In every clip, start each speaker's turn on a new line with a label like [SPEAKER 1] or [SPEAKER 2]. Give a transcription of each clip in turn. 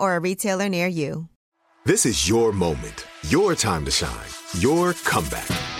[SPEAKER 1] or a retailer near you.
[SPEAKER 2] This is your moment, your time to shine, your comeback.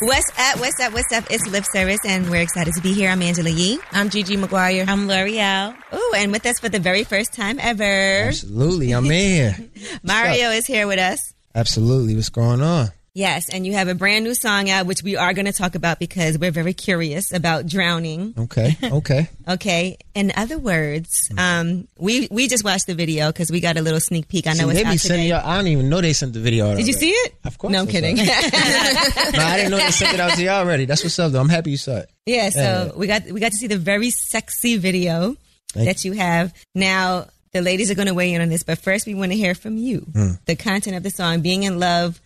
[SPEAKER 1] What's up? What's up? What's up? It's Lip Service, and we're excited to be here. I'm Angela Yee.
[SPEAKER 3] I'm Gigi McGuire.
[SPEAKER 4] I'm L'Oreal.
[SPEAKER 1] Ooh, and with us for the very first time ever,
[SPEAKER 3] Absolutely, I'm here.
[SPEAKER 1] Mario is here with us.
[SPEAKER 3] Absolutely, what's going on?
[SPEAKER 1] Yes, and you have a brand new song out, which we are going to talk about because we're very curious about drowning.
[SPEAKER 3] Okay, okay.
[SPEAKER 1] Okay. In other words, um, we we just watched the video because we got a little sneak peek. I know
[SPEAKER 3] See,
[SPEAKER 1] it's
[SPEAKER 3] they
[SPEAKER 1] out
[SPEAKER 3] be
[SPEAKER 1] today.
[SPEAKER 3] sending y'all. I don't even know they sent the video. out
[SPEAKER 1] Did you
[SPEAKER 3] already.
[SPEAKER 1] see it?
[SPEAKER 3] Of course.
[SPEAKER 1] No, I'm
[SPEAKER 3] I
[SPEAKER 1] kidding.
[SPEAKER 3] saw it. no, I didn't know they sent it out to y'all already. That's what's up, though. I'm happy you saw it.
[SPEAKER 1] Yeah, so we got we got to see the very sexy video
[SPEAKER 3] Thank
[SPEAKER 1] that you have. Now the ladies are going to weigh in on this, but first we want to hear from you.
[SPEAKER 3] Hmm.
[SPEAKER 1] The content of the song, being in love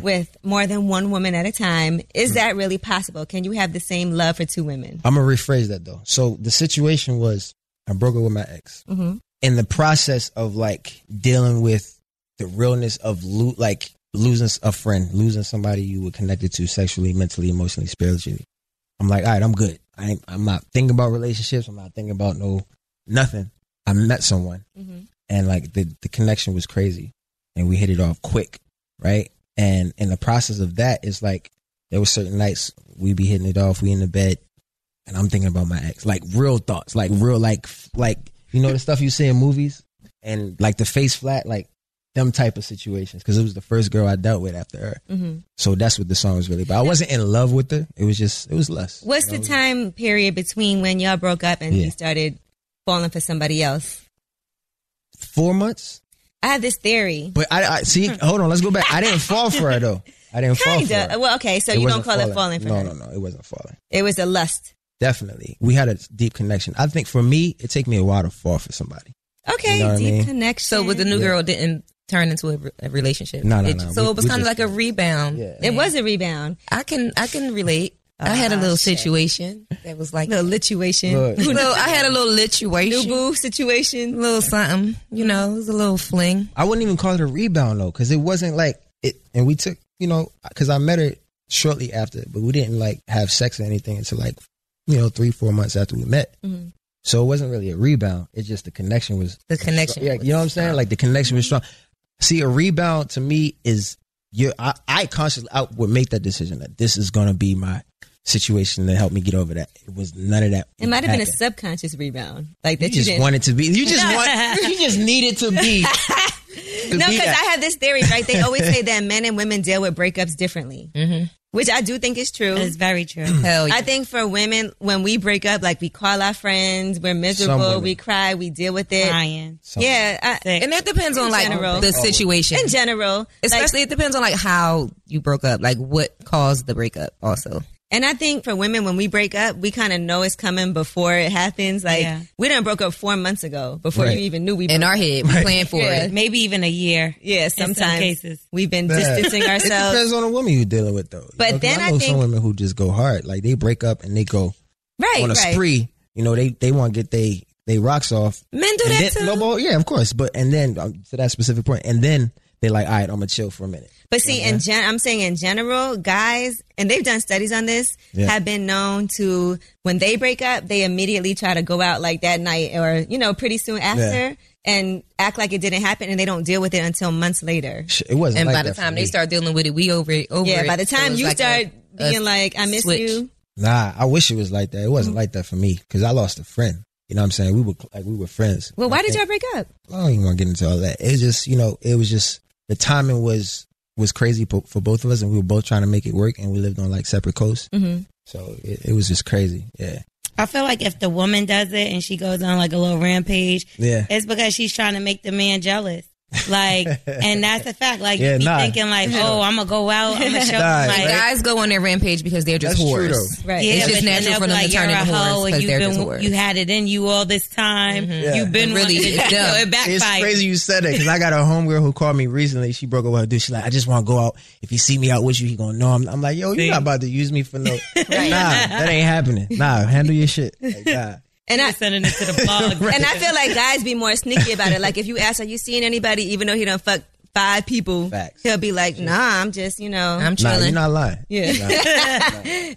[SPEAKER 1] with more than one woman at a time, is
[SPEAKER 3] Hmm.
[SPEAKER 1] that really possible? Can you have the same love for two women?
[SPEAKER 3] I'm gonna rephrase that though. So the situation was I broke up with my ex.
[SPEAKER 1] Mhm.
[SPEAKER 3] In the process of like dealing with the realness of lo- like losing a friend, losing somebody you were connected to sexually, mentally, emotionally, spiritually, I'm like, all right, I'm good. I ain't, I'm not thinking about relationships. I'm not thinking about no nothing. I met someone, and like the the connection was crazy, and we hit it off quick, right? And in the process of that, it's like there were certain nights we be hitting it off. We in the bed, and I'm thinking about my ex, like real thoughts, like real, like f- like you know the stuff you see in movies, and like the face flat, like them type of situations. Because it was the first girl I dealt with after her,
[SPEAKER 1] Mm-hmm.
[SPEAKER 3] so that's what the song was really about. I wasn't in love with her; it was just it was lust.
[SPEAKER 1] What's the time period between when y'all broke up and
[SPEAKER 3] Yeah.
[SPEAKER 1] you started falling for somebody else?
[SPEAKER 3] Four months,
[SPEAKER 1] I have this theory.
[SPEAKER 3] but I, I see. Hold on, let's go back. I didn't fall for her though. I didn't fall for
[SPEAKER 1] Hmm. Kinda.
[SPEAKER 3] her.
[SPEAKER 1] Well, okay, so
[SPEAKER 3] It
[SPEAKER 1] you don't
[SPEAKER 3] wasn't
[SPEAKER 1] call it falling for
[SPEAKER 3] no,
[SPEAKER 1] her.
[SPEAKER 3] No, no, no, it wasn't falling.
[SPEAKER 1] It was a lust.
[SPEAKER 3] Definitely, we had a deep connection. I think for me, it take me a while to fall for somebody.
[SPEAKER 1] Okay,
[SPEAKER 3] You know what I
[SPEAKER 1] deep
[SPEAKER 3] mean?
[SPEAKER 1] connection.
[SPEAKER 4] So, but the new
[SPEAKER 3] Yeah.
[SPEAKER 4] girl didn't turn into a, re- a relationship.
[SPEAKER 3] No, no,
[SPEAKER 4] It-
[SPEAKER 3] no.
[SPEAKER 4] So
[SPEAKER 3] We-
[SPEAKER 4] it was
[SPEAKER 3] we
[SPEAKER 4] kind of
[SPEAKER 3] just-
[SPEAKER 4] like a rebound.
[SPEAKER 3] Yeah.
[SPEAKER 1] it was a rebound.
[SPEAKER 4] I can I can relate. I had a little situation that was like
[SPEAKER 1] Ah, little situation.
[SPEAKER 3] Look.
[SPEAKER 4] little, I had a little lituation,
[SPEAKER 1] boo situation.
[SPEAKER 4] little something. You know, it was a little fling.
[SPEAKER 3] I wouldn't even call it a rebound though, because it wasn't like it. And we took, you know, because I met her shortly after, but we didn't like have sex or anything until like, you know, three four months after we met.
[SPEAKER 1] Mm-hmm.
[SPEAKER 3] So it wasn't really a rebound. It's just the connection was
[SPEAKER 4] The connection
[SPEAKER 3] Yeah, you know what I'm saying? Like the connection was strong. See, a rebound to me is you. I, I consciously I would make that decision that this is gonna be my situation to help me get over that. It was none of that.
[SPEAKER 1] It might have been a
[SPEAKER 3] happened.
[SPEAKER 1] subconscious rebound, like
[SPEAKER 3] You
[SPEAKER 1] that you,
[SPEAKER 3] just
[SPEAKER 1] didn't.
[SPEAKER 3] want it to be. You just want. You just need it to be. to
[SPEAKER 1] no,
[SPEAKER 3] be
[SPEAKER 1] because
[SPEAKER 3] that.
[SPEAKER 1] I have this theory, right? They always say that men and women deal with breakups differently, mm-hmm. which I do think is true.
[SPEAKER 4] It's very true. Hell yeah.
[SPEAKER 1] I think for women, when we break up, like we call our friends, we're miserable,
[SPEAKER 3] women.
[SPEAKER 1] we cry, we deal with it.
[SPEAKER 4] Ryan.
[SPEAKER 1] Yeah, I,
[SPEAKER 4] And it depends on like
[SPEAKER 1] general.
[SPEAKER 4] the situation.
[SPEAKER 1] Oh, in general, like,
[SPEAKER 4] Especially it depends on like how you broke up, like what caused the breakup also.
[SPEAKER 1] And I think for women, when we break up, we kind of know it's coming before it happens. Like
[SPEAKER 5] Yeah.
[SPEAKER 1] we done broke up four months ago before
[SPEAKER 3] Right.
[SPEAKER 1] you even knew we.
[SPEAKER 4] In our head, we planned for
[SPEAKER 1] Yeah.
[SPEAKER 4] it.
[SPEAKER 5] maybe even a year.
[SPEAKER 1] yeah,
[SPEAKER 5] some
[SPEAKER 1] sometimes
[SPEAKER 5] cases.
[SPEAKER 1] we've been
[SPEAKER 3] Yeah.
[SPEAKER 1] distancing
[SPEAKER 3] It
[SPEAKER 1] ourselves.
[SPEAKER 3] depends on the woman you're dealing with, though.
[SPEAKER 1] But
[SPEAKER 3] 'cause
[SPEAKER 1] then I
[SPEAKER 3] know
[SPEAKER 1] think-
[SPEAKER 3] some women who just go hard, like they break up and they go
[SPEAKER 1] Right,
[SPEAKER 3] on a
[SPEAKER 1] right.
[SPEAKER 3] spree. You know, they they want to get they they rocks off.
[SPEAKER 4] Men do
[SPEAKER 3] And then-
[SPEAKER 4] that too.
[SPEAKER 3] No, but, yeah, of course. But and then um, to that specific point, and then they like, all right, I'm gonna chill for a minute.
[SPEAKER 1] But see, in gen- I'm saying in general, guys, and they've done studies on this,
[SPEAKER 3] Yeah.
[SPEAKER 1] have been known to when they break up, they immediately try to go out like that night or you know pretty soon after and act like it didn't happen, and they don't deal with it until months later.
[SPEAKER 3] Sh- It wasn't.
[SPEAKER 4] And
[SPEAKER 3] like
[SPEAKER 4] by the
[SPEAKER 3] that for
[SPEAKER 4] time
[SPEAKER 3] me.
[SPEAKER 4] they start dealing with it, we over it. Over
[SPEAKER 1] Yeah,
[SPEAKER 4] it.
[SPEAKER 1] by the
[SPEAKER 4] So
[SPEAKER 1] time
[SPEAKER 4] it's
[SPEAKER 1] you
[SPEAKER 4] like
[SPEAKER 1] start
[SPEAKER 4] a-
[SPEAKER 1] being
[SPEAKER 4] a
[SPEAKER 1] like, I miss
[SPEAKER 4] switch.
[SPEAKER 1] you.
[SPEAKER 3] nah, I wish it was like that. It
[SPEAKER 1] Mm.
[SPEAKER 3] wasn't like that for me because I lost a friend. You know what I'm saying? We were cl- like we were friends.
[SPEAKER 1] Well, why did
[SPEAKER 3] you?
[SPEAKER 1] y'all break up?
[SPEAKER 3] I don't even want to get into all that. It was just, you know, it was just the timing was was crazy po- for both of us, and we were both trying to make it work, and we lived on like separate coasts,
[SPEAKER 1] Mm-hmm.
[SPEAKER 3] so it, it was just crazy. Yeah,
[SPEAKER 6] I feel like if the woman does it and she goes on like a little rampage,
[SPEAKER 3] yeah.
[SPEAKER 6] it's because she's trying to make the man jealous. Like, and that's a fact. Like,
[SPEAKER 3] Yeah,
[SPEAKER 6] you be
[SPEAKER 3] nah.
[SPEAKER 6] thinking like, oh, I'm gonna go out, I'm gonna show
[SPEAKER 3] Nah,
[SPEAKER 6] my
[SPEAKER 3] right?
[SPEAKER 4] Guys go on their rampage because they're just
[SPEAKER 3] That's true,
[SPEAKER 4] whores.
[SPEAKER 3] though.
[SPEAKER 1] Right.
[SPEAKER 6] Yeah,
[SPEAKER 4] It's just
[SPEAKER 6] but then
[SPEAKER 4] natural for
[SPEAKER 6] they'll be
[SPEAKER 4] them to
[SPEAKER 6] like,
[SPEAKER 4] turn
[SPEAKER 6] you're
[SPEAKER 4] into
[SPEAKER 6] a
[SPEAKER 4] whores
[SPEAKER 6] hoe
[SPEAKER 4] 'cause
[SPEAKER 6] and
[SPEAKER 4] they're just
[SPEAKER 6] you've
[SPEAKER 4] whores.
[SPEAKER 6] been, you had it in you all this
[SPEAKER 1] Mm-hmm.
[SPEAKER 6] time.
[SPEAKER 3] Yeah.
[SPEAKER 6] You've been
[SPEAKER 4] It really
[SPEAKER 6] really
[SPEAKER 4] is
[SPEAKER 6] wanting to
[SPEAKER 4] dumb.
[SPEAKER 6] so it
[SPEAKER 3] It's
[SPEAKER 6] backfired.
[SPEAKER 3] crazy you said that because I got a homegirl who called me recently. She broke up with her dude. She's like, I just want to go out. If you see me out with you, he gonna know. I'm, I'm like, yo, you not about to use me for no. Nah, that ain't happening. Nah, handle your shit. Like, nah.
[SPEAKER 1] And I,
[SPEAKER 6] Sending it to the blog.
[SPEAKER 1] and I feel like guys be more sneaky about it. Like if you ask, "Are you seeing anybody?" Even though he done fuck five people,
[SPEAKER 3] Facts.
[SPEAKER 1] he'll be like, "Nah, I'm just you know."
[SPEAKER 4] I'm
[SPEAKER 3] Nah, you're
[SPEAKER 4] chilling.
[SPEAKER 3] not lying.
[SPEAKER 1] yeah,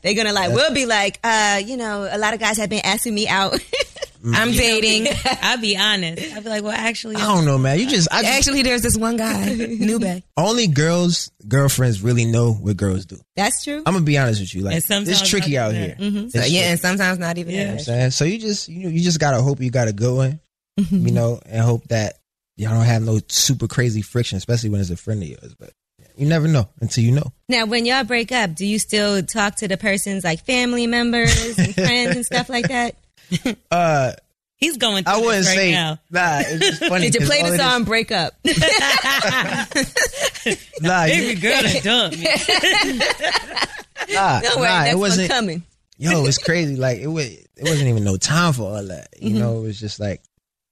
[SPEAKER 1] they're gonna like. We'll be like, uh, you know, a lot of guys have been asking me out.
[SPEAKER 3] Mm-hmm.
[SPEAKER 4] I'm dating.
[SPEAKER 6] I'll be honest. I'll be like, well, actually,
[SPEAKER 3] I don't know, man. You just, I just
[SPEAKER 4] Actually, there's this one guy, Nube.
[SPEAKER 3] only girls, girlfriends really know what girls do.
[SPEAKER 1] That's true.
[SPEAKER 3] I'm gonna be honest with you. Like,
[SPEAKER 6] And sometimes
[SPEAKER 3] it's tricky out
[SPEAKER 6] that's
[SPEAKER 3] here.
[SPEAKER 6] it.
[SPEAKER 3] It's
[SPEAKER 4] So,
[SPEAKER 3] tricky.
[SPEAKER 4] yeah, and sometimes not even.
[SPEAKER 6] Yeah.
[SPEAKER 4] that.
[SPEAKER 3] You know what I'm saying? So you just you know you just gotta hope you got a good one,
[SPEAKER 1] Mm-hmm.
[SPEAKER 3] you know, and hope that y'all don't have no super crazy friction, especially when it's a friend of yours. But you never know until you know.
[SPEAKER 1] Now, when y'all break up, do you still talk to the person's like family members and friends and stuff like that?
[SPEAKER 3] Uh,
[SPEAKER 6] he's going through
[SPEAKER 3] I
[SPEAKER 6] this
[SPEAKER 3] wouldn't
[SPEAKER 6] right
[SPEAKER 3] say
[SPEAKER 6] now.
[SPEAKER 3] nah. It's just funny.
[SPEAKER 1] Did you
[SPEAKER 3] 'cause
[SPEAKER 1] play
[SPEAKER 3] all
[SPEAKER 1] the
[SPEAKER 3] of this-
[SPEAKER 1] song "Break Up"?
[SPEAKER 3] Nah,
[SPEAKER 6] Every
[SPEAKER 3] you,
[SPEAKER 6] girl is dumb.
[SPEAKER 3] nah,
[SPEAKER 1] Don't worry,
[SPEAKER 3] nah.
[SPEAKER 1] that's what's
[SPEAKER 3] It wasn't.
[SPEAKER 1] coming.
[SPEAKER 3] Yo, it's crazy. Like it was. It wasn't even no time for all that. You know, it was just like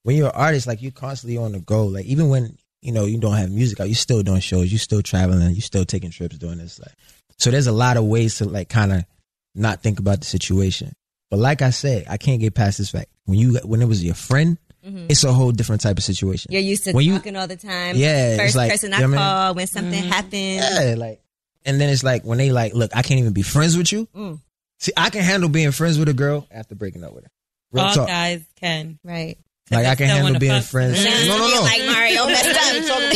[SPEAKER 3] when you're an artist, like you're constantly on the go. Like even when you know you don't have music out, you still doing shows, you still traveling, you still taking trips, doing this. Like so, there's a lot of ways to like kind of not think about the situation. But like I said, I can't get past this fact. When you when it was your friend, it's a whole different type of situation.
[SPEAKER 1] You're used to
[SPEAKER 3] When you-
[SPEAKER 1] talking all the time.
[SPEAKER 3] Yeah, it's
[SPEAKER 1] first
[SPEAKER 3] like,
[SPEAKER 1] person
[SPEAKER 3] you
[SPEAKER 1] I
[SPEAKER 3] know what I mean?
[SPEAKER 1] call when something
[SPEAKER 6] Mm-hmm.
[SPEAKER 1] happens.
[SPEAKER 3] Yeah, like, and then it's like when they like, look, I can't even be friends with you.
[SPEAKER 1] Mm.
[SPEAKER 3] See, I can handle being friends with a girl after breaking up with her. Real
[SPEAKER 6] All
[SPEAKER 3] talk.
[SPEAKER 6] guys can.
[SPEAKER 1] Right.
[SPEAKER 3] Like I can
[SPEAKER 6] Don't
[SPEAKER 3] handle
[SPEAKER 6] wanna
[SPEAKER 3] being
[SPEAKER 6] fuck.
[SPEAKER 3] friends.
[SPEAKER 6] Nah,
[SPEAKER 3] No, no, no.
[SPEAKER 1] Like Mario messed up.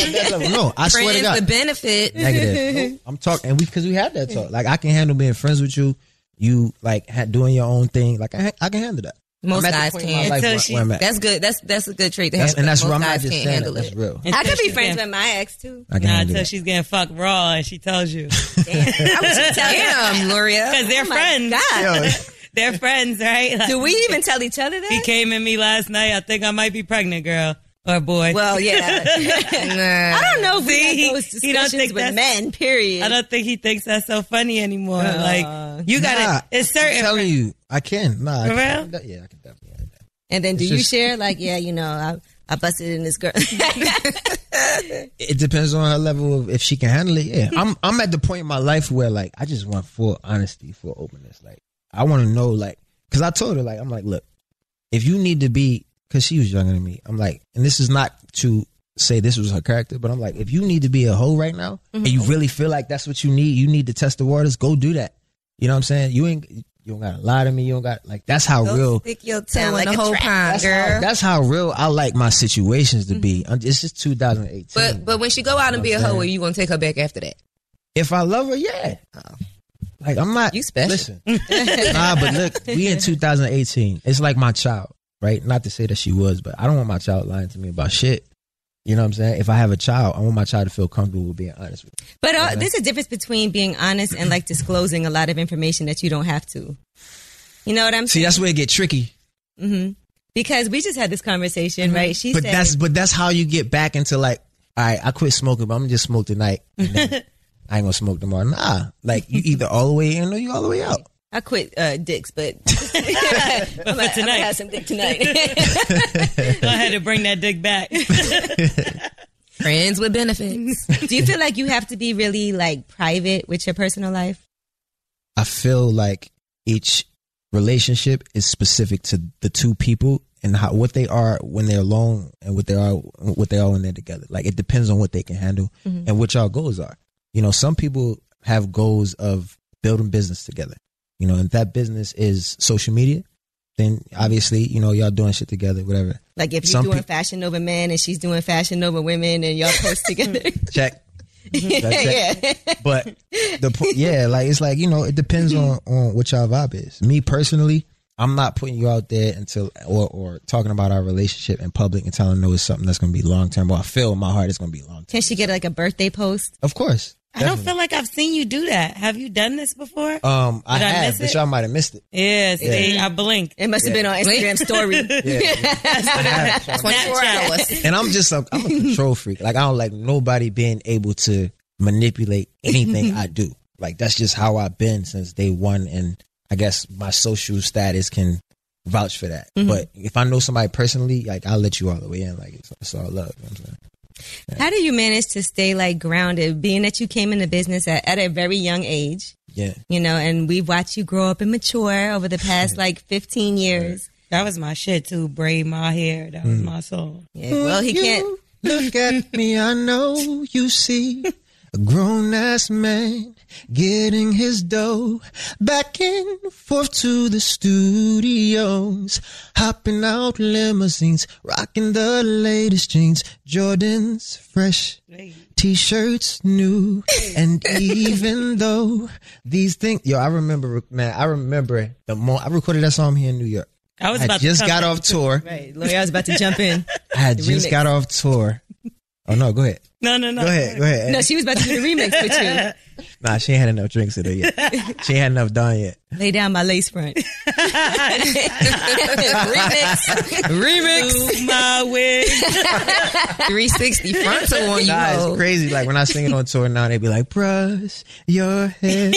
[SPEAKER 3] no, I swear to
[SPEAKER 4] Friends, the
[SPEAKER 3] God.
[SPEAKER 4] benefit.
[SPEAKER 3] Negative. Nope. I'm talking, and we because we had that talk. Like I can handle being friends with you. You like ha- doing your own thing. Like I, ha- I can handle that.
[SPEAKER 4] Most
[SPEAKER 3] I'm at the
[SPEAKER 4] guys
[SPEAKER 3] point in my
[SPEAKER 4] can.
[SPEAKER 3] life
[SPEAKER 6] Until
[SPEAKER 3] where-
[SPEAKER 6] she-
[SPEAKER 3] where I'm at.
[SPEAKER 4] That's good. That's that's a good trait to
[SPEAKER 3] That's-
[SPEAKER 4] have.
[SPEAKER 3] and that's
[SPEAKER 4] Most
[SPEAKER 3] where I'm not
[SPEAKER 4] guys
[SPEAKER 3] just
[SPEAKER 4] can't
[SPEAKER 3] saying that.
[SPEAKER 4] handle
[SPEAKER 3] That's
[SPEAKER 4] it.
[SPEAKER 3] real.
[SPEAKER 1] I could be
[SPEAKER 6] Especially-
[SPEAKER 1] friends
[SPEAKER 6] Yeah.
[SPEAKER 1] with my ex too.
[SPEAKER 3] I can
[SPEAKER 6] Nah,
[SPEAKER 3] handle
[SPEAKER 6] until
[SPEAKER 3] that.
[SPEAKER 6] she's getting fucked raw and she tells you.
[SPEAKER 1] Damn. I was just telling
[SPEAKER 4] Damn, L'Oreal.
[SPEAKER 6] Because they're
[SPEAKER 1] Oh my
[SPEAKER 6] friends.
[SPEAKER 1] God.
[SPEAKER 6] They're friends, right? Like,
[SPEAKER 1] Do we even tell each other
[SPEAKER 6] he
[SPEAKER 1] that?
[SPEAKER 6] came at me last night. I think I might be pregnant, girl. Or boy.
[SPEAKER 1] Well, yeah.
[SPEAKER 4] Oh, Nah.
[SPEAKER 1] I don't know if
[SPEAKER 6] See,
[SPEAKER 1] we
[SPEAKER 6] he-
[SPEAKER 1] had those
[SPEAKER 6] he don't
[SPEAKER 1] discussions
[SPEAKER 6] think
[SPEAKER 1] with
[SPEAKER 6] that's-
[SPEAKER 1] men. Period.
[SPEAKER 6] I don't think he thinks that's so funny anymore.
[SPEAKER 1] Uh,
[SPEAKER 6] like you gotta
[SPEAKER 3] Nah,
[SPEAKER 6] it's
[SPEAKER 3] I'm
[SPEAKER 6] certain
[SPEAKER 3] telling you, I can. Nah, I
[SPEAKER 6] For
[SPEAKER 3] can
[SPEAKER 6] real?
[SPEAKER 3] handle that. yeah, I can definitely. handle that.
[SPEAKER 1] and then do
[SPEAKER 3] It's
[SPEAKER 1] you
[SPEAKER 3] just-
[SPEAKER 1] share like, yeah, you know, I, I busted in this girl.
[SPEAKER 3] It depends on her level of if she can handle it. Yeah, I'm I'm at the point in my life where like I just want full honesty, full openness. Like I want to know like because I told her like I'm like look, if you need to be because she was younger than me, I'm like, and this is not to say this was her character, but I'm like, if you need to be a hoe right now and you
[SPEAKER 4] Mm-hmm.
[SPEAKER 3] really feel like that's what you need, you need to test the waters, go do that. You know what I'm saying? You ain't you don't gotta lie to me. You don't got like that's how real
[SPEAKER 1] Stick your
[SPEAKER 4] Telling
[SPEAKER 1] tongue like a
[SPEAKER 4] the whole
[SPEAKER 1] trap.
[SPEAKER 4] time,
[SPEAKER 3] that's
[SPEAKER 4] girl. Mm-hmm.
[SPEAKER 3] how, that's how real I like my situations to be. I'm- It's just 2018.
[SPEAKER 4] but but when she go out and be a hoe, are you gonna take her back after that?
[SPEAKER 3] If I love her, yeah. Like I'm not.
[SPEAKER 4] You special.
[SPEAKER 3] Listen, nah, but look, we in 2018. It's like my child, right? Not to say that she was, but I don't want my child lying to me about shit. You know what I'm saying? If I have a child, I want my child to feel comfortable with being honest with. Me.
[SPEAKER 1] But uh, there's a difference between being honest and like disclosing a lot of information that you don't have to. You know what I'm
[SPEAKER 3] See,
[SPEAKER 1] saying?
[SPEAKER 3] that's where it get tricky.
[SPEAKER 1] because we just had this conversation, right? She
[SPEAKER 3] But
[SPEAKER 1] said,
[SPEAKER 3] that's but that's how you get back into like, all right, I quit smoking, but I'm gonna just smoke tonight. And then I ain't gonna smoke tomorrow. Nah, like you either all the way in or you all the way out.
[SPEAKER 1] I quit uh, dicks, but I'm gonna- I'm gonna
[SPEAKER 6] tonight.
[SPEAKER 1] have some dick tonight.
[SPEAKER 6] go ahead and bring that dick back.
[SPEAKER 4] Friends with benefits.
[SPEAKER 1] Do you feel like you have to be really like private with your personal life?
[SPEAKER 3] I feel like each relationship is specific to the two people and how what they are when they're alone and what they are what they are when they're together. Like it depends on what they can handle and what y'all goals are. You know, some people have goals of building business together. You know, and that business is social media. Then obviously, you know, y'all doing shit together, whatever.
[SPEAKER 7] Like if you're
[SPEAKER 3] Some
[SPEAKER 7] doing
[SPEAKER 3] peop-
[SPEAKER 7] fashion over men and she's doing fashion over women and y'all post together.
[SPEAKER 3] Check.
[SPEAKER 7] yeah.
[SPEAKER 3] but the po- yeah, like it's like you know, it depends on on what y'all vibe is. Me personally, I'm not putting you out there until or or talking about our relationship in public and telling no it's something that's going to be long term. Well, I feel in my heart it's going to be long term.
[SPEAKER 7] Can she get like a birthday post?
[SPEAKER 3] Of course,
[SPEAKER 6] I don't feel like I've seen you do that. Have you done this before?
[SPEAKER 3] um, I
[SPEAKER 6] Did I
[SPEAKER 3] have,
[SPEAKER 6] miss
[SPEAKER 3] but
[SPEAKER 6] it?
[SPEAKER 3] y'all might have missed it.
[SPEAKER 6] yeah, see, I blinked.
[SPEAKER 7] It must have been on Instagram story.
[SPEAKER 1] Twenty four hours.
[SPEAKER 3] and I'm just a, I'm a control freak. Like I don't like nobody being able to manipulate anything I do. Like that's just how I've been since day one, and I guess my social status can vouch for that. But if I know somebody personally, like I'll let you all the way in. Like it's, it's all love. You know what I'm saying?
[SPEAKER 6] How do you manage to stay like grounded, being that you came into business at, at a very young age?
[SPEAKER 3] Yeah.
[SPEAKER 6] you know, and we've watched you grow up and mature over the past like 15 years. That was my shit too. Braid my hair. That was
[SPEAKER 3] Mm.
[SPEAKER 6] my soul.
[SPEAKER 7] Yeah, well, he can't.
[SPEAKER 3] Look at me, I know you see a grown ass man getting his dough back and forth to the studios, hopping out limousines, rocking the latest jeans, Jordans fresh. T-shirts new, and even though these things, yo, I remember, man, I remember the mo I recorded that song here in New York.
[SPEAKER 6] I was
[SPEAKER 3] I
[SPEAKER 6] about to
[SPEAKER 3] just
[SPEAKER 6] come
[SPEAKER 3] got
[SPEAKER 6] back
[SPEAKER 3] off tour.
[SPEAKER 7] Right, L'Oreal's about to jump in.
[SPEAKER 3] I had just
[SPEAKER 7] remix.
[SPEAKER 3] got off tour. Oh no, go ahead.
[SPEAKER 6] No, no, no.
[SPEAKER 3] Go ahead, go ahead.
[SPEAKER 7] No, she was about to do the remix with you.
[SPEAKER 3] nah, she ain't had enough drinks today yet. she ain't had enough done yet.
[SPEAKER 7] Lay down my lace front. remix.
[SPEAKER 6] Remix my wig.
[SPEAKER 1] Three sixty frontal on you.
[SPEAKER 3] Nah, it's
[SPEAKER 1] hoe.
[SPEAKER 3] crazy. Like when I sing it on tour now, they be like, brush your hair.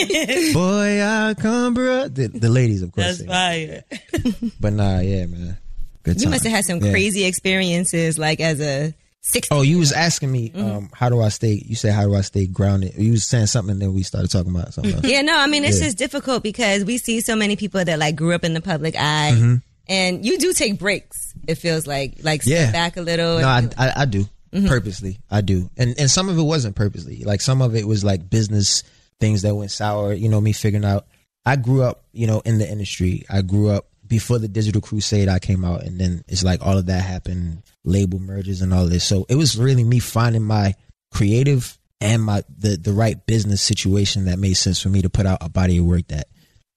[SPEAKER 3] Boy, I come, bruh. The, the ladies, of course.
[SPEAKER 6] That's
[SPEAKER 3] sing it.
[SPEAKER 6] fire.
[SPEAKER 3] But nah, yeah, man. Good
[SPEAKER 7] You
[SPEAKER 3] time.
[SPEAKER 7] must have had some
[SPEAKER 3] Yeah.
[SPEAKER 7] crazy experiences, like as a six.
[SPEAKER 3] Oh, you was asking me, um, how do I stay? You said, how do I stay grounded? You was saying something, and then we started talking about something else.
[SPEAKER 7] Yeah, no, I mean it's just difficult because we see so many people that like grew up in the public eye,
[SPEAKER 3] Mm-hmm.
[SPEAKER 7] and you do take breaks. It feels like like step
[SPEAKER 3] Yeah.
[SPEAKER 7] back a little.
[SPEAKER 3] No, I, I, I do purposely. I do, and and some of it wasn't purposely. Like some of it was like business things that went sour. You know, me figuring out. I grew up, you know, in the industry. I grew up before the digital crusade. I came out, and then it's like all of that happened, label mergers and all this. So it was really me finding my creative and my the the right business situation that made sense for me to put out a body of work that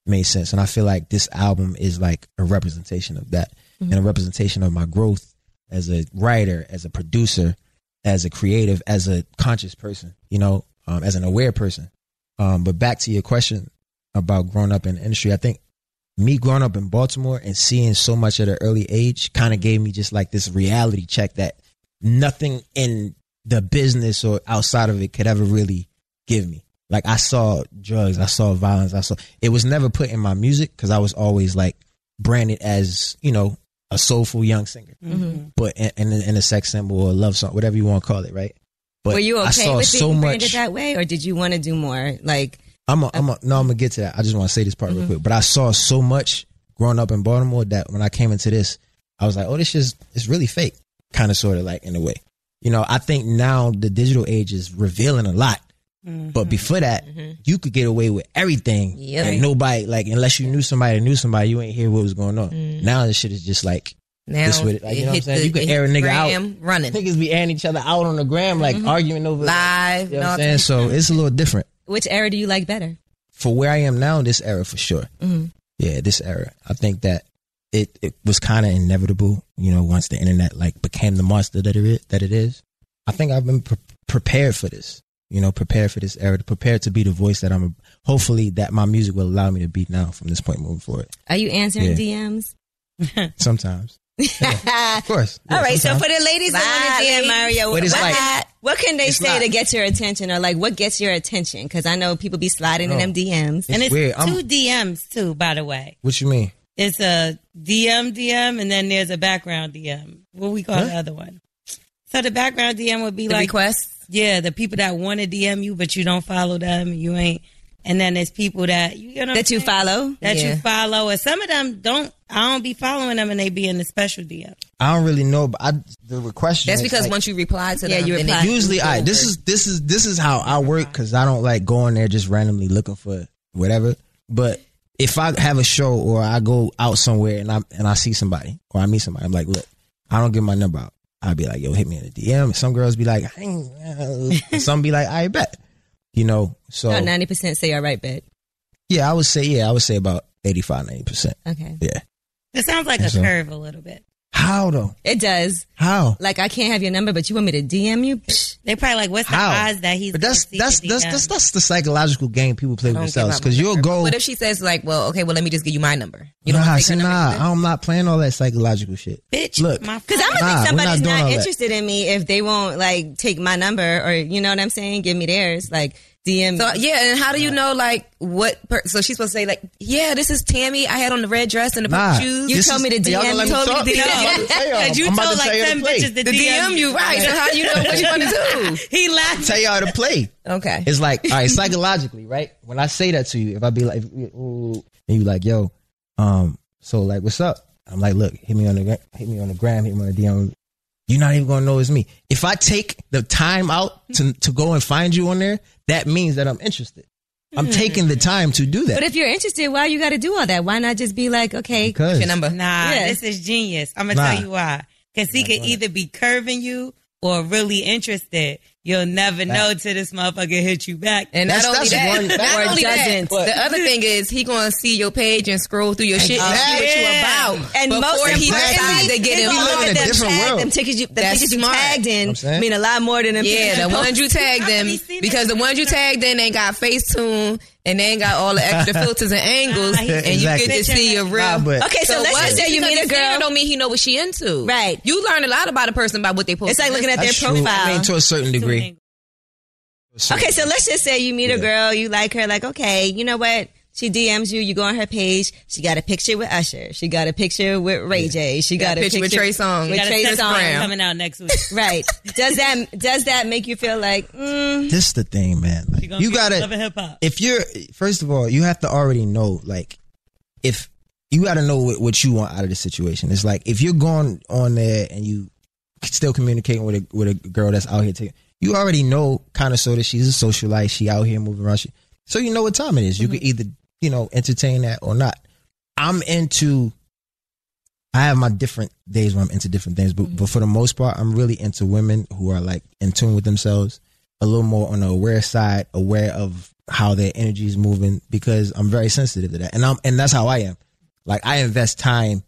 [SPEAKER 3] made sense. And I feel like this album is like a representation of that and a representation of my growth as a writer, as a producer, as a creative, as a conscious person, you know, um, as an aware person. Um, but back to your question about growing up in the industry, I think me growing up in Baltimore and seeing so much at an early age kind of gave me just like this reality check that nothing in the business or outside of it could ever really give me. Like I saw drugs, I saw violence, I saw it was never put in my music because I was always like branded as you know a soulful young singer, but and and and a sex symbol or a love song, whatever you want to call it, right? But
[SPEAKER 7] Were you okay
[SPEAKER 3] I saw
[SPEAKER 7] with being
[SPEAKER 3] so
[SPEAKER 7] branded
[SPEAKER 3] much.
[SPEAKER 7] that way, or did you want to do more? Like,
[SPEAKER 3] I'm a, I'm a, no, I'm gonna get to that. I just want to say this part real quick. But I saw so much growing up in Baltimore that when I came into this, I was like, oh, this is it's really fake, kind of sort of like in a way. You know, I think now the digital age is revealing a lot. But before that, you could get away with everything,
[SPEAKER 1] Yep.
[SPEAKER 3] and nobody like unless you knew somebody that knew somebody, you ain't hear what was going on. Now this shit is just like
[SPEAKER 1] Now
[SPEAKER 3] This with it, like, you know what I'm
[SPEAKER 1] hit
[SPEAKER 3] saying?
[SPEAKER 1] the-
[SPEAKER 3] You can
[SPEAKER 1] it
[SPEAKER 3] air a
[SPEAKER 1] hit
[SPEAKER 3] nigga out.
[SPEAKER 1] gram running
[SPEAKER 3] niggas be airing each other out on the gram, like arguing over
[SPEAKER 1] live. and
[SPEAKER 3] You know what
[SPEAKER 1] all
[SPEAKER 3] I'm saying? So it's a little different.
[SPEAKER 7] which era do you like better?
[SPEAKER 3] for where I am now, this era for sure.
[SPEAKER 7] Mm-hmm.
[SPEAKER 3] Yeah, this era. I think that it, it was kind of inevitable. You know, once the internet like became the monster that it is, that it is. I think I've been pre- prepared for this. You know, prepared for this era, prepared to be the voice that I'm. Hopefully, that my music will allow me to be now from this point moving forward.
[SPEAKER 7] Are you answering DMs?
[SPEAKER 3] Sometimes, Yeah, of course.
[SPEAKER 7] All right, so
[SPEAKER 3] sometimes.
[SPEAKER 7] for the ladies that want to
[SPEAKER 1] Bye,
[SPEAKER 7] DM
[SPEAKER 1] ladies.
[SPEAKER 7] Mario, what,
[SPEAKER 3] But it's like-
[SPEAKER 7] what can they
[SPEAKER 3] it's
[SPEAKER 7] say
[SPEAKER 3] not-
[SPEAKER 7] to get your attention, or like what gets your attention? Because I know people be sliding in them DMs.
[SPEAKER 6] and it's
[SPEAKER 3] weird.
[SPEAKER 6] 2
[SPEAKER 3] I'm-
[SPEAKER 6] DMs too, by the way.
[SPEAKER 3] what you mean?
[SPEAKER 6] It's a DM DM and then there's a background DM. What we call the other one. So the background DM would be
[SPEAKER 1] The
[SPEAKER 6] like
[SPEAKER 1] requests.
[SPEAKER 6] Yeah, the people that want to DM you, but you don't follow them. You ain't And then there's people that you know
[SPEAKER 4] That you follow?
[SPEAKER 6] that
[SPEAKER 4] Yeah.
[SPEAKER 6] you follow, and some of them don't. I don't be following them, and they be in the special DM.
[SPEAKER 3] I don't really know, but I, the request.
[SPEAKER 4] That's because once you reply to
[SPEAKER 6] Yeah,
[SPEAKER 4] them,
[SPEAKER 6] you
[SPEAKER 4] then it-
[SPEAKER 6] reply.
[SPEAKER 3] usually I this is this is this is how I work because I don't like going there just randomly looking for whatever. But if I have a show or I go out somewhere and I and I see somebody or I meet somebody, I'm like, look, I don't give my number out. I'd be like, yo, hit me in the DM. Some girls be like, I ain't, uh, some be like, I bet, you know. So
[SPEAKER 4] ninety percent say all right, bet.
[SPEAKER 3] yeah, I would say yeah, I would say about 85, 90 percent.
[SPEAKER 4] Okay,
[SPEAKER 3] Yeah.
[SPEAKER 6] It sounds like a
[SPEAKER 3] So-
[SPEAKER 6] curve a little bit.
[SPEAKER 3] How though?
[SPEAKER 4] it does.
[SPEAKER 3] How?
[SPEAKER 4] Like I can't have your number, but you want me to DM you? Psh,
[SPEAKER 6] They probably like, what's the
[SPEAKER 3] How?
[SPEAKER 6] odds that he's?
[SPEAKER 3] But that's
[SPEAKER 6] gonna
[SPEAKER 3] that's
[SPEAKER 6] see the
[SPEAKER 3] that's,
[SPEAKER 6] DM?
[SPEAKER 3] that's that's the psychological game people play with
[SPEAKER 6] don't give
[SPEAKER 3] themselves
[SPEAKER 6] out my
[SPEAKER 3] because you'll go.
[SPEAKER 4] What if she says like, well, okay, well, let me just give you my number. You
[SPEAKER 3] nah,
[SPEAKER 4] wanna
[SPEAKER 3] see,
[SPEAKER 4] her number
[SPEAKER 3] nah,
[SPEAKER 4] either?
[SPEAKER 3] I'm not playing all that psychological shit.
[SPEAKER 6] bitch.
[SPEAKER 3] Look,
[SPEAKER 6] my
[SPEAKER 4] Cause
[SPEAKER 3] Nah,
[SPEAKER 4] I'm gonna
[SPEAKER 6] phone.
[SPEAKER 4] think
[SPEAKER 3] we're not
[SPEAKER 4] somebody's
[SPEAKER 3] doing
[SPEAKER 4] not,
[SPEAKER 3] all that.
[SPEAKER 4] interested in me if they won't like take my number or you know what I'm saying, give me theirs, like DM. So yeah, and how do you know like what? Per- so she's supposed to say like, yeah, this is Tammy. I had on the red dress and the
[SPEAKER 3] Nah,
[SPEAKER 4] You
[SPEAKER 3] this
[SPEAKER 4] told
[SPEAKER 3] is-
[SPEAKER 4] me to DM.
[SPEAKER 3] y'all gonna let
[SPEAKER 4] You told
[SPEAKER 3] talk?
[SPEAKER 4] me to
[SPEAKER 3] I'm about
[SPEAKER 4] DM.
[SPEAKER 3] to tell y'all.
[SPEAKER 6] Cause you
[SPEAKER 3] I'm about
[SPEAKER 6] told
[SPEAKER 3] to
[SPEAKER 6] like
[SPEAKER 3] tell y'all
[SPEAKER 6] ten
[SPEAKER 3] to play.
[SPEAKER 6] bitches
[SPEAKER 4] The
[SPEAKER 6] to
[SPEAKER 4] DM you right? So how do you know what you want to
[SPEAKER 6] He laughed.
[SPEAKER 3] Tell y'all to play.
[SPEAKER 4] do? Okay.
[SPEAKER 3] It's like, all right, psychologically, right? When I say that to you, if I be like, ooh, and you like, yo, um, so like, what's up? I'm like, look, hit me on the gra- hit me on the gram, hit me on the DM. You're not even gonna know it's me. If I take the time out to to go and find you on there, that means that I'm interested.
[SPEAKER 4] Hmm.
[SPEAKER 3] I'm taking the time to do
[SPEAKER 1] But
[SPEAKER 3] that.
[SPEAKER 1] if you're interested, why you got to do all that? Why not just be like, okay,
[SPEAKER 3] Because
[SPEAKER 4] Your number.
[SPEAKER 6] Nah,
[SPEAKER 1] Yeah.
[SPEAKER 6] this is genius. I'm gonna
[SPEAKER 3] Nah.
[SPEAKER 6] tell you why. Because he could either be curving you or really interested. You'll never know till this motherfucker hit you back.
[SPEAKER 4] And
[SPEAKER 3] That's-
[SPEAKER 4] not only
[SPEAKER 3] that's
[SPEAKER 4] that,
[SPEAKER 3] one- that's
[SPEAKER 4] not
[SPEAKER 3] one
[SPEAKER 4] only
[SPEAKER 3] doesn't.
[SPEAKER 4] that, the other thing is he gonna see your page and scroll through your shit and see what
[SPEAKER 6] Exactly.
[SPEAKER 4] you about.
[SPEAKER 1] And most
[SPEAKER 4] before he decides
[SPEAKER 1] importantly,
[SPEAKER 4] to get
[SPEAKER 1] they gonna
[SPEAKER 3] We live
[SPEAKER 1] look at
[SPEAKER 3] in a
[SPEAKER 4] involved.
[SPEAKER 1] them
[SPEAKER 3] different
[SPEAKER 1] tag,
[SPEAKER 3] world.
[SPEAKER 1] Them tickets you, the
[SPEAKER 4] That's
[SPEAKER 1] tickets you
[SPEAKER 4] smart.
[SPEAKER 1] tagged
[SPEAKER 3] I'm
[SPEAKER 1] in
[SPEAKER 3] saying.
[SPEAKER 1] mean a lot more than them. tickets
[SPEAKER 4] Yeah, the
[SPEAKER 1] you
[SPEAKER 4] ones you tag them
[SPEAKER 6] already seen
[SPEAKER 4] because
[SPEAKER 6] it.
[SPEAKER 4] the ones you tag then ain't got Facetune and they ain't got all the extra filters and angles, and
[SPEAKER 3] Exactly.
[SPEAKER 4] you get to see your real.
[SPEAKER 3] Nah, but-
[SPEAKER 1] Okay, so, let's just say you
[SPEAKER 4] because
[SPEAKER 1] meet a
[SPEAKER 4] his singer
[SPEAKER 1] girl.
[SPEAKER 4] Don't mean he know what she into.
[SPEAKER 1] Right.
[SPEAKER 4] You learn a lot about a person by what they post.
[SPEAKER 1] It's like looking at their
[SPEAKER 3] That's true. I
[SPEAKER 1] profile.
[SPEAKER 3] mean, to a certain degree.
[SPEAKER 1] Okay, so let's just say you meet a
[SPEAKER 3] Yeah.
[SPEAKER 1] girl, you like her, like, okay, you know what? She DMs you, you go on her page, she got a picture with Usher, she got a picture with Ray J, she got,
[SPEAKER 4] a picture with Trey Songz.
[SPEAKER 1] with
[SPEAKER 4] Got a
[SPEAKER 1] Trey
[SPEAKER 4] sex gram.
[SPEAKER 1] Songz.
[SPEAKER 6] coming out next week.
[SPEAKER 1] Right. Does that does that make you feel like mm,
[SPEAKER 3] this the thing, man. Like,
[SPEAKER 6] She gonna
[SPEAKER 3] you
[SPEAKER 6] be
[SPEAKER 3] gotta
[SPEAKER 6] loving hip hop.
[SPEAKER 3] if you're first of all, you have to already know like if you gotta know what, what you want out of the situation. It's like if you're going on there and you still communicating with a with a girl that's out here taking, you already know kind of sort of she's a socialite, she out here moving around, she, so you know what time it is.
[SPEAKER 6] Mm-hmm.
[SPEAKER 3] You can either you know entertain that or not. I'm into. I have my different days where I'm into different things, but, but for the most part, I'm really into women who are like in tune with themselves, a little more on the aware side, aware of how their energy is moving because I'm very sensitive to that, and I'm and that's how I am. Like I invest time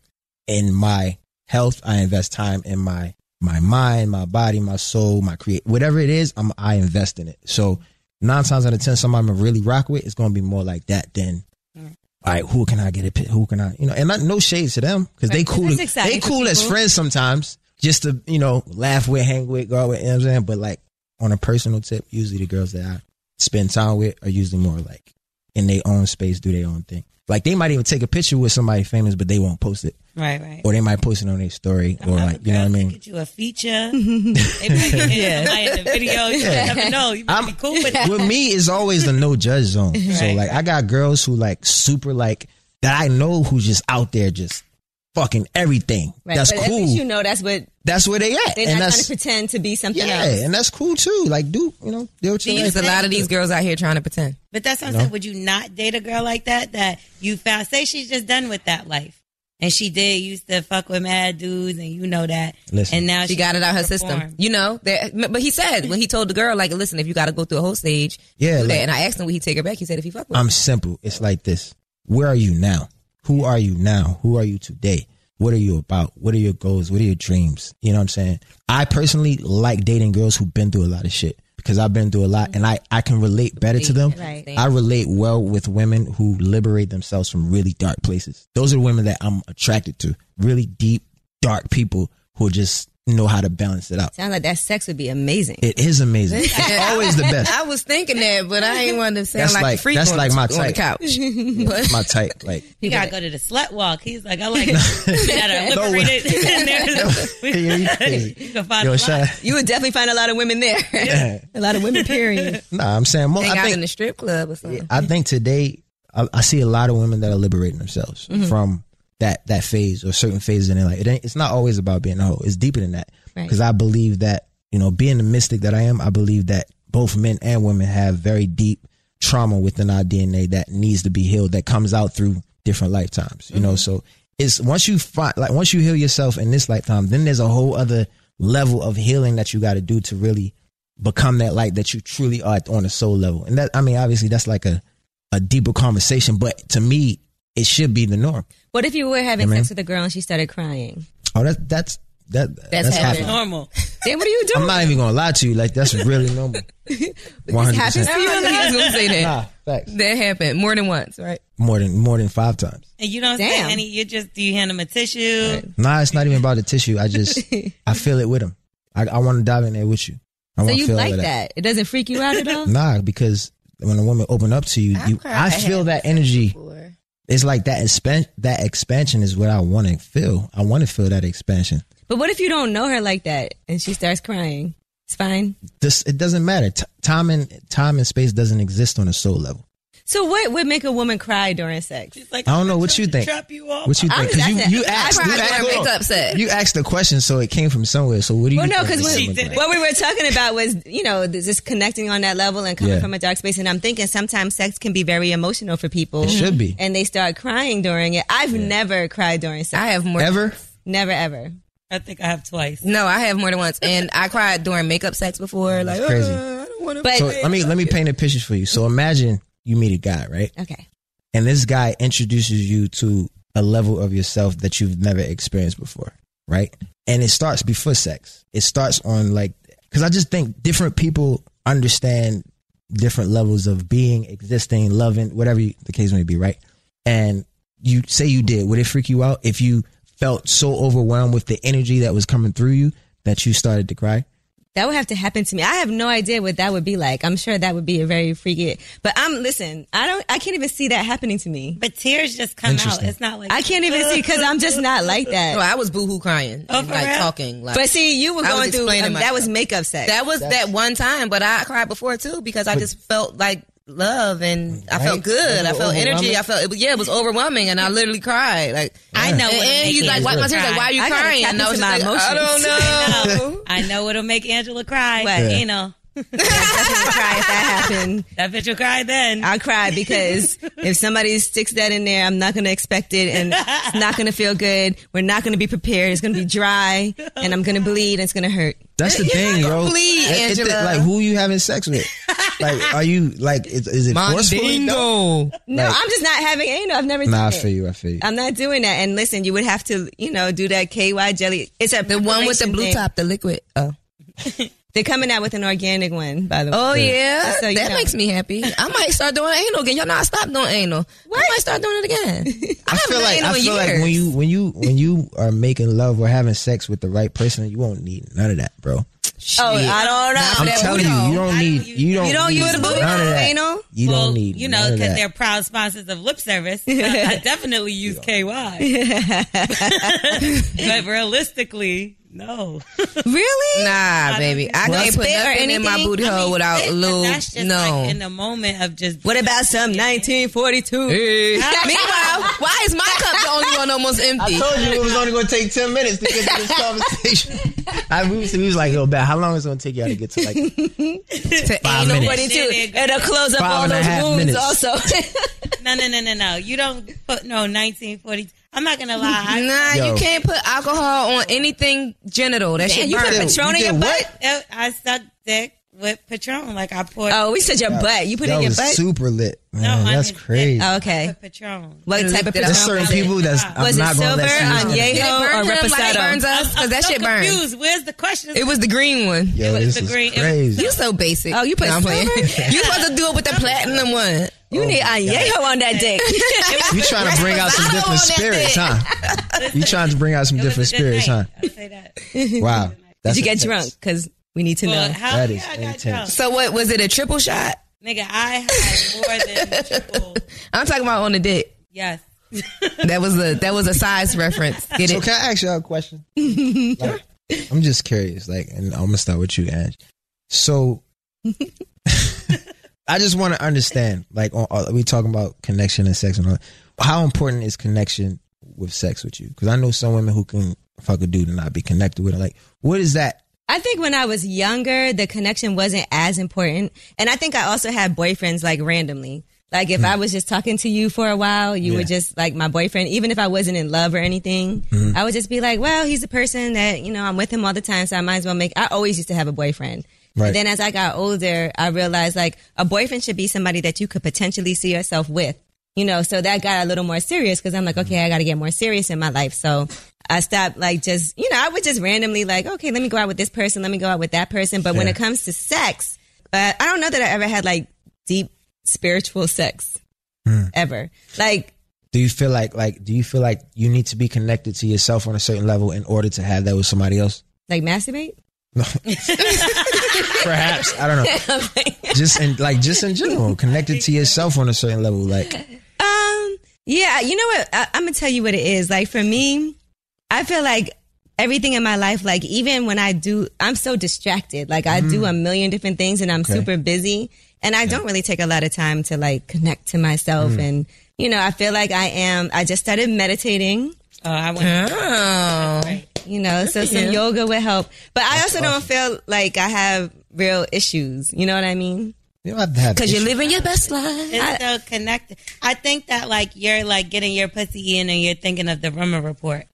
[SPEAKER 3] in my health, I invest time in my my mind, my body, my soul, my create whatever it is, I'm I invest in it. So nine times out of ten, somebody I'm gonna really rock with, it's gonna be more like that than.
[SPEAKER 1] Mm.
[SPEAKER 3] All right, who can I get a pic? Who can I, you know? And not, no shades to them because they cool.
[SPEAKER 1] That's exciting
[SPEAKER 3] They
[SPEAKER 1] for
[SPEAKER 3] cool as
[SPEAKER 1] people.
[SPEAKER 3] friends sometimes, just to you know laugh with, hang with, go out with. You know what I'm saying, but like on a personal tip, usually the girls that I spend time with are usually more like in their own space, do their own thing. Like they might even take a picture with somebody famous, but they won't post it,
[SPEAKER 6] Right, right.
[SPEAKER 3] or they might post it on their story, or like you know what I mean.
[SPEAKER 6] Get you a feature. yeah, somebody in the video. You never know. You might
[SPEAKER 3] I'm-
[SPEAKER 6] be cool with that.
[SPEAKER 3] with me it's always the no judge zone. So
[SPEAKER 6] Right.
[SPEAKER 3] like I got girls who like super like that I know who's just out there just fucking everything.
[SPEAKER 1] right,
[SPEAKER 3] That's
[SPEAKER 1] but At
[SPEAKER 3] cool.
[SPEAKER 1] least you know that's what
[SPEAKER 3] that's where they at,
[SPEAKER 1] they're
[SPEAKER 3] and
[SPEAKER 1] not trying to
[SPEAKER 3] that's
[SPEAKER 1] pretend to be something
[SPEAKER 3] yeah,
[SPEAKER 1] else.
[SPEAKER 3] and that's cool too. Like do you know deal with your
[SPEAKER 4] There's a
[SPEAKER 3] life.
[SPEAKER 4] lot of these girls out here trying to pretend.
[SPEAKER 6] But that's what I'm saying. Would you not date a girl like that? That you found, say she's just done with that life. And she did used to fuck with mad dudes, and you know that.
[SPEAKER 3] Listen.
[SPEAKER 6] and now
[SPEAKER 4] She got it out her system,
[SPEAKER 6] perform.
[SPEAKER 4] you know. That, but he said when he told the girl, like, listen, if you got to go through a whole stage,
[SPEAKER 3] Yeah,
[SPEAKER 4] do that.
[SPEAKER 3] like-
[SPEAKER 4] And I asked him, would he take her back? He said, if he fuck with, her.
[SPEAKER 3] I'm simple. It's like this. Where are you now? Who are you now? Who are you today? What are you about? What are your goals? What are your dreams? You know what I'm saying? I personally like dating girls who've been through a lot of shit because I've been through a lot and I, I can relate better to them.
[SPEAKER 4] Right.
[SPEAKER 3] I relate well with women who liberate themselves from really dark places. Those are women that I'm attracted to. Really deep, dark people who are just know how to balance it out.
[SPEAKER 4] Sounds like that sex would be amazing.
[SPEAKER 3] It is amazing. It's always the best.
[SPEAKER 4] I was thinking that, but I ain't want to sound
[SPEAKER 3] That's
[SPEAKER 4] like,
[SPEAKER 3] like-
[SPEAKER 4] a freak
[SPEAKER 3] that's
[SPEAKER 4] on,
[SPEAKER 3] like my
[SPEAKER 4] on the
[SPEAKER 3] type.
[SPEAKER 4] couch.
[SPEAKER 3] My type, like
[SPEAKER 6] You gotta go to the slut walk. He's like, I like that.
[SPEAKER 3] No.
[SPEAKER 6] liberated.
[SPEAKER 3] Period.
[SPEAKER 6] you can find
[SPEAKER 3] yo,
[SPEAKER 6] a
[SPEAKER 3] shout-
[SPEAKER 6] lot.
[SPEAKER 4] you would definitely find a lot of women there. a lot of women, period.
[SPEAKER 3] Nah, I'm saying more.
[SPEAKER 4] Hang
[SPEAKER 3] I
[SPEAKER 4] out
[SPEAKER 3] think
[SPEAKER 4] in the strip club or something.
[SPEAKER 3] I think today I, I see a lot of women that are liberating themselves from that that phase or certain phases in their life. It ain't, it's not always about being a hoe. It's deeper than that.
[SPEAKER 4] Right.
[SPEAKER 3] Because I believe that you know, being the mystic that I am, I believe that both men and women have very deep trauma within our DNA that needs to be healed. That comes out through different lifetimes. You know, so it's once you find like once you heal yourself in this lifetime, then there's a whole other level of healing that you got to do to really become that light that you truly are on a soul level. And that I mean, obviously, that's like a a deeper conversation, but to me, it should be the norm.
[SPEAKER 4] What if you were having
[SPEAKER 3] Yeah, man.
[SPEAKER 4] sex with a girl and she started crying?
[SPEAKER 3] Oh, that's that's that that's,
[SPEAKER 4] happening.
[SPEAKER 3] happening.
[SPEAKER 6] Normal.
[SPEAKER 4] Then what are you doing?
[SPEAKER 3] I'm not even gonna lie to you. Like that's really normal. One
[SPEAKER 4] This
[SPEAKER 3] hundred
[SPEAKER 4] happened to
[SPEAKER 3] percent.
[SPEAKER 4] you? I knew he was gonna say that.
[SPEAKER 3] Nah, facts.
[SPEAKER 4] That happened more than once, right?
[SPEAKER 3] More than more than five times.
[SPEAKER 6] And you don't
[SPEAKER 4] Damn.
[SPEAKER 6] say any. You just do you hand him a tissue?
[SPEAKER 3] Nah, it's not even about the tissue. I just I feel it with him. I, I want to dive in there with you. I
[SPEAKER 4] So
[SPEAKER 3] want to
[SPEAKER 4] you
[SPEAKER 3] feel
[SPEAKER 4] like
[SPEAKER 3] all of
[SPEAKER 4] that. It doesn't freak you out at all?
[SPEAKER 3] Nah, because when a woman open up to you, you I feel that energy. It's like that expan- that expansion is what I want to feel. I want to feel that expansion.
[SPEAKER 4] But what if you don't know her like that and she starts crying? It's fine.
[SPEAKER 3] This it doesn't matter. T- time and time and space doesn't exist on a soul level.
[SPEAKER 4] So what would make a woman cry during sex?
[SPEAKER 6] It's like
[SPEAKER 3] I don't know what you think.
[SPEAKER 6] Trap you off.
[SPEAKER 3] What you think? Because you,
[SPEAKER 4] that's it.
[SPEAKER 3] you
[SPEAKER 4] I
[SPEAKER 3] asked, you
[SPEAKER 4] cried
[SPEAKER 3] asked,
[SPEAKER 4] during
[SPEAKER 3] hold on.
[SPEAKER 4] makeup set.
[SPEAKER 3] you asked the question, so it came from somewhere. So what do you?
[SPEAKER 4] Well, no,
[SPEAKER 3] think
[SPEAKER 4] because
[SPEAKER 3] it's
[SPEAKER 6] She
[SPEAKER 3] gonna
[SPEAKER 6] did
[SPEAKER 3] look
[SPEAKER 6] it.
[SPEAKER 3] like?
[SPEAKER 4] what we were talking about was, you know, th- just connecting on that level and coming
[SPEAKER 3] Yeah.
[SPEAKER 4] from a dark space. And I'm thinking sometimes sex can be very emotional for people.
[SPEAKER 3] It should be.
[SPEAKER 4] And they start crying during it. I've never cried during sex.
[SPEAKER 1] I have more.
[SPEAKER 3] ever?
[SPEAKER 4] Never, ever.
[SPEAKER 6] I think I have twice.
[SPEAKER 1] No, I have more than once, and I cried during makeup sex before. Like,
[SPEAKER 3] crazy.
[SPEAKER 1] "Uh, I don't want to.
[SPEAKER 4] But,
[SPEAKER 3] So let me let me paint a picture for you. So imagine you meet a guy, right?
[SPEAKER 4] okay.
[SPEAKER 3] And this guy introduces you to a level of yourself that you've never experienced before, right? And it starts before sex. It starts on like because I just think different people understand different levels of being, existing, loving, whatever you, the case may be, right? And you say you did, would it freak you out if you felt so overwhelmed with the energy that was coming through you that you started to cry?
[SPEAKER 4] That would have to happen to me. I have no idea what that would be like. I'm sure that would be a very freaky. But I'm listen. I don't. I can't even see that happening to me.
[SPEAKER 6] But tears just come out.
[SPEAKER 3] Interesting.
[SPEAKER 6] It's not like
[SPEAKER 4] I can't even see because I'm just not like
[SPEAKER 1] No,
[SPEAKER 4] that.
[SPEAKER 1] I was boohoo crying,
[SPEAKER 6] Oh,
[SPEAKER 1] and,
[SPEAKER 6] for
[SPEAKER 1] like
[SPEAKER 6] real?
[SPEAKER 1] talking. Like,
[SPEAKER 4] But see, you were
[SPEAKER 1] I was
[SPEAKER 4] going through.
[SPEAKER 1] explaining
[SPEAKER 4] um, that
[SPEAKER 1] myself.
[SPEAKER 4] was makeup sex.
[SPEAKER 1] that was that one time. But I cried before too because I just felt like love, and I
[SPEAKER 3] Right?
[SPEAKER 1] felt good.
[SPEAKER 3] That's
[SPEAKER 1] I felt energy.
[SPEAKER 3] overwhelming.
[SPEAKER 1] I felt it, was- yeah, it was overwhelming, and I literally cried. Like,
[SPEAKER 6] I
[SPEAKER 1] and,
[SPEAKER 6] know. what'll
[SPEAKER 1] and
[SPEAKER 6] make
[SPEAKER 1] he's
[SPEAKER 6] you
[SPEAKER 1] Eh, like, wipe my tears. Like, why are you
[SPEAKER 4] I gotta
[SPEAKER 1] crying?
[SPEAKER 4] tap
[SPEAKER 1] And I was
[SPEAKER 4] into
[SPEAKER 1] just
[SPEAKER 4] my
[SPEAKER 1] like, I don't
[SPEAKER 4] emotions.
[SPEAKER 1] know.
[SPEAKER 6] No. I know what'll make Angela cry.
[SPEAKER 4] What?
[SPEAKER 6] You know,
[SPEAKER 4] definitely cry if that happened.
[SPEAKER 6] that bitch will cry then.
[SPEAKER 4] I cry because if somebody sticks that in there, I'm not going to expect it, and it's not going to feel good. We're not going to be prepared. It's going to be dry, and I'm going to bleed, and it's going to hurt.
[SPEAKER 3] That's the thing, yo.
[SPEAKER 1] bleed,
[SPEAKER 3] It- it-
[SPEAKER 1] Angela.
[SPEAKER 3] like who you having sex with? like are you like is, is it forcefully? done?
[SPEAKER 4] No,
[SPEAKER 3] Like-
[SPEAKER 4] I'm just not having anal. I've never.
[SPEAKER 3] Nah, I
[SPEAKER 4] done it.
[SPEAKER 3] feel you. I feel you.
[SPEAKER 4] I'm not doing that. And listen, you would have to, you know, do that KY jelly. It's a
[SPEAKER 1] The one with the
[SPEAKER 4] preparation
[SPEAKER 1] blue
[SPEAKER 4] thing.
[SPEAKER 1] top, the liquid. Oh,
[SPEAKER 4] They're coming out with an organic one, by the way.
[SPEAKER 1] oh yeah,
[SPEAKER 4] Just so you
[SPEAKER 1] that
[SPEAKER 4] know.
[SPEAKER 1] makes me happy. I might start doing anal again. Y'all know I stopped doing anal. I might start doing it again. I,
[SPEAKER 3] I
[SPEAKER 1] haven't
[SPEAKER 3] feel
[SPEAKER 1] done
[SPEAKER 3] like
[SPEAKER 1] anal
[SPEAKER 3] I
[SPEAKER 1] in
[SPEAKER 3] feel like
[SPEAKER 1] years.
[SPEAKER 3] when you when you when you are making love or having sex with the right person, you won't need none of that, bro.
[SPEAKER 4] Oh, I don't know.
[SPEAKER 3] I'm telling you, you don't need you don't
[SPEAKER 4] You don't
[SPEAKER 3] need
[SPEAKER 4] use the booty
[SPEAKER 3] none of
[SPEAKER 4] hole,
[SPEAKER 3] that.
[SPEAKER 4] anal?
[SPEAKER 3] You
[SPEAKER 6] well,
[SPEAKER 3] don't need
[SPEAKER 6] you
[SPEAKER 3] none
[SPEAKER 6] know,
[SPEAKER 3] of
[SPEAKER 6] because
[SPEAKER 3] that.
[SPEAKER 6] they're proud sponsors of lip service. I, I definitely use KY. but realistically, no.
[SPEAKER 4] really?
[SPEAKER 1] Nah, baby. I
[SPEAKER 4] Well,
[SPEAKER 1] can't put
[SPEAKER 4] spit or
[SPEAKER 1] nothing in my
[SPEAKER 4] anything?
[SPEAKER 1] booty hole without
[SPEAKER 6] But
[SPEAKER 1] lube.
[SPEAKER 6] That's just
[SPEAKER 1] no.
[SPEAKER 6] like in the moment of just
[SPEAKER 4] What about some 1942?
[SPEAKER 1] Meanwhile, why is my cup the only one almost empty?
[SPEAKER 3] told you it was only going to take ten minutes to get to this conversation. I, we, was, we was like, "Yo, Bad, how long is it going to take y'all to get to like
[SPEAKER 1] To
[SPEAKER 3] five
[SPEAKER 1] anal
[SPEAKER 3] minutes?"
[SPEAKER 4] 42. It'll close up
[SPEAKER 3] Five
[SPEAKER 4] all
[SPEAKER 3] and a
[SPEAKER 4] those
[SPEAKER 3] half
[SPEAKER 4] wounds
[SPEAKER 3] minutes.
[SPEAKER 4] also.
[SPEAKER 6] no, no, no, no, no. You don't put no 1940. I'm not gonna lie. I,
[SPEAKER 1] Nah,
[SPEAKER 3] Yo.
[SPEAKER 1] you can't put alcohol on anything genital. That shit
[SPEAKER 4] you put
[SPEAKER 1] burn.
[SPEAKER 4] Patron in
[SPEAKER 3] you
[SPEAKER 4] your
[SPEAKER 3] did
[SPEAKER 4] butt?
[SPEAKER 6] I, I suck dick with Patron. Like I poured.
[SPEAKER 4] Oh, we said your butt. You put it
[SPEAKER 3] That
[SPEAKER 4] in your
[SPEAKER 3] was
[SPEAKER 4] butt?
[SPEAKER 3] super lit. Man,
[SPEAKER 6] I
[SPEAKER 3] that's
[SPEAKER 6] didn't.
[SPEAKER 3] crazy.
[SPEAKER 4] Oh, okay.
[SPEAKER 6] with Patron.
[SPEAKER 4] What type of
[SPEAKER 1] There's
[SPEAKER 4] Patron
[SPEAKER 3] There's certain
[SPEAKER 4] was it?
[SPEAKER 3] people that's I'm
[SPEAKER 4] Was it
[SPEAKER 3] not gonna
[SPEAKER 4] silver,
[SPEAKER 3] let you know.
[SPEAKER 1] Did
[SPEAKER 4] añejo,
[SPEAKER 1] it burn
[SPEAKER 4] or
[SPEAKER 1] him like it burns
[SPEAKER 4] reposado?
[SPEAKER 1] us? Cause that
[SPEAKER 6] so
[SPEAKER 1] shit burns.
[SPEAKER 6] confused. Where's the question?
[SPEAKER 1] It was the green one.
[SPEAKER 3] Yo,
[SPEAKER 6] was
[SPEAKER 3] this
[SPEAKER 6] the
[SPEAKER 3] is
[SPEAKER 6] green- it was
[SPEAKER 3] crazy.
[SPEAKER 1] You so basic.
[SPEAKER 4] Oh, you put
[SPEAKER 1] No, I'm playing.
[SPEAKER 4] silver?
[SPEAKER 1] You supposed to do it with the platinum one. You
[SPEAKER 3] Oh
[SPEAKER 1] need Añejo on that dick.
[SPEAKER 3] You trying to bring out some different spirits, huh? You trying to bring out some different spirits, huh?
[SPEAKER 6] I'll say that.
[SPEAKER 3] Wow.
[SPEAKER 1] Did
[SPEAKER 3] That's
[SPEAKER 1] you get
[SPEAKER 3] intense.
[SPEAKER 1] drunk? Because we need to
[SPEAKER 6] Well,
[SPEAKER 1] know.
[SPEAKER 6] how
[SPEAKER 3] That
[SPEAKER 6] yeah,
[SPEAKER 3] is
[SPEAKER 6] I got
[SPEAKER 3] intense.
[SPEAKER 4] So what was it? A triple shot?
[SPEAKER 6] drunk. Nigga, I had more than triple.
[SPEAKER 4] I'm talking about on the dick.
[SPEAKER 6] Yes.
[SPEAKER 4] That was a that was a size reference. Get
[SPEAKER 3] So
[SPEAKER 4] it?
[SPEAKER 3] can I ask y'all a question? Like, I'm just curious, like, and I'm gonna start with you, Ange. So, I just want to understand, like, on, uh, we talking about connection and sex and all. that. How important is connection with sex with you? Because I know some women who can fuck a dude and not be connected with it. Like, what is that?
[SPEAKER 1] I think when I was younger, the connection wasn't as important. And I think I also had boyfriends like randomly. Like if I was just talking to you for a while, you
[SPEAKER 3] Yeah.
[SPEAKER 1] were just like my boyfriend. Even if I wasn't in love or anything, I would just be like, well, he's a person that, you know, I'm with him all the time. So I might as well make, I always used to have a boyfriend.
[SPEAKER 3] Right.
[SPEAKER 1] And then as I got older, I realized like a boyfriend should be somebody that you could potentially see yourself with. You know, so that got a little more serious because I'm like, okay, I got to get more serious in my life. So I stopped like just, you know, I would just randomly like, okay, let me go out with this person, let me go out with that person. But when
[SPEAKER 3] Sure.
[SPEAKER 1] it comes to sex, but I don't know that I ever had like deep spiritual sex ever. Like,
[SPEAKER 3] Do you feel like, like, do you feel like you need to be connected to yourself on a certain level in order to have that with somebody else?
[SPEAKER 1] like masturbate?
[SPEAKER 3] Perhaps I don't know. Just in like, just in general, connected to yourself on a certain level, like.
[SPEAKER 1] Um, yeah, you know what? I, I'm gonna tell you what it is. Like for me, I feel like everything in my life, like even when I do, I'm so distracted. Like I do a million different things and I'm super busy and I don't really take a lot of time to like connect to myself. And, you know, I feel like I am, I just started meditating.
[SPEAKER 6] Oh, I went.
[SPEAKER 4] Oh,
[SPEAKER 1] you know so some yoga would help but i also don't feel like i have real issues you know what i mean
[SPEAKER 3] You don't have to have
[SPEAKER 4] because you're
[SPEAKER 3] issues.
[SPEAKER 4] living your best life.
[SPEAKER 6] It's so connected. I think that like you're like getting your pussy in and you're thinking of the rumor report.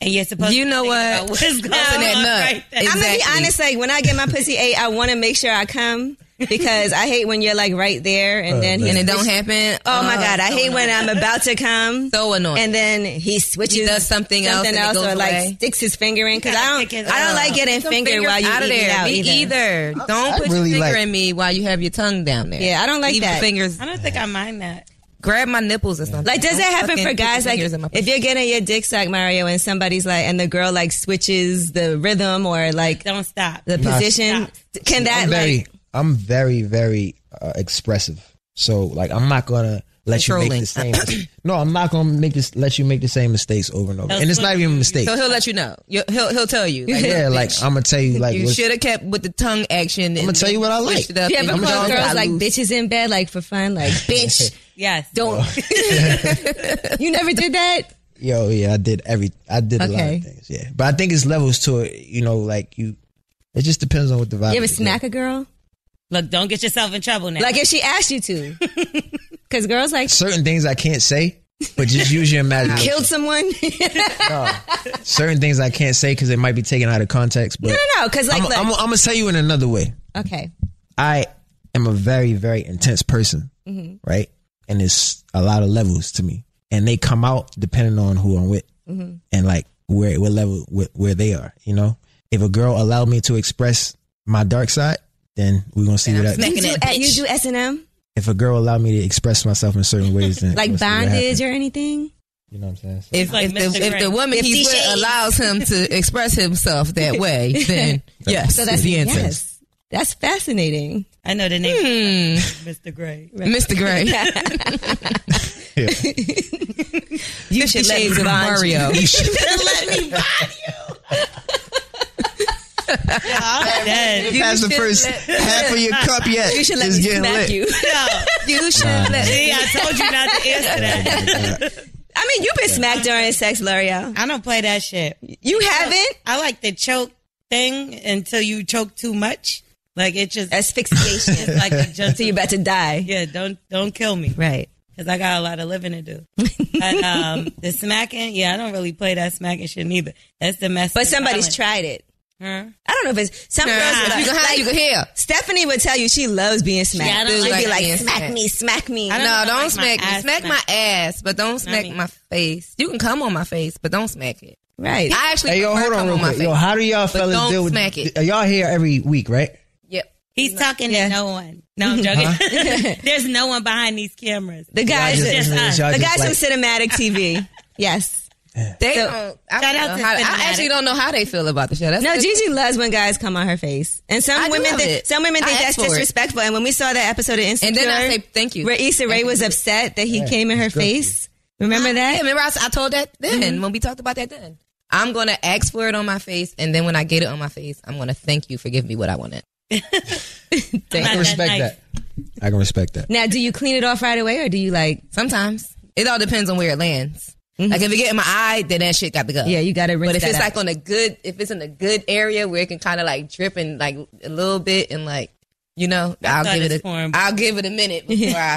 [SPEAKER 6] And you're supposed
[SPEAKER 4] You
[SPEAKER 6] to
[SPEAKER 4] know
[SPEAKER 6] think
[SPEAKER 4] what?
[SPEAKER 6] about what's going
[SPEAKER 4] Open that
[SPEAKER 6] on
[SPEAKER 4] nut.
[SPEAKER 6] right there.
[SPEAKER 4] It's-
[SPEAKER 1] i'm gonna
[SPEAKER 4] Exactly.
[SPEAKER 1] be honest like when i get my pussy ate i want to make sure i come because i hate when you're like right there and then he
[SPEAKER 4] and it don't happen.
[SPEAKER 1] oh my god i hate when i'm about to come
[SPEAKER 4] So annoying.
[SPEAKER 1] and then he switches
[SPEAKER 4] He does something else and it goes
[SPEAKER 1] or like
[SPEAKER 4] away.
[SPEAKER 1] sticks his finger in because i
[SPEAKER 6] kick his
[SPEAKER 1] don't i don't
[SPEAKER 6] ass.
[SPEAKER 1] like getting
[SPEAKER 4] Some
[SPEAKER 1] fingered while you
[SPEAKER 4] out of
[SPEAKER 1] eat
[SPEAKER 4] there.
[SPEAKER 1] it out
[SPEAKER 4] Me either. Don't
[SPEAKER 3] I
[SPEAKER 4] put
[SPEAKER 3] really
[SPEAKER 4] your finger
[SPEAKER 3] like-
[SPEAKER 4] in me while you have your tongue down there.
[SPEAKER 1] Yeah, I don't like
[SPEAKER 4] Leave
[SPEAKER 1] that.
[SPEAKER 4] Your fingers.
[SPEAKER 6] I don't think I mind that.
[SPEAKER 4] Grab my nipples or something.
[SPEAKER 1] Like, does
[SPEAKER 4] Don't
[SPEAKER 1] that happen
[SPEAKER 4] fucking
[SPEAKER 1] for
[SPEAKER 4] put your
[SPEAKER 1] guys? Like,
[SPEAKER 4] fingers in my
[SPEAKER 1] if you're getting your dick sucked, Mario, and somebody's like, and the girl like switches the rhythm or like
[SPEAKER 6] Don't stop.
[SPEAKER 1] the
[SPEAKER 3] Nah,
[SPEAKER 1] position, can that
[SPEAKER 3] I'm very,
[SPEAKER 1] like?
[SPEAKER 3] I'm very, very uh, expressive. So like, I'm not gonna let you make
[SPEAKER 4] Controlling.
[SPEAKER 3] the same. no, I'm not gonna make this. Let you make the same mistakes over and over. And it's not even a mistake.
[SPEAKER 4] So he'll let you know. You'll- He'll he'll tell you. Like,
[SPEAKER 3] Yeah, like I'm gonna tell you, like
[SPEAKER 4] you
[SPEAKER 3] what's-
[SPEAKER 4] should have kept with the tongue action. I'm
[SPEAKER 3] I'ma tell you what I like.
[SPEAKER 4] Up
[SPEAKER 1] You ever
[SPEAKER 4] and
[SPEAKER 1] call
[SPEAKER 4] pushed it
[SPEAKER 1] girls
[SPEAKER 4] out
[SPEAKER 1] like
[SPEAKER 4] loose.
[SPEAKER 1] bitches in bed like for fun, like bitch?
[SPEAKER 6] Yes.
[SPEAKER 1] Don't you never did that?
[SPEAKER 3] yo, yeah, I did every, I did a lot
[SPEAKER 1] Okay.
[SPEAKER 3] of things. Yeah, but I think it's levels to it. You know, like you, it just depends on what the vibe.
[SPEAKER 1] You ever
[SPEAKER 3] is, yeah.
[SPEAKER 1] smack a girl?
[SPEAKER 6] Look, don't get yourself in trouble now.
[SPEAKER 1] Like if she asked you to, because girls like
[SPEAKER 3] Certain things I can't say, but just use your imagination.
[SPEAKER 1] killed someone. no,
[SPEAKER 3] Certain things I can't say because it might be taken out of context. But
[SPEAKER 1] no, no, because like, look,
[SPEAKER 3] I'm, I'm, I'm gonna tell you in another way.
[SPEAKER 1] okay,
[SPEAKER 3] I am a very, very intense person, right? And it's a lot of levels to me, and they come out depending on who I'm with, and like where what level where, where they are. You know, if a girl allowed me to express my dark side, then we're gonna see what
[SPEAKER 1] you
[SPEAKER 3] I.
[SPEAKER 4] smacking
[SPEAKER 1] do,
[SPEAKER 4] that bitch.
[SPEAKER 1] you do S and M
[SPEAKER 3] If a girl allowed me to express myself in certain ways, then
[SPEAKER 1] like
[SPEAKER 3] we'll see what happens.
[SPEAKER 1] bondage or anything.
[SPEAKER 3] You know what I'm saying? So
[SPEAKER 4] If,
[SPEAKER 6] like
[SPEAKER 4] if,
[SPEAKER 6] Mr.
[SPEAKER 4] the, if the
[SPEAKER 6] Gray.
[SPEAKER 4] woman
[SPEAKER 1] Fifty
[SPEAKER 4] he's with
[SPEAKER 1] Shades.
[SPEAKER 4] allows him to express himself that way, then yes,
[SPEAKER 1] So that's
[SPEAKER 4] the answer.
[SPEAKER 1] yes. That's fascinating.
[SPEAKER 6] I know the name.
[SPEAKER 1] Hmm.
[SPEAKER 6] Mr. Gray.
[SPEAKER 4] Mr. Gray,
[SPEAKER 1] You
[SPEAKER 4] Fifty Shades of Mario.
[SPEAKER 6] I'm dead.
[SPEAKER 3] that's the first half of your cup yet.
[SPEAKER 1] You should let
[SPEAKER 3] It's
[SPEAKER 1] me
[SPEAKER 3] getting
[SPEAKER 1] smack
[SPEAKER 3] lit.
[SPEAKER 1] you.
[SPEAKER 4] you should let
[SPEAKER 6] See, I told you not to answer that.
[SPEAKER 1] I mean, you've been smacked during sex, L'Oreal.
[SPEAKER 6] I don't play that shit.
[SPEAKER 1] You haven't
[SPEAKER 6] I like the choke thing until you choke too much. Like it just
[SPEAKER 1] asphyxiation.
[SPEAKER 6] like it just
[SPEAKER 1] so you're about to die.
[SPEAKER 6] yeah. Don't don't kill me
[SPEAKER 1] Right.
[SPEAKER 6] because I got a lot of living to do. But um, the smacking, yeah, I don't really play that smacking shit neither. That's the mess.
[SPEAKER 1] But somebody's tried it.
[SPEAKER 6] Huh?
[SPEAKER 1] I don't know if it's some girls.
[SPEAKER 4] You can hide, you can hear.
[SPEAKER 1] Stephanie would tell you she loves being smacked.
[SPEAKER 4] Yeah, I don't
[SPEAKER 1] She'd
[SPEAKER 4] like
[SPEAKER 1] be like,
[SPEAKER 4] being
[SPEAKER 1] smack
[SPEAKER 4] smacked.
[SPEAKER 1] me, smack me.
[SPEAKER 6] I
[SPEAKER 4] No,
[SPEAKER 6] don't know,
[SPEAKER 4] don't
[SPEAKER 6] like my
[SPEAKER 4] smack me.
[SPEAKER 6] ass
[SPEAKER 4] Smack my
[SPEAKER 6] smack.
[SPEAKER 4] ass, but don't smack
[SPEAKER 6] me.
[SPEAKER 4] my face. You can come on my face, but don't smack it.
[SPEAKER 1] right.
[SPEAKER 4] I actually
[SPEAKER 3] Hey, yo,
[SPEAKER 4] prefer
[SPEAKER 3] hold on
[SPEAKER 4] come
[SPEAKER 3] real
[SPEAKER 4] on my
[SPEAKER 3] quick.
[SPEAKER 4] face.
[SPEAKER 3] Yo, how do y'all fellas
[SPEAKER 4] don't
[SPEAKER 3] deal with
[SPEAKER 4] smack it.
[SPEAKER 3] Y'all here every week, right?
[SPEAKER 4] yep.
[SPEAKER 6] He's talking
[SPEAKER 1] Yeah. Uh-huh.
[SPEAKER 6] to no one. No, I'm joking. There's no one behind these cameras.
[SPEAKER 1] The guys,
[SPEAKER 6] just-
[SPEAKER 1] the
[SPEAKER 6] us.
[SPEAKER 3] y'all
[SPEAKER 1] guys
[SPEAKER 3] like-
[SPEAKER 1] from Cinematic TV. Yes.
[SPEAKER 4] They
[SPEAKER 1] So-
[SPEAKER 4] don't. I,
[SPEAKER 6] Shout
[SPEAKER 4] don't
[SPEAKER 6] out
[SPEAKER 4] know
[SPEAKER 6] to
[SPEAKER 4] how-
[SPEAKER 6] Cinematic.
[SPEAKER 4] I actually don't know how they feel about the show. That's
[SPEAKER 1] No,
[SPEAKER 4] the-
[SPEAKER 1] Gigi loves when guys come on her face, and some
[SPEAKER 4] I do
[SPEAKER 1] women,
[SPEAKER 4] love
[SPEAKER 1] think,
[SPEAKER 4] it.
[SPEAKER 1] some women
[SPEAKER 4] I
[SPEAKER 1] think
[SPEAKER 4] asked
[SPEAKER 1] that's
[SPEAKER 4] for it.
[SPEAKER 1] disrespectful. And when we saw that episode of
[SPEAKER 4] And
[SPEAKER 1] Insecure,
[SPEAKER 4] then I say thank you.
[SPEAKER 1] where Issa Rae
[SPEAKER 4] Thank
[SPEAKER 1] was
[SPEAKER 4] you.
[SPEAKER 1] upset that he came in her
[SPEAKER 3] disgusting.
[SPEAKER 1] face. Remember
[SPEAKER 4] Yeah,
[SPEAKER 1] that? Mm-hmm.
[SPEAKER 4] remember I, s- I told that then when we talked about that then. I'm gonna ask for it on my face, and then when I get it on my face, I'm gonna thank you for giving me what I wanted.
[SPEAKER 3] I can respect
[SPEAKER 6] nice.
[SPEAKER 3] that. I can respect that.
[SPEAKER 1] Now, do you clean it off right away, or do you like? Mm-hmm.
[SPEAKER 4] Sometimes it all depends on where it lands. Like if it get in my eye, then that shit got to go.
[SPEAKER 1] Yeah, you gotta rinse
[SPEAKER 4] But if
[SPEAKER 1] that
[SPEAKER 4] it's
[SPEAKER 1] out.
[SPEAKER 4] like on a good, if it's in a good area where it can kind of like drip and like a little bit and like. You know, I'll
[SPEAKER 6] thought
[SPEAKER 4] give it.
[SPEAKER 6] it's
[SPEAKER 4] A,
[SPEAKER 6] foreign.
[SPEAKER 4] I'll give it a minute before I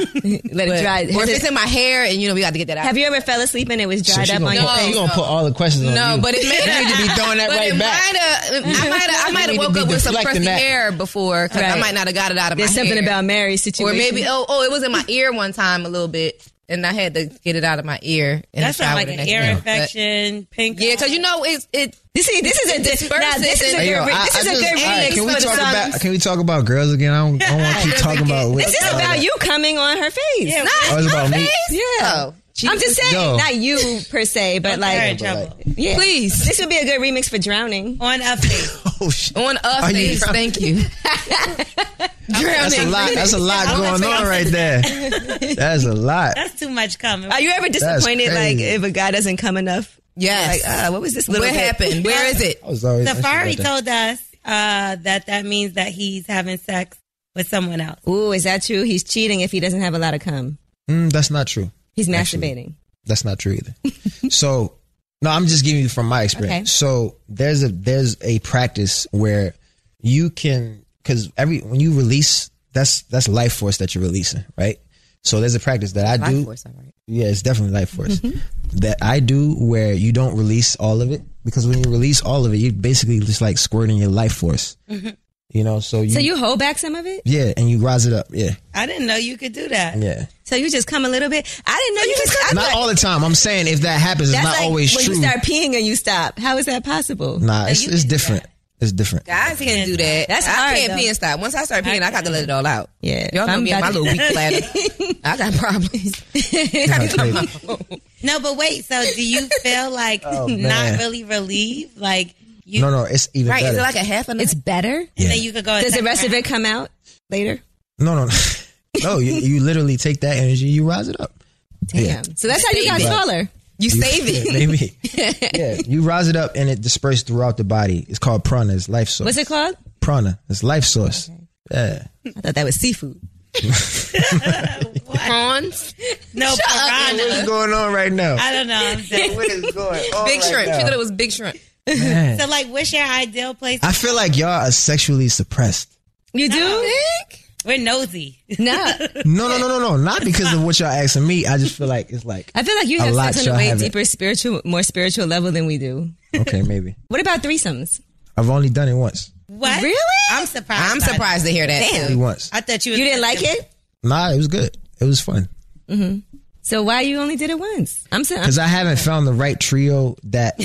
[SPEAKER 1] Let it dry.
[SPEAKER 4] Or
[SPEAKER 1] Has
[SPEAKER 4] if
[SPEAKER 1] it-
[SPEAKER 4] it's in my hair, and you know, we got to get that out.
[SPEAKER 1] Have you ever fell asleep and it was
[SPEAKER 3] So
[SPEAKER 1] dried
[SPEAKER 3] she
[SPEAKER 1] up on
[SPEAKER 3] gonna,
[SPEAKER 1] your
[SPEAKER 3] put-
[SPEAKER 4] No.
[SPEAKER 3] she
[SPEAKER 1] face?
[SPEAKER 3] gonna put all the questions on
[SPEAKER 4] No,
[SPEAKER 3] you.
[SPEAKER 4] but it may
[SPEAKER 3] You need to be throwing that
[SPEAKER 4] but
[SPEAKER 3] right
[SPEAKER 4] it
[SPEAKER 3] back.
[SPEAKER 4] might've- I might have. I might
[SPEAKER 3] need
[SPEAKER 4] have
[SPEAKER 3] to
[SPEAKER 4] woke
[SPEAKER 3] be
[SPEAKER 4] up with some
[SPEAKER 3] deflecting
[SPEAKER 4] crusty
[SPEAKER 3] that.
[SPEAKER 4] hair before. 'cause
[SPEAKER 1] Right.
[SPEAKER 4] I might not have got it out of
[SPEAKER 1] There's
[SPEAKER 4] my
[SPEAKER 1] something
[SPEAKER 4] hair.
[SPEAKER 1] about Mary's
[SPEAKER 4] or
[SPEAKER 1] situation.
[SPEAKER 4] maybe oh oh it was in my ear one time a little bit, and I had to get it out of my ear. In
[SPEAKER 6] That's
[SPEAKER 4] the shower
[SPEAKER 6] not like
[SPEAKER 4] the
[SPEAKER 6] an
[SPEAKER 4] next
[SPEAKER 6] ear
[SPEAKER 4] day.
[SPEAKER 6] infection, pink.
[SPEAKER 4] But- yeah, because you know it's it.
[SPEAKER 1] You see, this is a dis-
[SPEAKER 4] disperses
[SPEAKER 1] now, this is a
[SPEAKER 4] and-
[SPEAKER 1] good,
[SPEAKER 4] Hey, yo,
[SPEAKER 1] re-
[SPEAKER 4] I-
[SPEAKER 1] this is
[SPEAKER 4] I
[SPEAKER 1] a
[SPEAKER 4] just-
[SPEAKER 1] good
[SPEAKER 4] all right,
[SPEAKER 1] remix
[SPEAKER 4] can we
[SPEAKER 1] for the
[SPEAKER 4] talk
[SPEAKER 1] song.
[SPEAKER 4] about-
[SPEAKER 3] Can we talk about girls again? I don't, I don't want to keep talking about.
[SPEAKER 1] This is about you coming on her face.
[SPEAKER 6] Yeah,
[SPEAKER 1] Not-
[SPEAKER 3] Oh, it's about me.
[SPEAKER 1] yeah.
[SPEAKER 4] Oh,
[SPEAKER 1] I'm just saying,
[SPEAKER 3] Yo.
[SPEAKER 1] not you per se, but
[SPEAKER 6] You're
[SPEAKER 1] like,
[SPEAKER 6] in trouble.
[SPEAKER 1] yeah.
[SPEAKER 4] Please.
[SPEAKER 1] this would be a good remix for drowning.
[SPEAKER 6] On up.
[SPEAKER 3] Oh shit.
[SPEAKER 4] on us,
[SPEAKER 3] Are you
[SPEAKER 4] please.
[SPEAKER 3] drunk?
[SPEAKER 4] Thank you.
[SPEAKER 3] That's a lot. That's a lot going on right there. That's a lot.
[SPEAKER 6] That's too much coming.
[SPEAKER 1] Are you ever disappointed, like,
[SPEAKER 3] crazy.
[SPEAKER 1] if a guy doesn't come enough?
[SPEAKER 4] Yes.
[SPEAKER 1] Like, uh, what was this little
[SPEAKER 4] What
[SPEAKER 1] bit?
[SPEAKER 4] happened? Where is it?
[SPEAKER 3] I was always
[SPEAKER 6] Safari
[SPEAKER 3] told.
[SPEAKER 6] told us uh, that that means that he's having sex with someone else.
[SPEAKER 1] Ooh, is that true? He's cheating if he doesn't have a lot of cum.
[SPEAKER 3] Mm, that's not true.
[SPEAKER 1] He's
[SPEAKER 3] Actually.
[SPEAKER 1] masturbating.
[SPEAKER 3] That's not true either. so no, I'm just giving you from my experience.
[SPEAKER 1] Okay.
[SPEAKER 3] So there's a there's a practice where you can because every when you release that's that's life force that you're releasing, right? So there's a practice that I do. Yeah, it's definitely life force
[SPEAKER 1] Mm-hmm.
[SPEAKER 3] that I do where you don't release all of it because when you release all of it, you're basically just like squirting your life force. You know, so you,
[SPEAKER 1] Mm-hmm. So you hold back some of it?
[SPEAKER 3] yeah, and you rise it up, yeah,
[SPEAKER 6] I didn't know you could do that.
[SPEAKER 3] yeah.
[SPEAKER 1] So you just come a little bit? I didn't know you just come.
[SPEAKER 3] Not all the time. I'm saying if that happens, it's
[SPEAKER 1] That's
[SPEAKER 3] not
[SPEAKER 1] like
[SPEAKER 3] always
[SPEAKER 1] when
[SPEAKER 3] true.
[SPEAKER 1] you start peeing and you stop. How is that possible?
[SPEAKER 3] Nah, it's,
[SPEAKER 6] you
[SPEAKER 3] it's
[SPEAKER 6] can do
[SPEAKER 3] different. It's different.
[SPEAKER 4] Guys can do that.
[SPEAKER 1] That's
[SPEAKER 4] I
[SPEAKER 1] hard,
[SPEAKER 4] can't
[SPEAKER 1] though.
[SPEAKER 4] pee and stop. Once I start peeing, I, got to let it all out.
[SPEAKER 1] Yeah.
[SPEAKER 4] Y'all know
[SPEAKER 1] I'm
[SPEAKER 4] me and my
[SPEAKER 1] about to-
[SPEAKER 4] little weak bladder. I got problems.
[SPEAKER 6] No, but wait. So do you feel like
[SPEAKER 3] man.
[SPEAKER 6] not really relieved? Like you,
[SPEAKER 3] No, no, it's even
[SPEAKER 4] Right? Is
[SPEAKER 3] better.
[SPEAKER 4] it like a half an?
[SPEAKER 1] It's better?
[SPEAKER 3] Yeah.
[SPEAKER 6] then you could go. a
[SPEAKER 1] Does the
[SPEAKER 6] second
[SPEAKER 1] rest of
[SPEAKER 6] round.
[SPEAKER 1] it come out later?
[SPEAKER 3] no, no, no. no you, you literally take that energy, you rise it up.
[SPEAKER 1] Damn.
[SPEAKER 3] Yeah.
[SPEAKER 1] So that's how you got
[SPEAKER 3] Right.
[SPEAKER 1] smaller.
[SPEAKER 3] You-
[SPEAKER 4] you save
[SPEAKER 3] Yeah,
[SPEAKER 4] it.
[SPEAKER 3] maybe. yeah, you rise it up and it disperses throughout the body. It's called prana. It's life source.
[SPEAKER 1] What's it called?
[SPEAKER 3] Prana. It's life source. Yeah.
[SPEAKER 1] I thought that was seafood.
[SPEAKER 4] Prawns,
[SPEAKER 6] No piranha.
[SPEAKER 3] What's going on right now?
[SPEAKER 6] I don't know. I'm dead.
[SPEAKER 3] what is going on?
[SPEAKER 4] big shrimp. She thought it was big shrimp.
[SPEAKER 6] so like, what's your ideal place?
[SPEAKER 3] I feel like y'all are sexually suppressed.
[SPEAKER 1] You do?
[SPEAKER 6] We're nosy.
[SPEAKER 1] No.
[SPEAKER 3] No, no, no, no, no. Not because of what y'all asking me. I just feel like it's like
[SPEAKER 1] I feel like you
[SPEAKER 3] A
[SPEAKER 1] have
[SPEAKER 3] lot
[SPEAKER 1] sex on
[SPEAKER 3] y'all
[SPEAKER 1] a way
[SPEAKER 3] haven't.
[SPEAKER 1] deeper spiritual, more spiritual level than we do.
[SPEAKER 3] okay, maybe.
[SPEAKER 1] What about threesomes?
[SPEAKER 3] I've only done it once.
[SPEAKER 6] What?
[SPEAKER 1] Really?
[SPEAKER 6] I'm surprised.
[SPEAKER 4] I'm
[SPEAKER 6] by that.
[SPEAKER 4] surprised to hear that.
[SPEAKER 3] Only once.
[SPEAKER 6] I thought you.
[SPEAKER 1] You didn't like it?
[SPEAKER 3] Nah, it was good. It was fun.
[SPEAKER 1] So why you only did it once? I'm saying
[SPEAKER 3] Because I haven't found the right trio that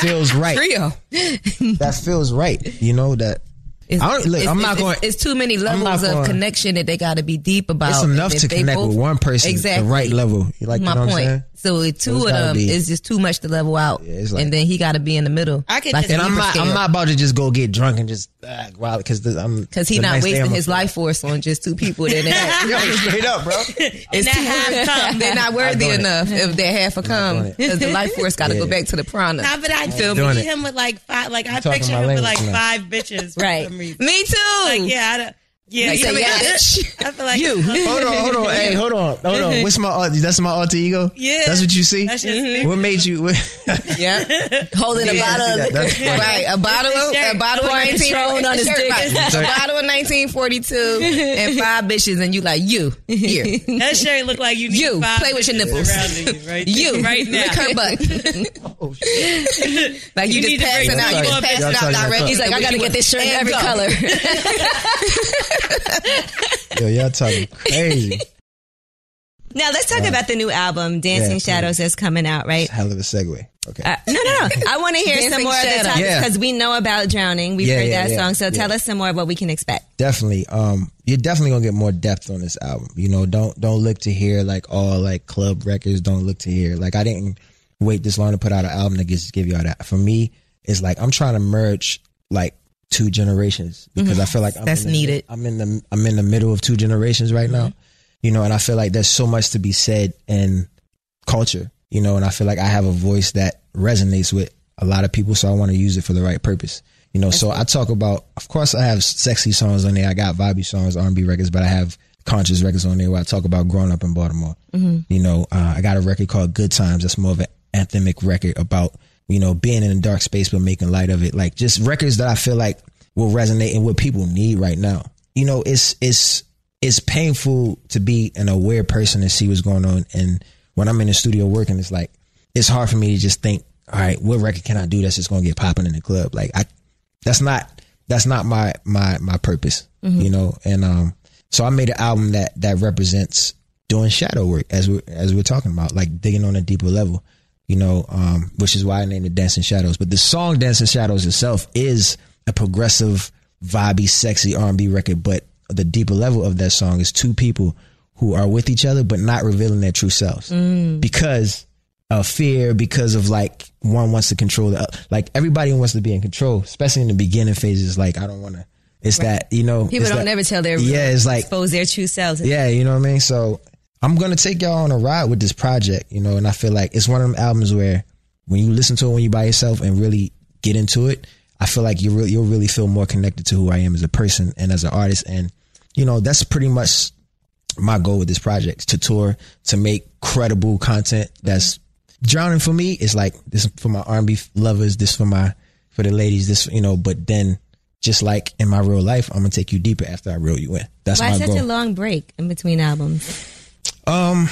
[SPEAKER 3] feels right.
[SPEAKER 4] Trio.
[SPEAKER 3] That feels right. You know that.
[SPEAKER 4] It's,
[SPEAKER 3] I don't- look, I'm not going-
[SPEAKER 4] It's, too many levels
[SPEAKER 3] going-
[SPEAKER 4] of connection that they got to be deep about.
[SPEAKER 3] It's enough
[SPEAKER 4] And
[SPEAKER 3] to
[SPEAKER 4] if Oh, they
[SPEAKER 3] connect
[SPEAKER 4] both-
[SPEAKER 3] with one person,
[SPEAKER 4] Exactly.
[SPEAKER 3] the right level. You like
[SPEAKER 4] My
[SPEAKER 3] you know what I'm
[SPEAKER 4] point.
[SPEAKER 3] saying?
[SPEAKER 4] so with two
[SPEAKER 3] It's
[SPEAKER 4] of
[SPEAKER 3] gotta
[SPEAKER 4] them,
[SPEAKER 3] be-
[SPEAKER 4] it's just too much to level out,
[SPEAKER 3] it's like-
[SPEAKER 4] and then he got to be in the middle.
[SPEAKER 6] I could
[SPEAKER 4] like the
[SPEAKER 6] just-
[SPEAKER 3] And I'm
[SPEAKER 4] Libra
[SPEAKER 3] not. I'm
[SPEAKER 4] scale.
[SPEAKER 3] not about to just go get drunk and just uh, wow because I'm
[SPEAKER 4] Cause he
[SPEAKER 3] the
[SPEAKER 4] not
[SPEAKER 3] next day
[SPEAKER 4] wasting
[SPEAKER 3] I'm-
[SPEAKER 4] his life force on just two people that ain't-
[SPEAKER 3] Yo, straight up, bro.
[SPEAKER 4] it's
[SPEAKER 6] Not
[SPEAKER 4] too-
[SPEAKER 6] half come.
[SPEAKER 4] they're not worthy
[SPEAKER 3] doing it.
[SPEAKER 4] enough if they're half a come.
[SPEAKER 3] doing
[SPEAKER 4] Cause the life force got to
[SPEAKER 3] Yeah.
[SPEAKER 4] go back to the prana.
[SPEAKER 6] Nah, but I
[SPEAKER 3] Doing
[SPEAKER 6] feel
[SPEAKER 3] it.
[SPEAKER 6] him with like five. Like I
[SPEAKER 3] talking
[SPEAKER 6] picture
[SPEAKER 3] my
[SPEAKER 6] him with
[SPEAKER 3] language now.
[SPEAKER 6] like five bitches. For
[SPEAKER 1] Right.
[SPEAKER 6] Some reason.
[SPEAKER 4] Me too.
[SPEAKER 6] Like yeah, I don't. Yeah,
[SPEAKER 4] Like,
[SPEAKER 6] yeah,
[SPEAKER 4] say, yeah,
[SPEAKER 6] yeah.
[SPEAKER 4] bitch.
[SPEAKER 6] I feel like oh,
[SPEAKER 4] You.
[SPEAKER 3] Hold on, hold on, hey, hold on, hold on. What's my alter? That's my alter ego.
[SPEAKER 6] Yeah.
[SPEAKER 3] that's what you see.
[SPEAKER 6] That's just me.
[SPEAKER 4] Mm-hmm.
[SPEAKER 3] What made you? What,
[SPEAKER 4] Yeah, holding a
[SPEAKER 3] Yeah, I see
[SPEAKER 4] bottle,
[SPEAKER 3] that.
[SPEAKER 4] of,
[SPEAKER 3] That's funny.
[SPEAKER 4] right? A bottle, of,
[SPEAKER 6] shirt.
[SPEAKER 4] a bottle of
[SPEAKER 1] Pouring
[SPEAKER 4] nineteen,
[SPEAKER 1] Patron on his
[SPEAKER 4] shirt,
[SPEAKER 1] dick.
[SPEAKER 4] right. a bottle of nineteen forty-two, and five bitches, and you like you here,
[SPEAKER 6] That shirt look like you. Need
[SPEAKER 4] You,
[SPEAKER 6] five
[SPEAKER 4] play with your
[SPEAKER 6] bitches
[SPEAKER 4] nipples.
[SPEAKER 6] surrounding you right,
[SPEAKER 4] you
[SPEAKER 6] right now.
[SPEAKER 4] lick her butt.
[SPEAKER 3] Oh,
[SPEAKER 4] like you, just
[SPEAKER 6] need to break
[SPEAKER 4] passing
[SPEAKER 6] it
[SPEAKER 4] out, you
[SPEAKER 6] down.
[SPEAKER 4] just
[SPEAKER 6] Y'all
[SPEAKER 4] passing out
[SPEAKER 3] talking about
[SPEAKER 4] directly.
[SPEAKER 3] fuck.
[SPEAKER 1] He's like, I gotta get this shirt in
[SPEAKER 4] And
[SPEAKER 1] every
[SPEAKER 4] go.
[SPEAKER 1] color.
[SPEAKER 3] yo, y'all talking crazy.
[SPEAKER 1] Now let's talk about the new album, Dancing
[SPEAKER 3] Yeah,
[SPEAKER 1] Shadows, that's coming out, right?
[SPEAKER 3] Hell of a segue. Okay.
[SPEAKER 1] Uh, no, no, no. I want to hear some
[SPEAKER 4] Dancing
[SPEAKER 1] more of the
[SPEAKER 4] Shadows.
[SPEAKER 1] topics
[SPEAKER 3] Yeah.
[SPEAKER 1] because we know about drowning. We've
[SPEAKER 3] Yeah,
[SPEAKER 1] heard
[SPEAKER 3] yeah,
[SPEAKER 1] that
[SPEAKER 3] yeah,
[SPEAKER 1] song. So
[SPEAKER 3] yeah.
[SPEAKER 1] tell us some more of what we can expect.
[SPEAKER 3] definitely um you're definitely gonna get more depth on this album you know don't don't look to hear like all like club records don't look to hear like i didn't wait this long to put out an album to just give y'all that for me it's like i'm trying to merge like two generations because i feel like I'm
[SPEAKER 4] Mm-hmm. That's
[SPEAKER 3] in the-
[SPEAKER 4] needed. Mm-hmm.
[SPEAKER 3] i'm in the i'm in the middle of two generations right now you know and i feel like there's so much to be said in culture you know and i feel like i have a voice that resonates with a lot of people so i want to use it for the right purpose you know so i talk about of course i have sexy songs on there i got vibey songs r&b records but i have conscious records on there where i talk about growing up in baltimore you know uh, i got a record called good times that's more of an anthemic record about you know being in a dark space but making light of it like just records that i feel like will resonate and what people need right now you know it's it's it's painful to be an aware person and see what's going on. And when I'm in the studio working, it's like it's hard for me to just think, all right, what record can I do that's just gonna get popping in the club? Like I, that's not that's not my my my purpose, you know. And um, so I made an album that that represents doing shadow work as we as we're talking about, like digging on a deeper level, you know. Um, which is why I named it Dancing Shadows. But the song Dancing Shadows itself is a progressive, vibey, sexy R and B record, but the deeper level of that song is two people who are with each other but not revealing their true selves
[SPEAKER 1] Mm.
[SPEAKER 3] because of fear, because of like one wants to control the oth- like everybody wants to be in control, especially in the beginning phases. Like I don't want to. It's that you know
[SPEAKER 1] People
[SPEAKER 3] it's
[SPEAKER 1] don't
[SPEAKER 3] that-
[SPEAKER 1] never tell their
[SPEAKER 3] yeah. It's like
[SPEAKER 1] expose their true selves.
[SPEAKER 3] yeah, you know what I mean? So I'm gonna take y'all on a ride with this project, you know, and I feel like it's one of them albums where when you listen to it when you by yourself and really get into it, I feel like you really you'll really feel more connected to who I am as a person and as an artist. And, you know, that's pretty much my goal with this project to tour, to make credible content that's drowning for me is like this is for my R&B lovers, this for my for the ladies, this you know, but then just like in my real life, I'm gonna take you deeper after I reel you in. That's
[SPEAKER 1] Why
[SPEAKER 3] my
[SPEAKER 1] such
[SPEAKER 3] goal.
[SPEAKER 1] a long break in between albums?
[SPEAKER 3] Um,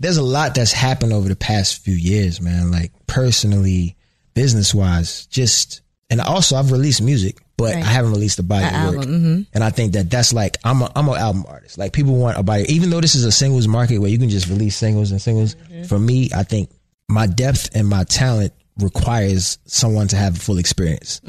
[SPEAKER 3] there's a lot that's happened over the past few years, man. Like personally, business wise, just and also I've released music, but I haven't released a body of work.
[SPEAKER 1] mm-hmm.
[SPEAKER 3] And I think that that's like I'm a I'm an album artist. Like people want a body, even though this is a singles market where you can just release singles and singles.
[SPEAKER 1] Mm-hmm.
[SPEAKER 3] For me, I think my depth and my talent requires someone to have a full experience.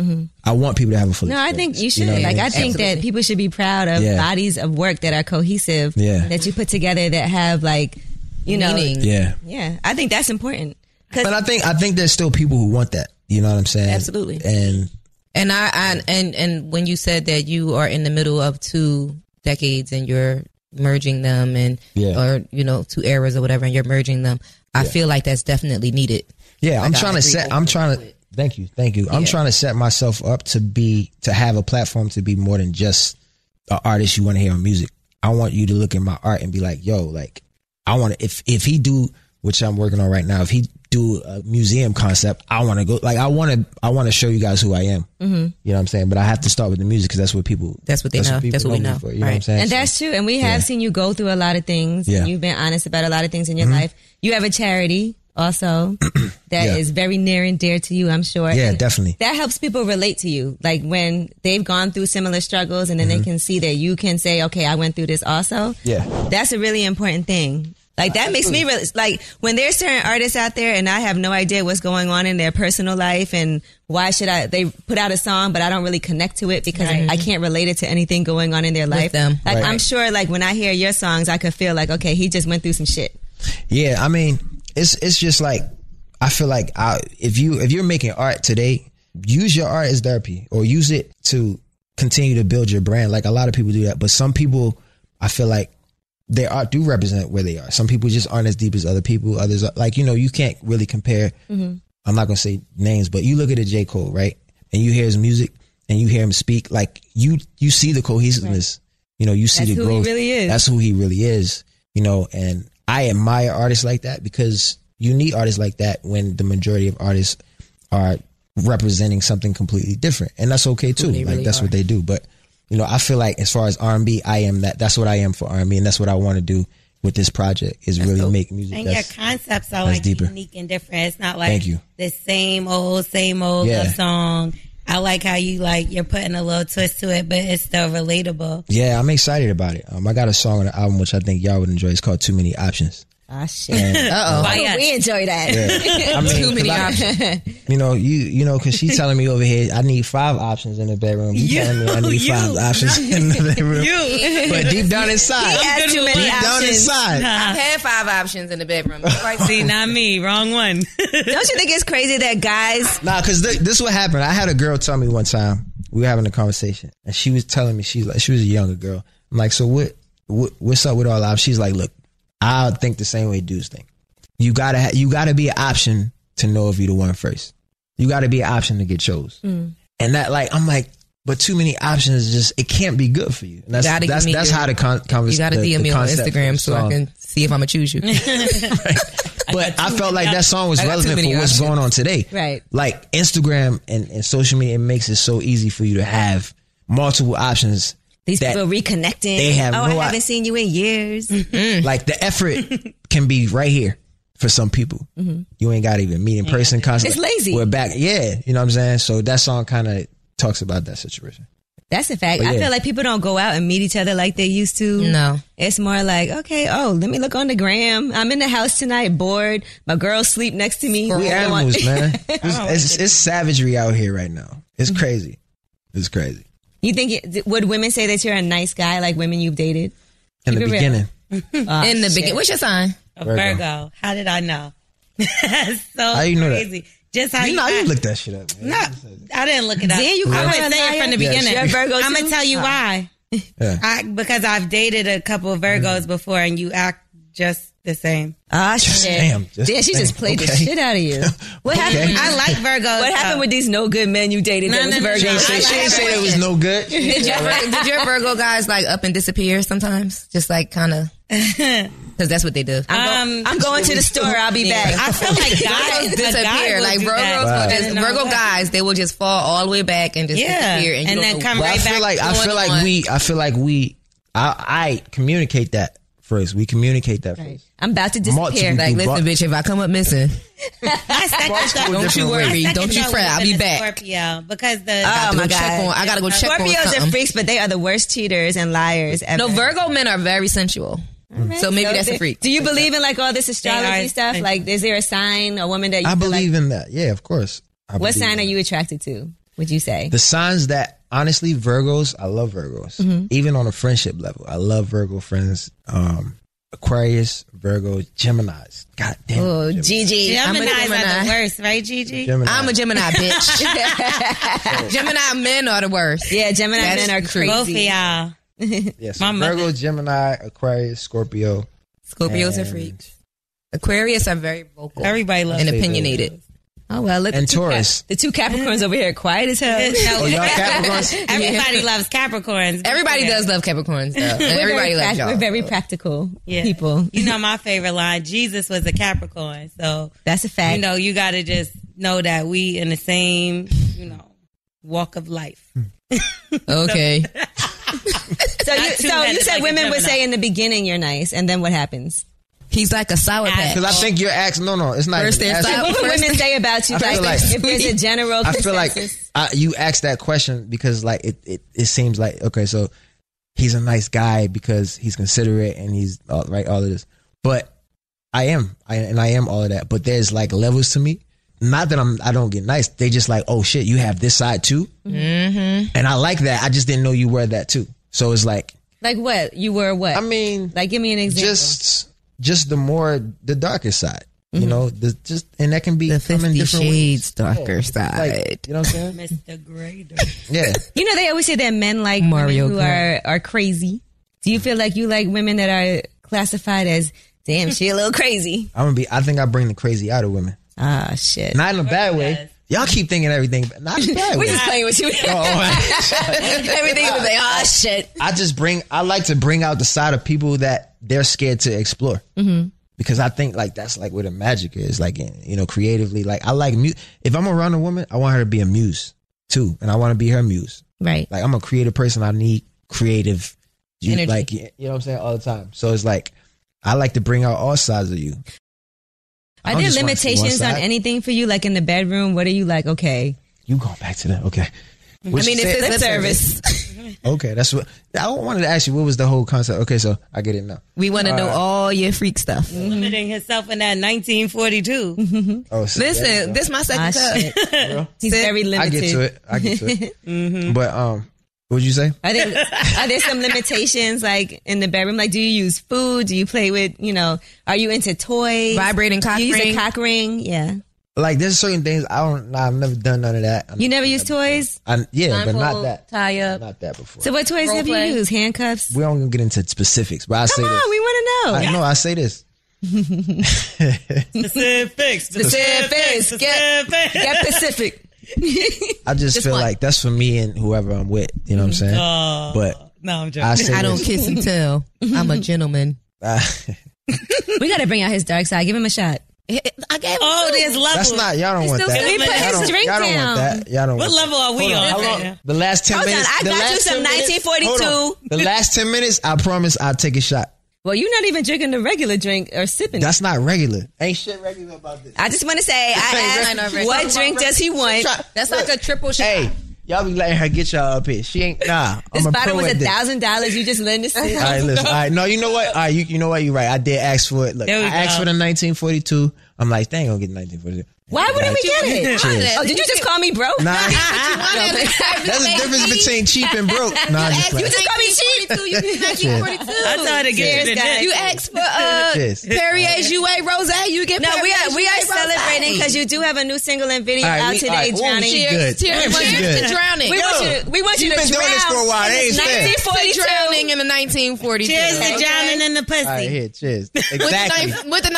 [SPEAKER 3] I want people to have a full.
[SPEAKER 1] Mm-hmm. No, I
[SPEAKER 3] experience.
[SPEAKER 1] think you should.
[SPEAKER 3] know what
[SPEAKER 1] like,
[SPEAKER 3] mean?
[SPEAKER 1] I think that people should be proud of
[SPEAKER 3] Yeah.
[SPEAKER 1] bodies of work that are cohesive,
[SPEAKER 3] Yeah.
[SPEAKER 1] that you put together that have, like, you know,
[SPEAKER 4] Meaning.
[SPEAKER 3] yeah.
[SPEAKER 1] yeah. I think that's important.
[SPEAKER 3] But I think I think there's still people who want that. You know what I'm saying?
[SPEAKER 1] Absolutely.
[SPEAKER 3] And
[SPEAKER 4] And I, I and and when you said that you are in the middle of two decades and you're merging them and
[SPEAKER 3] Yeah.
[SPEAKER 4] or you know two eras or whatever and you're merging them, I feel like that's definitely needed.
[SPEAKER 3] yeah, I'm
[SPEAKER 4] I
[SPEAKER 3] trying to
[SPEAKER 4] agree
[SPEAKER 3] set. I'm trying to. Thank you, thank you. I'm trying to set myself up to be to have a platform to be more than just an artist you want to hear on music. I want you to look at my art and be like, yo, like I want to. If if he do which I'm working on right now, if he do a museum concept, I want to go. Like I want to. I want to show you guys who I am. Mm-hmm. You know what I'm saying? But I have to start with the music because that's what people.
[SPEAKER 4] That's what they know.
[SPEAKER 3] people
[SPEAKER 4] That's what we
[SPEAKER 3] me
[SPEAKER 4] know.
[SPEAKER 3] For, you know what I'm
[SPEAKER 4] Right.
[SPEAKER 3] saying?
[SPEAKER 1] And
[SPEAKER 3] So-
[SPEAKER 1] that's true. And we have seen you go through a lot of things.
[SPEAKER 3] Yeah. Mm-hmm.
[SPEAKER 1] You've been honest about a lot of things in your life. You have a charity also that is
[SPEAKER 3] Yeah.
[SPEAKER 1] very near and dear to you, I'm sure.
[SPEAKER 3] yeah,
[SPEAKER 1] And
[SPEAKER 3] definitely.
[SPEAKER 1] That helps people relate to you. Like when they've gone through similar struggles and then they
[SPEAKER 3] Mm-hmm.
[SPEAKER 1] can see that you can say, okay, I went through this also.
[SPEAKER 3] Yeah.
[SPEAKER 1] That's a really important thing. Like that makes me real like when there's certain artists out there and I have no idea what's going on in their personal life and why should I they put out a song but I don't really connect to it because I can't relate it to anything going on in their life.
[SPEAKER 4] them.
[SPEAKER 1] Like
[SPEAKER 3] Right.
[SPEAKER 1] I'm sure like when I hear your songs I could feel like okay he just went through some shit.
[SPEAKER 3] Yeah, I mean, it's it's just like I feel like I, if you if you're making art today, use your art as therapy or use it to continue to build your brand. Like a lot of people do that, but some people I feel like their art do represent where they are. Some people just aren't as deep as other people. Others are, like you know you can't really compare.
[SPEAKER 1] Mm-hmm.
[SPEAKER 3] I'm not gonna say names, but you look at a J Cole right, and you hear his music and you hear him speak. Like you you see the cohesiveness. You know you see
[SPEAKER 1] That's
[SPEAKER 3] the
[SPEAKER 1] who he
[SPEAKER 3] growth.
[SPEAKER 1] really is.
[SPEAKER 3] That's who he really is. You know, and I admire artists like that because you need artists like that when the majority of artists are representing something completely different, and that's okay too. Like that's what they do. But you know, I feel like as far as R and B, I am that. That's what I am for R and B, and that's what I want to do with this project is really make music.
[SPEAKER 6] And your
[SPEAKER 3] That's,
[SPEAKER 6] concepts are
[SPEAKER 3] that's
[SPEAKER 6] like
[SPEAKER 3] deeper.
[SPEAKER 6] unique and different. It's not like
[SPEAKER 3] Thank you.
[SPEAKER 6] the same old, same old
[SPEAKER 3] Yeah.
[SPEAKER 6] love song. I like how you like you're putting a little twist to it, but it's still relatable.
[SPEAKER 3] Yeah, I'm excited about it. Um, I got a song on the album which I think y'all would enjoy. It's called Too Many Options. um,
[SPEAKER 1] Ah, shit.
[SPEAKER 4] Uh oh.
[SPEAKER 1] Oh, we enjoy that.
[SPEAKER 3] I mean,
[SPEAKER 4] Too many
[SPEAKER 3] 'cause I-
[SPEAKER 4] options.
[SPEAKER 3] You know, you you know, because she's telling me over here, I need five options in the bedroom. You, telling me I need five options in the bedroom. But deep down inside,
[SPEAKER 1] He has too many
[SPEAKER 3] deep down
[SPEAKER 1] options.
[SPEAKER 3] inside,
[SPEAKER 4] I've had five options in the bedroom. Like,
[SPEAKER 6] See, not me. Wrong one.
[SPEAKER 1] Don't you think it's crazy that guys?
[SPEAKER 3] nah, because this is what happened. I had a girl tell me one time we were having a conversation, and she was telling me she's like she was a younger girl. I'm like, so what? what what's up with all options? She's like, look, I think the same way dudes think. You gotta ha- you gotta be an option to know if you the one first. You gotta be an option to get chose.
[SPEAKER 4] Mm.
[SPEAKER 3] And that like I'm like, but too many options is just it can't be good for you. And that's
[SPEAKER 4] Gotta give
[SPEAKER 3] that's
[SPEAKER 4] me
[SPEAKER 3] that's
[SPEAKER 4] your-
[SPEAKER 3] how the con- conversation.
[SPEAKER 4] you got to
[SPEAKER 3] the,
[SPEAKER 4] DM
[SPEAKER 3] the
[SPEAKER 4] me on
[SPEAKER 3] concept
[SPEAKER 4] Instagram
[SPEAKER 3] of
[SPEAKER 4] so I
[SPEAKER 3] song.
[SPEAKER 4] can see if I'm going to choose you.
[SPEAKER 3] But I felt like that song was
[SPEAKER 4] I got too
[SPEAKER 3] relevant
[SPEAKER 4] many
[SPEAKER 3] for what's
[SPEAKER 4] options.
[SPEAKER 3] going on today.
[SPEAKER 1] Right.
[SPEAKER 3] Like Instagram and, and social media, it makes it so easy for you to have multiple options.
[SPEAKER 1] These
[SPEAKER 3] that-
[SPEAKER 1] people are reconnecting.
[SPEAKER 3] They have
[SPEAKER 1] oh, I
[SPEAKER 3] no Mm. i-
[SPEAKER 1] haven't seen you in years.
[SPEAKER 3] Like the effort can be right here for some people. You ain't got to even meet in person constantly.
[SPEAKER 1] Mm-hmm. It's lazy.
[SPEAKER 3] We're back. Yeah. You know what I'm saying? So that song kind of talks about that situation.
[SPEAKER 1] That's a fact.
[SPEAKER 3] But
[SPEAKER 1] I
[SPEAKER 3] Oh, yeah.
[SPEAKER 1] feel like people don't go out and meet each other like they used to.
[SPEAKER 4] No.
[SPEAKER 1] It's more like, okay, oh, let me look on the gram. I'm in the house tonight, bored. My girls sleep next to me.
[SPEAKER 3] We
[SPEAKER 1] I don't want-
[SPEAKER 3] animals, man. It's, it's, it's savagery out here right now. It's
[SPEAKER 1] Mm-hmm.
[SPEAKER 3] crazy. It's crazy.
[SPEAKER 1] You think, it, would women say that you're a nice guy like women you've dated? Ah,
[SPEAKER 3] In the
[SPEAKER 1] Keep it real.
[SPEAKER 3] beginning.
[SPEAKER 4] In the beginning. What's your sign?
[SPEAKER 6] A
[SPEAKER 3] Virgo.
[SPEAKER 6] Virgo. How did I know? That's so
[SPEAKER 3] How you know that?
[SPEAKER 6] crazy. Just how
[SPEAKER 3] You
[SPEAKER 6] you,
[SPEAKER 3] know, you
[SPEAKER 6] act.
[SPEAKER 3] looked that shit up. Man.
[SPEAKER 6] No, I didn't look it up.
[SPEAKER 1] Yeah, you
[SPEAKER 6] I
[SPEAKER 1] call her a
[SPEAKER 6] would say it
[SPEAKER 1] liar?
[SPEAKER 6] from the
[SPEAKER 1] Yeah,
[SPEAKER 6] beginning.
[SPEAKER 1] she- You're a Virgo
[SPEAKER 6] I'm
[SPEAKER 1] too?
[SPEAKER 6] gonna tell you
[SPEAKER 3] Yeah.
[SPEAKER 6] why.
[SPEAKER 3] Mm-hmm.
[SPEAKER 6] I, because I've dated a couple of Virgos before, and you act just the same.
[SPEAKER 1] Ah, shit.
[SPEAKER 3] damn, just
[SPEAKER 1] Damn, she
[SPEAKER 3] damn.
[SPEAKER 1] just played the
[SPEAKER 3] Okay.
[SPEAKER 1] shit out of you. What happened?
[SPEAKER 3] Mm-hmm.
[SPEAKER 6] I like Virgos.
[SPEAKER 1] What happened
[SPEAKER 6] though.
[SPEAKER 1] with these no good men you dated
[SPEAKER 6] No,
[SPEAKER 1] that was
[SPEAKER 6] no, no,
[SPEAKER 1] Virgo?
[SPEAKER 6] no, no.
[SPEAKER 3] She
[SPEAKER 6] I
[SPEAKER 3] ain't
[SPEAKER 6] like
[SPEAKER 3] say it was no good.
[SPEAKER 4] Did your, Vir- did your Virgo guys like up and disappear sometimes? Just like kind of. Because that's what they do.
[SPEAKER 1] I'm, go-
[SPEAKER 6] Um,
[SPEAKER 1] I'm going to the store. I'll be
[SPEAKER 4] Yeah.
[SPEAKER 1] back.
[SPEAKER 6] I feel like
[SPEAKER 4] Virgos
[SPEAKER 6] guys
[SPEAKER 4] disappear. Like Virgos, will just, Virgo guys, they will just fall all the way back and just
[SPEAKER 6] Yeah.
[SPEAKER 4] disappear, and, you
[SPEAKER 6] And
[SPEAKER 4] don't
[SPEAKER 6] then
[SPEAKER 4] know
[SPEAKER 6] come
[SPEAKER 4] what-
[SPEAKER 3] But I
[SPEAKER 6] right
[SPEAKER 3] feel
[SPEAKER 6] back
[SPEAKER 3] like I
[SPEAKER 4] going
[SPEAKER 3] feel like
[SPEAKER 4] on.
[SPEAKER 3] we I feel like we I I communicate that first. We communicate that first.
[SPEAKER 1] I'm about to
[SPEAKER 3] Multiple
[SPEAKER 1] disappear.
[SPEAKER 3] people.
[SPEAKER 4] Like,
[SPEAKER 3] But-
[SPEAKER 4] listen, bitch, if I come up missing, don't you worry, don't you fret, I'll be back.
[SPEAKER 6] Scorpio, because the
[SPEAKER 4] I
[SPEAKER 1] Oh,
[SPEAKER 4] gotta
[SPEAKER 1] my
[SPEAKER 4] go check
[SPEAKER 1] God.
[SPEAKER 4] on. I gotta go check on
[SPEAKER 1] Scorpios are
[SPEAKER 4] something.
[SPEAKER 1] freaks, but they are the worst cheaters and liars ever.
[SPEAKER 4] No, Virgo men are very sensual, so maybe that's a freak.
[SPEAKER 1] Mm-hmm. Do you believe in like all this
[SPEAKER 6] They
[SPEAKER 1] astrology
[SPEAKER 6] are-
[SPEAKER 1] stuff? Like, is there a sign, a woman that you
[SPEAKER 3] I
[SPEAKER 1] feel like-
[SPEAKER 3] believe in that. Yeah, of course. I
[SPEAKER 1] what
[SPEAKER 3] believe in
[SPEAKER 1] sign are
[SPEAKER 3] that.
[SPEAKER 1] you attracted to? Would you say?
[SPEAKER 3] The signs that honestly Virgos, I love Virgos.
[SPEAKER 1] Mm-hmm.
[SPEAKER 3] Even on a friendship level. I love Virgo friends. Um Aquarius, Virgo, Geminis. God damn.
[SPEAKER 1] Oh,
[SPEAKER 3] Geminis.
[SPEAKER 1] Gigi.
[SPEAKER 4] I'm a
[SPEAKER 6] Gemini's are
[SPEAKER 4] Gemini.
[SPEAKER 6] the worst, right, Gigi?
[SPEAKER 3] Gemini.
[SPEAKER 4] I'm a Gemini bitch. Gemini men are the worst.
[SPEAKER 1] Yeah, Gemini
[SPEAKER 4] That's
[SPEAKER 1] men are crazy.
[SPEAKER 4] true.
[SPEAKER 6] Both of y'all.
[SPEAKER 3] yeah, so
[SPEAKER 6] my mother-
[SPEAKER 3] Virgo, Gemini, Aquarius, Scorpio.
[SPEAKER 4] Scorpios are
[SPEAKER 3] and-
[SPEAKER 4] freaks. Aquarius are very vocal
[SPEAKER 6] Everybody loves
[SPEAKER 4] and
[SPEAKER 3] they do.
[SPEAKER 4] opinionated.
[SPEAKER 1] Oh well, look.
[SPEAKER 3] And
[SPEAKER 1] the two Cap-
[SPEAKER 3] Taurus.
[SPEAKER 1] the two Capricorns over here, quiet as hell.
[SPEAKER 3] Oh, y'all Capricorns?
[SPEAKER 6] Everybody loves Capricorns.
[SPEAKER 4] Everybody
[SPEAKER 6] Yeah.
[SPEAKER 4] does love Capricorns, though. And
[SPEAKER 1] We're
[SPEAKER 4] everybody
[SPEAKER 1] very
[SPEAKER 4] loves
[SPEAKER 1] prac-
[SPEAKER 4] y'all.
[SPEAKER 1] We're very practical
[SPEAKER 6] Yeah.
[SPEAKER 1] people.
[SPEAKER 6] You know my favorite line, Jesus was a Capricorn. So,
[SPEAKER 1] That's a fact.
[SPEAKER 6] you know, you got to just know that we in the same, you know, walk of life.
[SPEAKER 4] okay.
[SPEAKER 1] so you,
[SPEAKER 6] not two
[SPEAKER 1] so you
[SPEAKER 6] headed
[SPEAKER 1] said
[SPEAKER 6] like a
[SPEAKER 1] women would
[SPEAKER 6] Gemini.
[SPEAKER 1] say in the beginning you're nice, and then what happens?
[SPEAKER 4] He's like a sour patch.
[SPEAKER 3] Because I think your acts no no, it's not
[SPEAKER 4] First
[SPEAKER 3] even
[SPEAKER 4] they're
[SPEAKER 3] asking-
[SPEAKER 4] silent.
[SPEAKER 1] What would
[SPEAKER 4] First-
[SPEAKER 1] women say about you?
[SPEAKER 3] I
[SPEAKER 1] Like,
[SPEAKER 3] feel like-
[SPEAKER 1] if there's a general
[SPEAKER 3] I feel like
[SPEAKER 1] consensus?
[SPEAKER 3] I, you asked that question because like it, it, it seems like okay, so he's a nice guy because he's considerate and he's all, right all of this, but I am I and I am all of that, but there's like levels to me. Not that I'm I don't get nice. They just like oh shit, you have this side too, mm-hmm. and I like that. I just didn't know you were that too. So it's like
[SPEAKER 1] Like what? You were what?
[SPEAKER 3] I mean,
[SPEAKER 1] like give me an example.
[SPEAKER 3] just just the more the darker side, you know, the just and that can be
[SPEAKER 4] the
[SPEAKER 3] come in
[SPEAKER 4] 50
[SPEAKER 3] different ways.
[SPEAKER 4] Shades
[SPEAKER 1] Oh,
[SPEAKER 4] darker side.
[SPEAKER 3] Like, you know what I'm saying?
[SPEAKER 6] Mr. Grader.
[SPEAKER 3] Yeah.
[SPEAKER 1] you know they always say that men like
[SPEAKER 4] Mario
[SPEAKER 1] women who
[SPEAKER 4] Kart.
[SPEAKER 1] are are crazy. Do you feel like you like women that are classified as damn she a little crazy?
[SPEAKER 3] I'm gonna be. I think I bring the crazy out of women,
[SPEAKER 1] Ah shit.
[SPEAKER 3] not in a bad way. Y'all keep thinking everything, but not in a bad
[SPEAKER 1] We're
[SPEAKER 3] way.
[SPEAKER 1] just playing with you.
[SPEAKER 3] Oh,
[SPEAKER 1] Everything was like ah shit.
[SPEAKER 3] I just bring. I like to bring out the side of people that they're scared to explore. Because I think like that's like where the magic is. Like in, you know, creatively. Like I like mu- if I'm around a woman, I want her to be a muse too, and I want to be her muse.
[SPEAKER 1] Right.
[SPEAKER 3] Like I'm a creative person. I need creative, you,
[SPEAKER 4] Energy.
[SPEAKER 3] like you know what I'm saying all the time. So it's like I like to bring out all sides of you. I
[SPEAKER 1] Are
[SPEAKER 3] don't
[SPEAKER 1] there
[SPEAKER 3] just wanna see one
[SPEAKER 1] limitations on
[SPEAKER 3] side.
[SPEAKER 1] anything for you? Like in the bedroom, what are you like? Okay,
[SPEAKER 3] You going back to that? Okay. What
[SPEAKER 4] I
[SPEAKER 3] she
[SPEAKER 4] mean,
[SPEAKER 3] said-
[SPEAKER 4] it's his lip service.
[SPEAKER 3] okay. That's what I wanted to ask you. What was the whole concept? Okay, so I get it now.
[SPEAKER 4] We want to know all your freak stuff.
[SPEAKER 1] Mm-hmm.
[SPEAKER 6] Limiting herself in that 1942.
[SPEAKER 3] Oh, see, there you
[SPEAKER 4] Listen,
[SPEAKER 3] go.
[SPEAKER 4] this my
[SPEAKER 1] Ah,
[SPEAKER 4] second cup.
[SPEAKER 1] He's very
[SPEAKER 3] I
[SPEAKER 1] limited.
[SPEAKER 3] get to it. I get to it. Mm-hmm. But um, what'd you say?
[SPEAKER 1] Are there are there some limitations like in the bedroom? Like, do you use food? Do you play with you know? Are you into toys?
[SPEAKER 4] Vibrating cock
[SPEAKER 1] Do you
[SPEAKER 4] ring.
[SPEAKER 1] use a cock ring? Yeah.
[SPEAKER 3] Like, there's certain things I don't. Nah, I've never done none of that.
[SPEAKER 1] You never use toys.
[SPEAKER 3] I, yeah, but not
[SPEAKER 4] Blindfold,
[SPEAKER 3] that.
[SPEAKER 4] Tie up.
[SPEAKER 3] Not that before.
[SPEAKER 1] So what toys
[SPEAKER 4] Role
[SPEAKER 1] have
[SPEAKER 4] play.
[SPEAKER 1] you used? Handcuffs.
[SPEAKER 3] we don't gonna get into specifics, but I say
[SPEAKER 1] Come
[SPEAKER 3] this.
[SPEAKER 1] on, we want to know.
[SPEAKER 3] I, no, I say this.
[SPEAKER 6] Specific,
[SPEAKER 4] Specific.
[SPEAKER 6] specific.
[SPEAKER 4] Get Pacific.
[SPEAKER 3] I just, feel
[SPEAKER 4] one.
[SPEAKER 3] like that's for me and whoever I'm with. You know what I'm saying? but
[SPEAKER 6] No, I'm
[SPEAKER 3] I
[SPEAKER 6] joking.
[SPEAKER 3] say
[SPEAKER 4] I don't
[SPEAKER 3] this.
[SPEAKER 4] kiss and tell. I'm a gentleman.
[SPEAKER 1] We got to bring out his dark side. Give him a shot.
[SPEAKER 4] I gave
[SPEAKER 6] Oh, there's
[SPEAKER 3] That's
[SPEAKER 6] levels.
[SPEAKER 3] not y'all don't want
[SPEAKER 1] still
[SPEAKER 3] that.
[SPEAKER 1] sitting
[SPEAKER 6] He put
[SPEAKER 3] y'all
[SPEAKER 6] his
[SPEAKER 3] don't,
[SPEAKER 1] drink
[SPEAKER 3] y'all don't
[SPEAKER 1] down.
[SPEAKER 3] want that. Y'all don't
[SPEAKER 6] what
[SPEAKER 3] want
[SPEAKER 6] level are we
[SPEAKER 3] Hold
[SPEAKER 6] on?
[SPEAKER 3] on,
[SPEAKER 6] right
[SPEAKER 3] how
[SPEAKER 6] now?
[SPEAKER 3] long? The last ten
[SPEAKER 1] Hold on,
[SPEAKER 3] minutes.
[SPEAKER 1] I
[SPEAKER 3] the
[SPEAKER 1] got you
[SPEAKER 3] last
[SPEAKER 1] some
[SPEAKER 3] 10 minutes-
[SPEAKER 1] 1942.
[SPEAKER 3] hold on. The last ten minutes, I promise, I'll take a shot.
[SPEAKER 1] Well, you're not even drinking the regular drink or sipping.
[SPEAKER 3] That's not regular. Ain't shit regular about this.
[SPEAKER 1] I just want to say, I
[SPEAKER 4] regular.
[SPEAKER 1] asked
[SPEAKER 4] Regular.
[SPEAKER 1] what drink does he want.
[SPEAKER 4] That's like a triple shot.
[SPEAKER 3] Hey, y'all be letting her get y'all up here. She ain't nah.
[SPEAKER 1] This
[SPEAKER 3] I'm a
[SPEAKER 1] bottle
[SPEAKER 3] pro
[SPEAKER 1] was
[SPEAKER 3] at
[SPEAKER 1] a
[SPEAKER 3] this.
[SPEAKER 1] thousand dollars. You just let it
[SPEAKER 3] All
[SPEAKER 1] sit.
[SPEAKER 3] right, listen. All right, no, you know what? All right, you, you know what? You're right. I did ask for it. Look, I
[SPEAKER 6] There we
[SPEAKER 3] asked
[SPEAKER 6] go.
[SPEAKER 3] for the 1942. I'm like, they ain't gonna get 1942.
[SPEAKER 1] Why wouldn't we get it?
[SPEAKER 3] Cheers.
[SPEAKER 1] Oh, did you just call me bro?
[SPEAKER 3] Nah,
[SPEAKER 4] That's
[SPEAKER 3] that's the difference between cheap and broke. Nah, I'm just
[SPEAKER 4] You
[SPEAKER 3] like,
[SPEAKER 4] just call me cheap.
[SPEAKER 3] Cheers.
[SPEAKER 6] I thought it
[SPEAKER 1] Cheers,
[SPEAKER 6] get the
[SPEAKER 1] guys.
[SPEAKER 4] You asked for uh,
[SPEAKER 3] Cheers.
[SPEAKER 4] Perrier Jouet Rosé. You get
[SPEAKER 1] No, we
[SPEAKER 4] Perrier
[SPEAKER 1] are we are
[SPEAKER 4] Jouet Rosé.
[SPEAKER 1] celebrating because you do have a new single and video
[SPEAKER 3] All
[SPEAKER 1] out
[SPEAKER 3] right, we-
[SPEAKER 1] today,
[SPEAKER 3] all right, ooh,
[SPEAKER 1] Johnny.
[SPEAKER 3] she
[SPEAKER 4] Cheers,
[SPEAKER 3] Good.
[SPEAKER 4] cheers,
[SPEAKER 3] Damn, she's
[SPEAKER 4] cheers
[SPEAKER 3] good.
[SPEAKER 4] to drowning.
[SPEAKER 1] We
[SPEAKER 4] Yo,
[SPEAKER 1] want you to we want you to
[SPEAKER 3] You've been doing this for a
[SPEAKER 1] drown
[SPEAKER 3] while. That
[SPEAKER 1] in
[SPEAKER 3] ain't
[SPEAKER 1] this 1942.
[SPEAKER 3] fair.
[SPEAKER 4] to drowning in the 1942.
[SPEAKER 6] Cheers to
[SPEAKER 4] Okay?
[SPEAKER 6] drowning in the pussy.
[SPEAKER 3] all right, here, cheers.
[SPEAKER 4] With,
[SPEAKER 3] Exactly.
[SPEAKER 4] the, ni- with the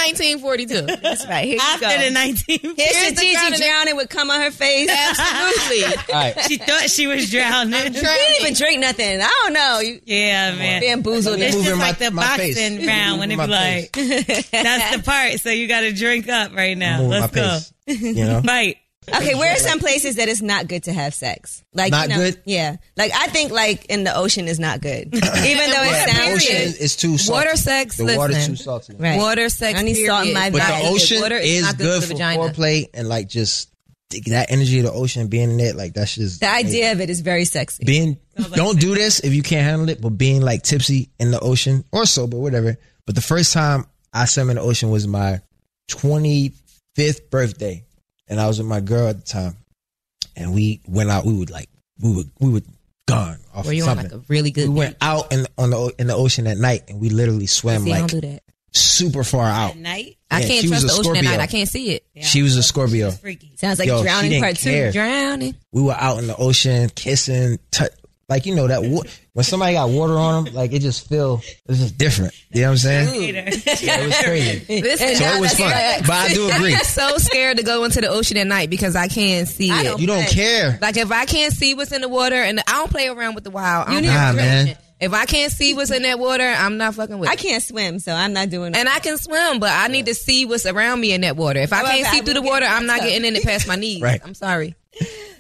[SPEAKER 4] 1942.
[SPEAKER 1] That's right. Here you
[SPEAKER 6] After
[SPEAKER 1] go.
[SPEAKER 6] the 19,
[SPEAKER 1] Here's
[SPEAKER 4] Here's
[SPEAKER 1] the
[SPEAKER 4] the
[SPEAKER 1] Gigi
[SPEAKER 4] drowning.
[SPEAKER 1] drowning with cum on her face.
[SPEAKER 4] Absolutely.
[SPEAKER 3] All right.
[SPEAKER 6] she thought she was drowning.
[SPEAKER 1] You didn't even drink nothing. I don't know. You
[SPEAKER 6] Yeah, man.
[SPEAKER 1] bamboozled.
[SPEAKER 6] It's
[SPEAKER 1] it.
[SPEAKER 3] Moving
[SPEAKER 6] just
[SPEAKER 3] my-
[SPEAKER 6] like the
[SPEAKER 3] my face.
[SPEAKER 6] boxing round when it be
[SPEAKER 3] Moving my
[SPEAKER 6] like, that's the part. So you got to drink up right now.
[SPEAKER 3] Moving my
[SPEAKER 6] Let's go.
[SPEAKER 3] pace. You know?
[SPEAKER 6] Fight.
[SPEAKER 1] Okay, where are some places that it's not good to have sex? Like you
[SPEAKER 3] Not
[SPEAKER 1] know,
[SPEAKER 3] good?
[SPEAKER 1] Yeah, like I think like in the ocean is not good, even though
[SPEAKER 4] Yeah,
[SPEAKER 1] it
[SPEAKER 3] The
[SPEAKER 1] sounds
[SPEAKER 3] ocean
[SPEAKER 1] good.
[SPEAKER 3] is, is too salty.
[SPEAKER 4] Water sex,
[SPEAKER 3] The water's
[SPEAKER 4] listen.
[SPEAKER 3] too salty.
[SPEAKER 1] Right.
[SPEAKER 4] Water, sex,
[SPEAKER 1] I need salt in
[SPEAKER 4] period.
[SPEAKER 1] my
[SPEAKER 3] But
[SPEAKER 1] diet.
[SPEAKER 3] the ocean
[SPEAKER 4] Water is
[SPEAKER 3] is,
[SPEAKER 4] not good
[SPEAKER 3] good
[SPEAKER 4] for
[SPEAKER 3] for
[SPEAKER 4] the vagina.
[SPEAKER 3] foreplay and like just that energy of the ocean being in it. Like that's just
[SPEAKER 1] The idea of it is very sexy.
[SPEAKER 3] being don't do this if you can't handle it, but being like tipsy in the ocean or sober, whatever. But the first time I swam in the ocean was my 25th birthday, and I was with my girl at the time, and we went out. We would like we would we would gone off
[SPEAKER 4] Were you on
[SPEAKER 3] something.
[SPEAKER 4] like a really good
[SPEAKER 3] we went out in on the o- in the ocean at night, and we literally swam
[SPEAKER 4] See, I
[SPEAKER 3] like
[SPEAKER 4] don't do that.
[SPEAKER 3] super far out.
[SPEAKER 6] At night.
[SPEAKER 4] I
[SPEAKER 3] Yeah,
[SPEAKER 4] can't
[SPEAKER 3] she was
[SPEAKER 4] trust
[SPEAKER 3] a
[SPEAKER 4] the ocean at
[SPEAKER 3] Scorpio.
[SPEAKER 4] night. I can't see it.
[SPEAKER 3] She was a Scorpio.
[SPEAKER 6] Freaky.
[SPEAKER 1] Sounds like
[SPEAKER 3] Yo, she
[SPEAKER 1] drowning
[SPEAKER 3] didn't
[SPEAKER 1] part two.
[SPEAKER 3] care.
[SPEAKER 4] Drowning.
[SPEAKER 3] we were out in the ocean kissing, tou like you know that wa- when somebody got water on them, like it just feel it's just different. You know what I'm saying? Yeah, it was crazy.
[SPEAKER 4] Listen,
[SPEAKER 3] So it was fun, but I do agree.
[SPEAKER 4] I'm so scared to go into the ocean at night because I can't see it.
[SPEAKER 3] You don't care.
[SPEAKER 4] Like if I can't see what's in the water, and I don't play around with the wild. You
[SPEAKER 3] need Nah, man.
[SPEAKER 4] If I can't see what's in that water, I'm not fucking with.
[SPEAKER 1] I
[SPEAKER 4] it.
[SPEAKER 1] can't swim, so I'm not doing. it.
[SPEAKER 4] And I can swim, but I need to see what's around me in that water. If I
[SPEAKER 1] Well,
[SPEAKER 4] can't
[SPEAKER 1] I
[SPEAKER 4] see
[SPEAKER 1] will
[SPEAKER 4] through the
[SPEAKER 1] get
[SPEAKER 4] water,
[SPEAKER 1] in the
[SPEAKER 4] I'm not
[SPEAKER 1] tub.
[SPEAKER 4] getting in it past my knees.
[SPEAKER 3] Right.
[SPEAKER 4] I'm sorry.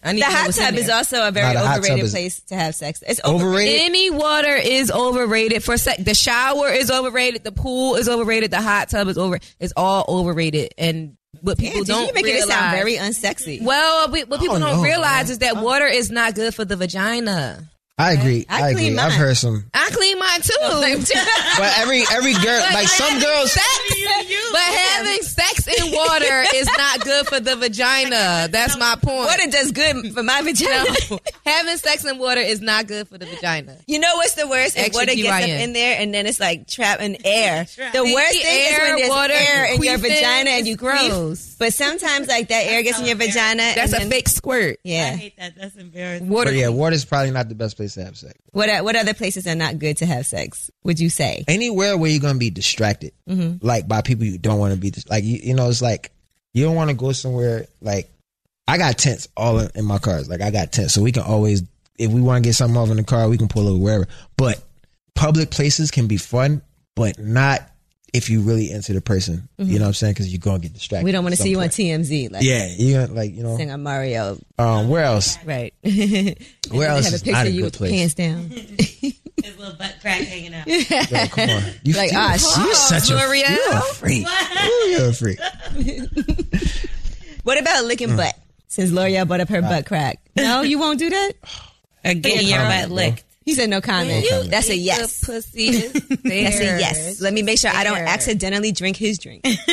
[SPEAKER 4] I need
[SPEAKER 1] the
[SPEAKER 4] to know
[SPEAKER 1] hot
[SPEAKER 4] what's in
[SPEAKER 1] tub is
[SPEAKER 4] there.
[SPEAKER 1] also a very
[SPEAKER 3] Nah, the hot tub
[SPEAKER 1] overrated
[SPEAKER 3] is-
[SPEAKER 1] place to have sex. It's overrated.
[SPEAKER 3] Overrated.
[SPEAKER 4] Any water is overrated for sec. The shower is overrated. The pool is overrated. The hot tub is over. It's all overrated. And what people
[SPEAKER 1] Damn,
[SPEAKER 4] don't
[SPEAKER 1] you making it
[SPEAKER 4] realize,
[SPEAKER 1] sound very Oh. unsexy.
[SPEAKER 4] well, we, what people
[SPEAKER 3] don't
[SPEAKER 4] don't,
[SPEAKER 3] know,
[SPEAKER 4] realize is that water is not good for the vagina.
[SPEAKER 3] I agree.
[SPEAKER 1] I
[SPEAKER 3] I, agree.
[SPEAKER 1] clean mine.
[SPEAKER 3] I've heard some,
[SPEAKER 4] I clean mine too.
[SPEAKER 3] but every every girl, like some girls,
[SPEAKER 4] Sex, but having sex in water is not good for the vagina. That's my point.
[SPEAKER 1] Water does good for my vagina.
[SPEAKER 4] No. having sex in water is not good for the vagina.
[SPEAKER 1] You know what's the worst? If water gets up
[SPEAKER 4] XGYN.
[SPEAKER 1] in there and then it's like trapped in air. The
[SPEAKER 4] The
[SPEAKER 1] worst thing is
[SPEAKER 4] air,
[SPEAKER 1] when there's
[SPEAKER 4] water,
[SPEAKER 1] air in your
[SPEAKER 4] queefing
[SPEAKER 1] vagina and
[SPEAKER 4] is
[SPEAKER 1] you gross.
[SPEAKER 4] gross.
[SPEAKER 1] But sometimes like that air gets in your vagina. and
[SPEAKER 4] Oh, That's a
[SPEAKER 1] then-
[SPEAKER 4] fake squirt.
[SPEAKER 6] I
[SPEAKER 1] Yeah.
[SPEAKER 6] hate that. That's embarrassing.
[SPEAKER 4] Water.
[SPEAKER 3] but yeah, water's probably not the best place to have sex.
[SPEAKER 1] What o- what other places are not good to have sex? Would you say?
[SPEAKER 3] Anywhere where you're gonna be distracted,
[SPEAKER 1] Mm-hmm.
[SPEAKER 3] like by people you don't want to be, dis- like you, you know, it's like you don't want to go somewhere like. I got tents all in, in my cars. Like I got tents, so we can always, if we want to get something off in the car, we can pull over wherever. But public places can be fun, but not if you really into the person. You know what I'm saying? Because you're gonna get distracted.
[SPEAKER 1] Mm-hmm. We don't want to
[SPEAKER 3] at
[SPEAKER 1] see you
[SPEAKER 3] some
[SPEAKER 1] on
[SPEAKER 3] point.
[SPEAKER 1] TMZ like
[SPEAKER 3] Yeah, you gonna like you know.
[SPEAKER 1] sing a Mario.
[SPEAKER 3] Um, where else?
[SPEAKER 1] Right. Where
[SPEAKER 3] Where else
[SPEAKER 1] have a
[SPEAKER 3] is
[SPEAKER 1] picture
[SPEAKER 3] not a
[SPEAKER 1] of you
[SPEAKER 3] good
[SPEAKER 1] with
[SPEAKER 3] place?
[SPEAKER 1] pants down.
[SPEAKER 6] His little butt crack hanging out.
[SPEAKER 3] Yo, come on, you,
[SPEAKER 1] Like,
[SPEAKER 3] you,
[SPEAKER 1] ah, shit,
[SPEAKER 3] you're such a,
[SPEAKER 1] L'Oreal.
[SPEAKER 3] you're a freak. Ooh, you're a freak. Mm.
[SPEAKER 1] What about licking butt? since L'Oreal brought up her butt crack. No, you won't do that?
[SPEAKER 6] Or getting your
[SPEAKER 3] comment,
[SPEAKER 6] butt
[SPEAKER 3] bro.
[SPEAKER 6] licked.
[SPEAKER 1] He said no comment.
[SPEAKER 3] No comment.
[SPEAKER 1] That's a yes.
[SPEAKER 4] The pussy is there.
[SPEAKER 1] That's a yes. Let me make sure I don't
[SPEAKER 4] There.
[SPEAKER 1] accidentally drink his drink.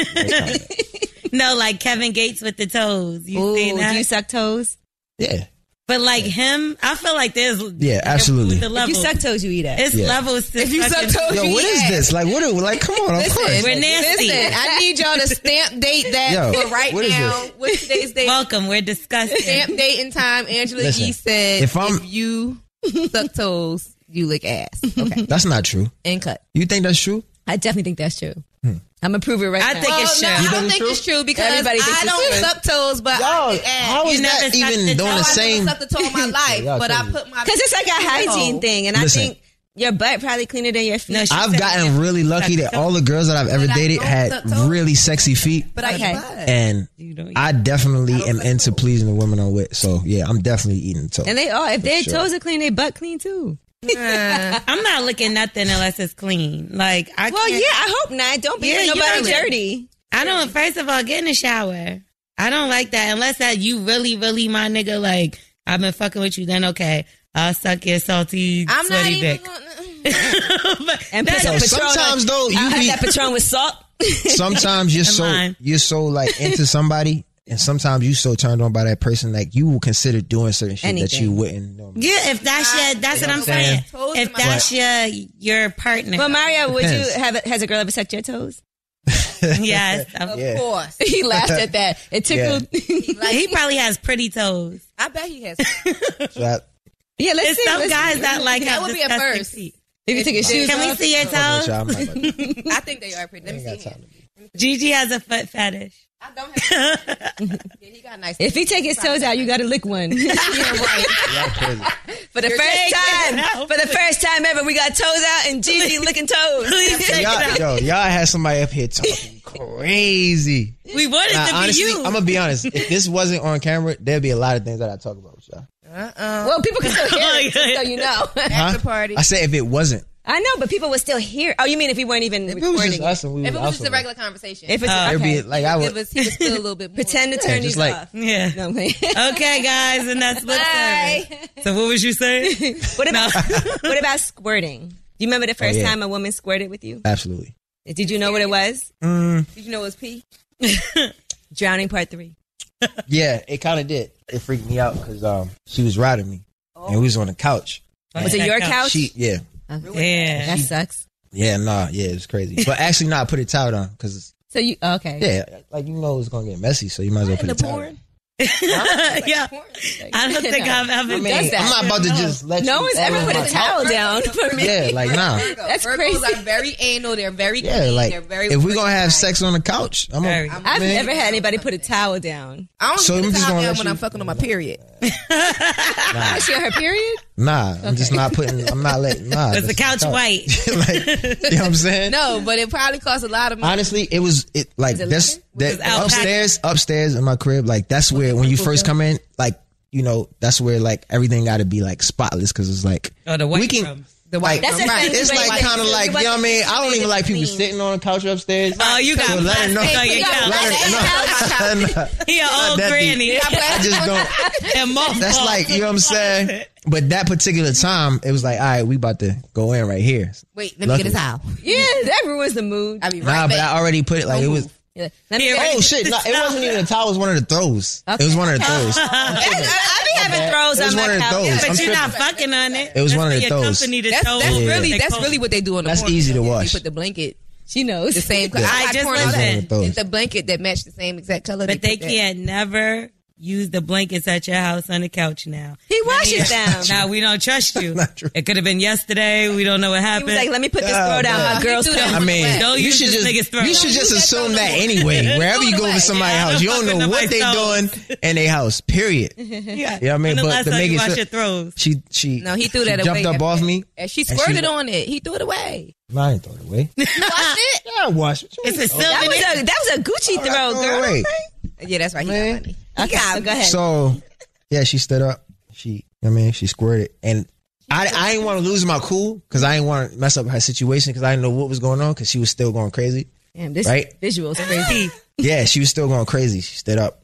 [SPEAKER 6] No, like Kevin Gates with the toes. You
[SPEAKER 1] Ooh,
[SPEAKER 6] seen that?
[SPEAKER 1] do you suck toes?
[SPEAKER 3] Yeah.
[SPEAKER 6] but like him, I feel like there's
[SPEAKER 3] Yeah, absolutely.
[SPEAKER 6] The
[SPEAKER 1] If
[SPEAKER 6] level.
[SPEAKER 1] you suck toes, you eat that.
[SPEAKER 6] it's
[SPEAKER 3] Yeah.
[SPEAKER 6] levels to
[SPEAKER 4] If you suck
[SPEAKER 6] fucking-
[SPEAKER 4] toes,
[SPEAKER 3] Yo, what is this? Like, what? Are, like, come on, of course.
[SPEAKER 6] We're nasty.
[SPEAKER 4] Listen, I need y'all to stamp date that
[SPEAKER 3] Yo,
[SPEAKER 4] for right
[SPEAKER 3] what is
[SPEAKER 4] now.
[SPEAKER 3] this?
[SPEAKER 4] What's today's date?
[SPEAKER 6] Welcome. We're disgusting.
[SPEAKER 4] stamp date and time. Angela
[SPEAKER 3] Listen,
[SPEAKER 4] E said,
[SPEAKER 3] if
[SPEAKER 4] if,
[SPEAKER 3] I'm-
[SPEAKER 4] you suck toes, you lick ass. Okay,
[SPEAKER 3] That's not true.
[SPEAKER 4] and cut.
[SPEAKER 3] You think that's true?
[SPEAKER 1] I definitely think that's true. I'm a prover right
[SPEAKER 6] I
[SPEAKER 1] now.
[SPEAKER 6] think it's
[SPEAKER 4] Oh, no,
[SPEAKER 6] true.
[SPEAKER 4] I
[SPEAKER 3] think
[SPEAKER 4] don't
[SPEAKER 3] it's
[SPEAKER 4] think
[SPEAKER 3] true?
[SPEAKER 4] it's true because
[SPEAKER 1] Everybody thinks
[SPEAKER 4] I
[SPEAKER 1] it's
[SPEAKER 4] don't
[SPEAKER 1] true.
[SPEAKER 4] suck toes, but I lick ass.
[SPEAKER 3] how is
[SPEAKER 6] You never
[SPEAKER 3] that
[SPEAKER 6] sucked
[SPEAKER 3] even
[SPEAKER 6] the
[SPEAKER 3] doing
[SPEAKER 6] toe. I
[SPEAKER 3] the
[SPEAKER 6] never
[SPEAKER 3] same?
[SPEAKER 4] I sucked a toe in my life,
[SPEAKER 3] Y'all
[SPEAKER 4] but I
[SPEAKER 3] crazy.
[SPEAKER 4] put my
[SPEAKER 1] Because it's like a hygiene
[SPEAKER 4] No.
[SPEAKER 1] thing, and
[SPEAKER 3] Listen.
[SPEAKER 1] I think your butt probably cleaner than your feet.
[SPEAKER 6] No, she
[SPEAKER 3] I've
[SPEAKER 6] said-
[SPEAKER 3] gotten really lucky that all the girls that I've ever
[SPEAKER 4] But I
[SPEAKER 3] dated
[SPEAKER 4] don't
[SPEAKER 3] had
[SPEAKER 4] suck toes.
[SPEAKER 3] really sexy feet,
[SPEAKER 4] But I
[SPEAKER 1] Okay.
[SPEAKER 4] can
[SPEAKER 3] and
[SPEAKER 6] don't-
[SPEAKER 3] I definitely am into pleasing the women I'm with. So yeah, I'm definitely eating toe.
[SPEAKER 1] and they all, if their
[SPEAKER 3] sure.
[SPEAKER 1] toes are clean, their butt clean too.
[SPEAKER 6] I'm not looking nothing unless it's clean. Like I
[SPEAKER 1] Well, yeah,
[SPEAKER 6] can't-
[SPEAKER 1] I hope not. Don't be
[SPEAKER 6] Yeah,
[SPEAKER 1] with
[SPEAKER 6] you
[SPEAKER 1] nobody
[SPEAKER 6] don't-
[SPEAKER 1] dirty.
[SPEAKER 6] I don't. First of all, get in the shower. I don't like that unless that you really, really my nigga. Like I've been fucking with you. Then okay, I'll suck your salty,
[SPEAKER 4] I'm not
[SPEAKER 6] sweaty
[SPEAKER 4] even
[SPEAKER 6] dick.
[SPEAKER 4] going
[SPEAKER 6] But
[SPEAKER 1] And
[SPEAKER 6] that-
[SPEAKER 1] put some
[SPEAKER 3] Yo,
[SPEAKER 1] Patron.
[SPEAKER 3] sometimes though, you
[SPEAKER 1] I had
[SPEAKER 3] be
[SPEAKER 1] that Patron with salt.
[SPEAKER 3] sometimes you're so
[SPEAKER 6] mine.
[SPEAKER 3] you're so like into somebody, and sometimes you so turned on by that person, like you will consider doing certain shit that you
[SPEAKER 1] Anything.
[SPEAKER 3] wouldn't. normally.
[SPEAKER 6] yeah, if that's your, that's what I'm saying.
[SPEAKER 4] Toes in
[SPEAKER 6] If
[SPEAKER 4] my
[SPEAKER 6] that's your your partner,
[SPEAKER 1] But Mario, would you
[SPEAKER 3] Depends.
[SPEAKER 1] have? Has a girl ever sucked your toes?
[SPEAKER 6] yes, of-
[SPEAKER 4] Of course.
[SPEAKER 1] he laughed at that. It tickled. Yeah,
[SPEAKER 6] he probably has pretty toes.
[SPEAKER 4] I bet he has.
[SPEAKER 3] So I-
[SPEAKER 1] let's
[SPEAKER 6] There's
[SPEAKER 1] see.
[SPEAKER 6] some
[SPEAKER 1] let's see.
[SPEAKER 6] guys that like
[SPEAKER 4] That
[SPEAKER 6] have
[SPEAKER 4] would be a
[SPEAKER 6] disgusting
[SPEAKER 4] first.
[SPEAKER 6] feet.
[SPEAKER 1] If you took your shoes
[SPEAKER 6] Can we
[SPEAKER 1] off.
[SPEAKER 6] see
[SPEAKER 3] I'm
[SPEAKER 6] your toes?
[SPEAKER 3] not about to-
[SPEAKER 4] I think they are pretty. Let me
[SPEAKER 3] I ain't
[SPEAKER 4] see.
[SPEAKER 3] got
[SPEAKER 4] him.
[SPEAKER 3] time to be-
[SPEAKER 6] Gigi has a foot fetish.
[SPEAKER 4] I don't have. yeah, he got nice.
[SPEAKER 1] If he take his toes out, you got to lick one.
[SPEAKER 3] y'all crazy.
[SPEAKER 1] For the first
[SPEAKER 6] taking it
[SPEAKER 1] time,
[SPEAKER 6] out.
[SPEAKER 1] for the first time ever, we got toes out and Gigi licking toes.
[SPEAKER 6] Please check it
[SPEAKER 3] Y'all,
[SPEAKER 6] out.
[SPEAKER 3] yo, y'all had somebody up here talking crazy.
[SPEAKER 6] We wanted
[SPEAKER 3] Nah,
[SPEAKER 6] to be
[SPEAKER 3] honestly,
[SPEAKER 6] you.
[SPEAKER 3] I'm gonna be honest. If this wasn't on camera, there'd be a lot of things that I talk about with y'all.
[SPEAKER 1] Well, people can still
[SPEAKER 6] Oh,
[SPEAKER 1] hear it, just so you know.
[SPEAKER 3] Huh?
[SPEAKER 4] party.
[SPEAKER 3] I said if it wasn't,
[SPEAKER 1] I know, but people would still hear. Oh, you mean if we weren't even
[SPEAKER 3] if it was
[SPEAKER 1] recording?
[SPEAKER 3] just us and we
[SPEAKER 4] If it
[SPEAKER 3] was
[SPEAKER 4] was just a
[SPEAKER 3] awesome,
[SPEAKER 4] regular conversation,
[SPEAKER 1] If it's
[SPEAKER 3] it'd
[SPEAKER 1] okay.
[SPEAKER 3] be like I
[SPEAKER 4] it
[SPEAKER 3] would.
[SPEAKER 4] was, he was still a little bit more.
[SPEAKER 1] pretend to
[SPEAKER 3] Yeah,
[SPEAKER 1] turn these
[SPEAKER 3] just like-
[SPEAKER 1] off.
[SPEAKER 6] yeah.
[SPEAKER 1] No, I'm playing.
[SPEAKER 6] Okay, guys, and that's lip
[SPEAKER 1] Bye.
[SPEAKER 6] service. So what was you saying?
[SPEAKER 1] what about what about squirting? Do you remember the first
[SPEAKER 3] Oh, yeah.
[SPEAKER 1] time a woman squirted with you?
[SPEAKER 3] Absolutely.
[SPEAKER 1] Did you know what it was?
[SPEAKER 3] Mm.
[SPEAKER 4] Did you know it was pee?
[SPEAKER 1] Drowning Part Three.
[SPEAKER 3] Yeah, it kind of did. It freaked me out because um she was riding me and we was on the couch.
[SPEAKER 1] Was it your couch?
[SPEAKER 3] She yeah
[SPEAKER 6] Yeah.
[SPEAKER 1] that sucks.
[SPEAKER 3] yeah nah yeah it was crazy. But actually, nah, I put a towel down because
[SPEAKER 1] So you oh, okay?
[SPEAKER 3] yeah, like you know it's gonna get messy, so you might as well put a towel. down.
[SPEAKER 6] yeah. I don't think I've ever
[SPEAKER 1] I mean,
[SPEAKER 6] done
[SPEAKER 1] that?
[SPEAKER 3] I'm not about to just let
[SPEAKER 1] No
[SPEAKER 3] you
[SPEAKER 1] one's
[SPEAKER 3] all
[SPEAKER 1] ever
[SPEAKER 3] over
[SPEAKER 1] put
[SPEAKER 3] my
[SPEAKER 1] a towel
[SPEAKER 3] couch.
[SPEAKER 1] down for me.
[SPEAKER 3] Yeah, like nah.
[SPEAKER 1] That's
[SPEAKER 4] Virgos
[SPEAKER 1] crazy.
[SPEAKER 4] are very anal. They're very
[SPEAKER 3] Yeah,
[SPEAKER 4] clean.
[SPEAKER 3] like
[SPEAKER 4] they're very.
[SPEAKER 3] if we're gonna have
[SPEAKER 4] organized.
[SPEAKER 3] sex on the couch, I'm
[SPEAKER 6] Very.
[SPEAKER 3] a,
[SPEAKER 1] I've
[SPEAKER 3] man.
[SPEAKER 1] never had anybody put a towel down.
[SPEAKER 4] I only
[SPEAKER 3] So
[SPEAKER 4] put
[SPEAKER 3] I'm
[SPEAKER 4] a
[SPEAKER 3] just
[SPEAKER 4] towel
[SPEAKER 3] gonna
[SPEAKER 4] down
[SPEAKER 3] let
[SPEAKER 4] when
[SPEAKER 3] you-
[SPEAKER 4] I'm fucking on my period.
[SPEAKER 1] Is she on her period?
[SPEAKER 3] Nah, I'm just not putting. I'm not letting. Nah,
[SPEAKER 6] Was the
[SPEAKER 3] that's
[SPEAKER 6] couch white?
[SPEAKER 3] like, you know what I'm saying?
[SPEAKER 4] No, but it probably costs a lot of money.
[SPEAKER 3] Honestly, it was it like that's that
[SPEAKER 6] alpaca?
[SPEAKER 3] upstairs, upstairs in my crib. Like that's where when you first come in, like you know, that's where like everything got to be like spotless because it's like
[SPEAKER 6] Oh, the white
[SPEAKER 3] we can-
[SPEAKER 6] room.
[SPEAKER 4] The white
[SPEAKER 3] Like,
[SPEAKER 4] room,
[SPEAKER 1] the
[SPEAKER 4] right.
[SPEAKER 1] thing.
[SPEAKER 3] it's like
[SPEAKER 1] Right.
[SPEAKER 3] kind of like you know what I mean. I don't even like people
[SPEAKER 1] Clean.
[SPEAKER 3] sitting on the couch upstairs.
[SPEAKER 6] Oh, you got
[SPEAKER 3] so let her know.
[SPEAKER 6] plastic on your couch.
[SPEAKER 3] Let her know. Nah,
[SPEAKER 6] He an old
[SPEAKER 3] that
[SPEAKER 6] granny.
[SPEAKER 3] deep. I just don't.
[SPEAKER 6] And mothballs.
[SPEAKER 3] That's like you know what I'm saying. But that particular time, it was like, all right, we about to go in right here.
[SPEAKER 4] Wait, let me get
[SPEAKER 3] Luckily.
[SPEAKER 4] a towel.
[SPEAKER 1] Yeah, that ruins the mood.
[SPEAKER 4] I'll be right
[SPEAKER 3] Nah,
[SPEAKER 4] back.
[SPEAKER 3] but I already put it like it was.
[SPEAKER 1] Let me.
[SPEAKER 6] Here,
[SPEAKER 3] Oh shit! Nah, it wasn't even a towel. It was one of the throws. It was one of the throws.
[SPEAKER 1] I be having throws
[SPEAKER 3] It was
[SPEAKER 1] on
[SPEAKER 3] one
[SPEAKER 1] my
[SPEAKER 3] of
[SPEAKER 1] couch.
[SPEAKER 3] those. I'm
[SPEAKER 6] But you're
[SPEAKER 3] tripping.
[SPEAKER 6] not fucking on it.
[SPEAKER 3] It was
[SPEAKER 6] That's
[SPEAKER 3] one of
[SPEAKER 6] for
[SPEAKER 3] the
[SPEAKER 6] your
[SPEAKER 3] toes.
[SPEAKER 6] company to
[SPEAKER 4] that's
[SPEAKER 6] toe.
[SPEAKER 4] that's
[SPEAKER 3] Yeah.
[SPEAKER 4] really
[SPEAKER 6] They
[SPEAKER 4] that's
[SPEAKER 6] call-
[SPEAKER 4] really what they do on the
[SPEAKER 3] That's
[SPEAKER 4] porn.
[SPEAKER 3] easy to
[SPEAKER 4] They
[SPEAKER 3] wash.
[SPEAKER 4] Put the blanket
[SPEAKER 1] She knows.
[SPEAKER 4] the same. color.
[SPEAKER 6] I just
[SPEAKER 4] porn
[SPEAKER 6] listen.
[SPEAKER 4] that-
[SPEAKER 3] It's one of those.
[SPEAKER 4] It's a blanket that matched the same exact color.
[SPEAKER 6] But they
[SPEAKER 4] put that-
[SPEAKER 6] can't never use the blankets at your house on the couch now.
[SPEAKER 1] He washes them.
[SPEAKER 6] Now we don't trust you.
[SPEAKER 3] Not true.
[SPEAKER 6] It could have been yesterday. We don't know what
[SPEAKER 1] He
[SPEAKER 6] happened.
[SPEAKER 1] was like, "Let me put this
[SPEAKER 3] Oh,
[SPEAKER 1] throw down
[SPEAKER 3] man.
[SPEAKER 1] my girls."
[SPEAKER 4] You do that.
[SPEAKER 1] come."
[SPEAKER 3] I mean,
[SPEAKER 6] Don't
[SPEAKER 3] you
[SPEAKER 6] use
[SPEAKER 3] should
[SPEAKER 6] this nigga's
[SPEAKER 3] just
[SPEAKER 6] throat.
[SPEAKER 3] you should just assume that anyway. Wherever you go to somebody's
[SPEAKER 6] Yeah, I
[SPEAKER 3] house, you don't
[SPEAKER 6] don't
[SPEAKER 3] know
[SPEAKER 6] fuck
[SPEAKER 3] what
[SPEAKER 6] with
[SPEAKER 3] they
[SPEAKER 6] nobody's
[SPEAKER 3] doing in their house. Period.
[SPEAKER 6] yeah,
[SPEAKER 3] You know what I mean?
[SPEAKER 6] When the
[SPEAKER 3] But
[SPEAKER 6] last
[SPEAKER 3] the
[SPEAKER 6] time you
[SPEAKER 3] biggest-
[SPEAKER 6] wash your throws.
[SPEAKER 3] She she
[SPEAKER 4] No, he
[SPEAKER 3] she
[SPEAKER 4] threw that away.
[SPEAKER 3] jumped up
[SPEAKER 4] after
[SPEAKER 3] off
[SPEAKER 4] that.
[SPEAKER 3] me.
[SPEAKER 4] and she
[SPEAKER 3] and she-
[SPEAKER 4] squirted on it. He threw it away.
[SPEAKER 3] No, I ain't throw it away. You
[SPEAKER 4] Watch it.
[SPEAKER 3] gotta wash it.
[SPEAKER 6] It's a
[SPEAKER 1] That
[SPEAKER 6] silver.
[SPEAKER 1] was a that was a Gucci throw,
[SPEAKER 3] Throw it
[SPEAKER 1] girl.
[SPEAKER 3] away.
[SPEAKER 4] Yeah, that's right. He
[SPEAKER 3] oh, Man.
[SPEAKER 4] got money.
[SPEAKER 1] Okay, so go ahead.
[SPEAKER 3] So yeah, she stood up. She I mean she squirted and. I, I didn't want to lose my cool because I didn't want to mess up her situation because I didn't know what was going on because she was still going crazy.
[SPEAKER 1] Damn, this
[SPEAKER 3] Right.
[SPEAKER 1] visual is crazy.
[SPEAKER 3] Yeah, she was still going crazy. She stood up.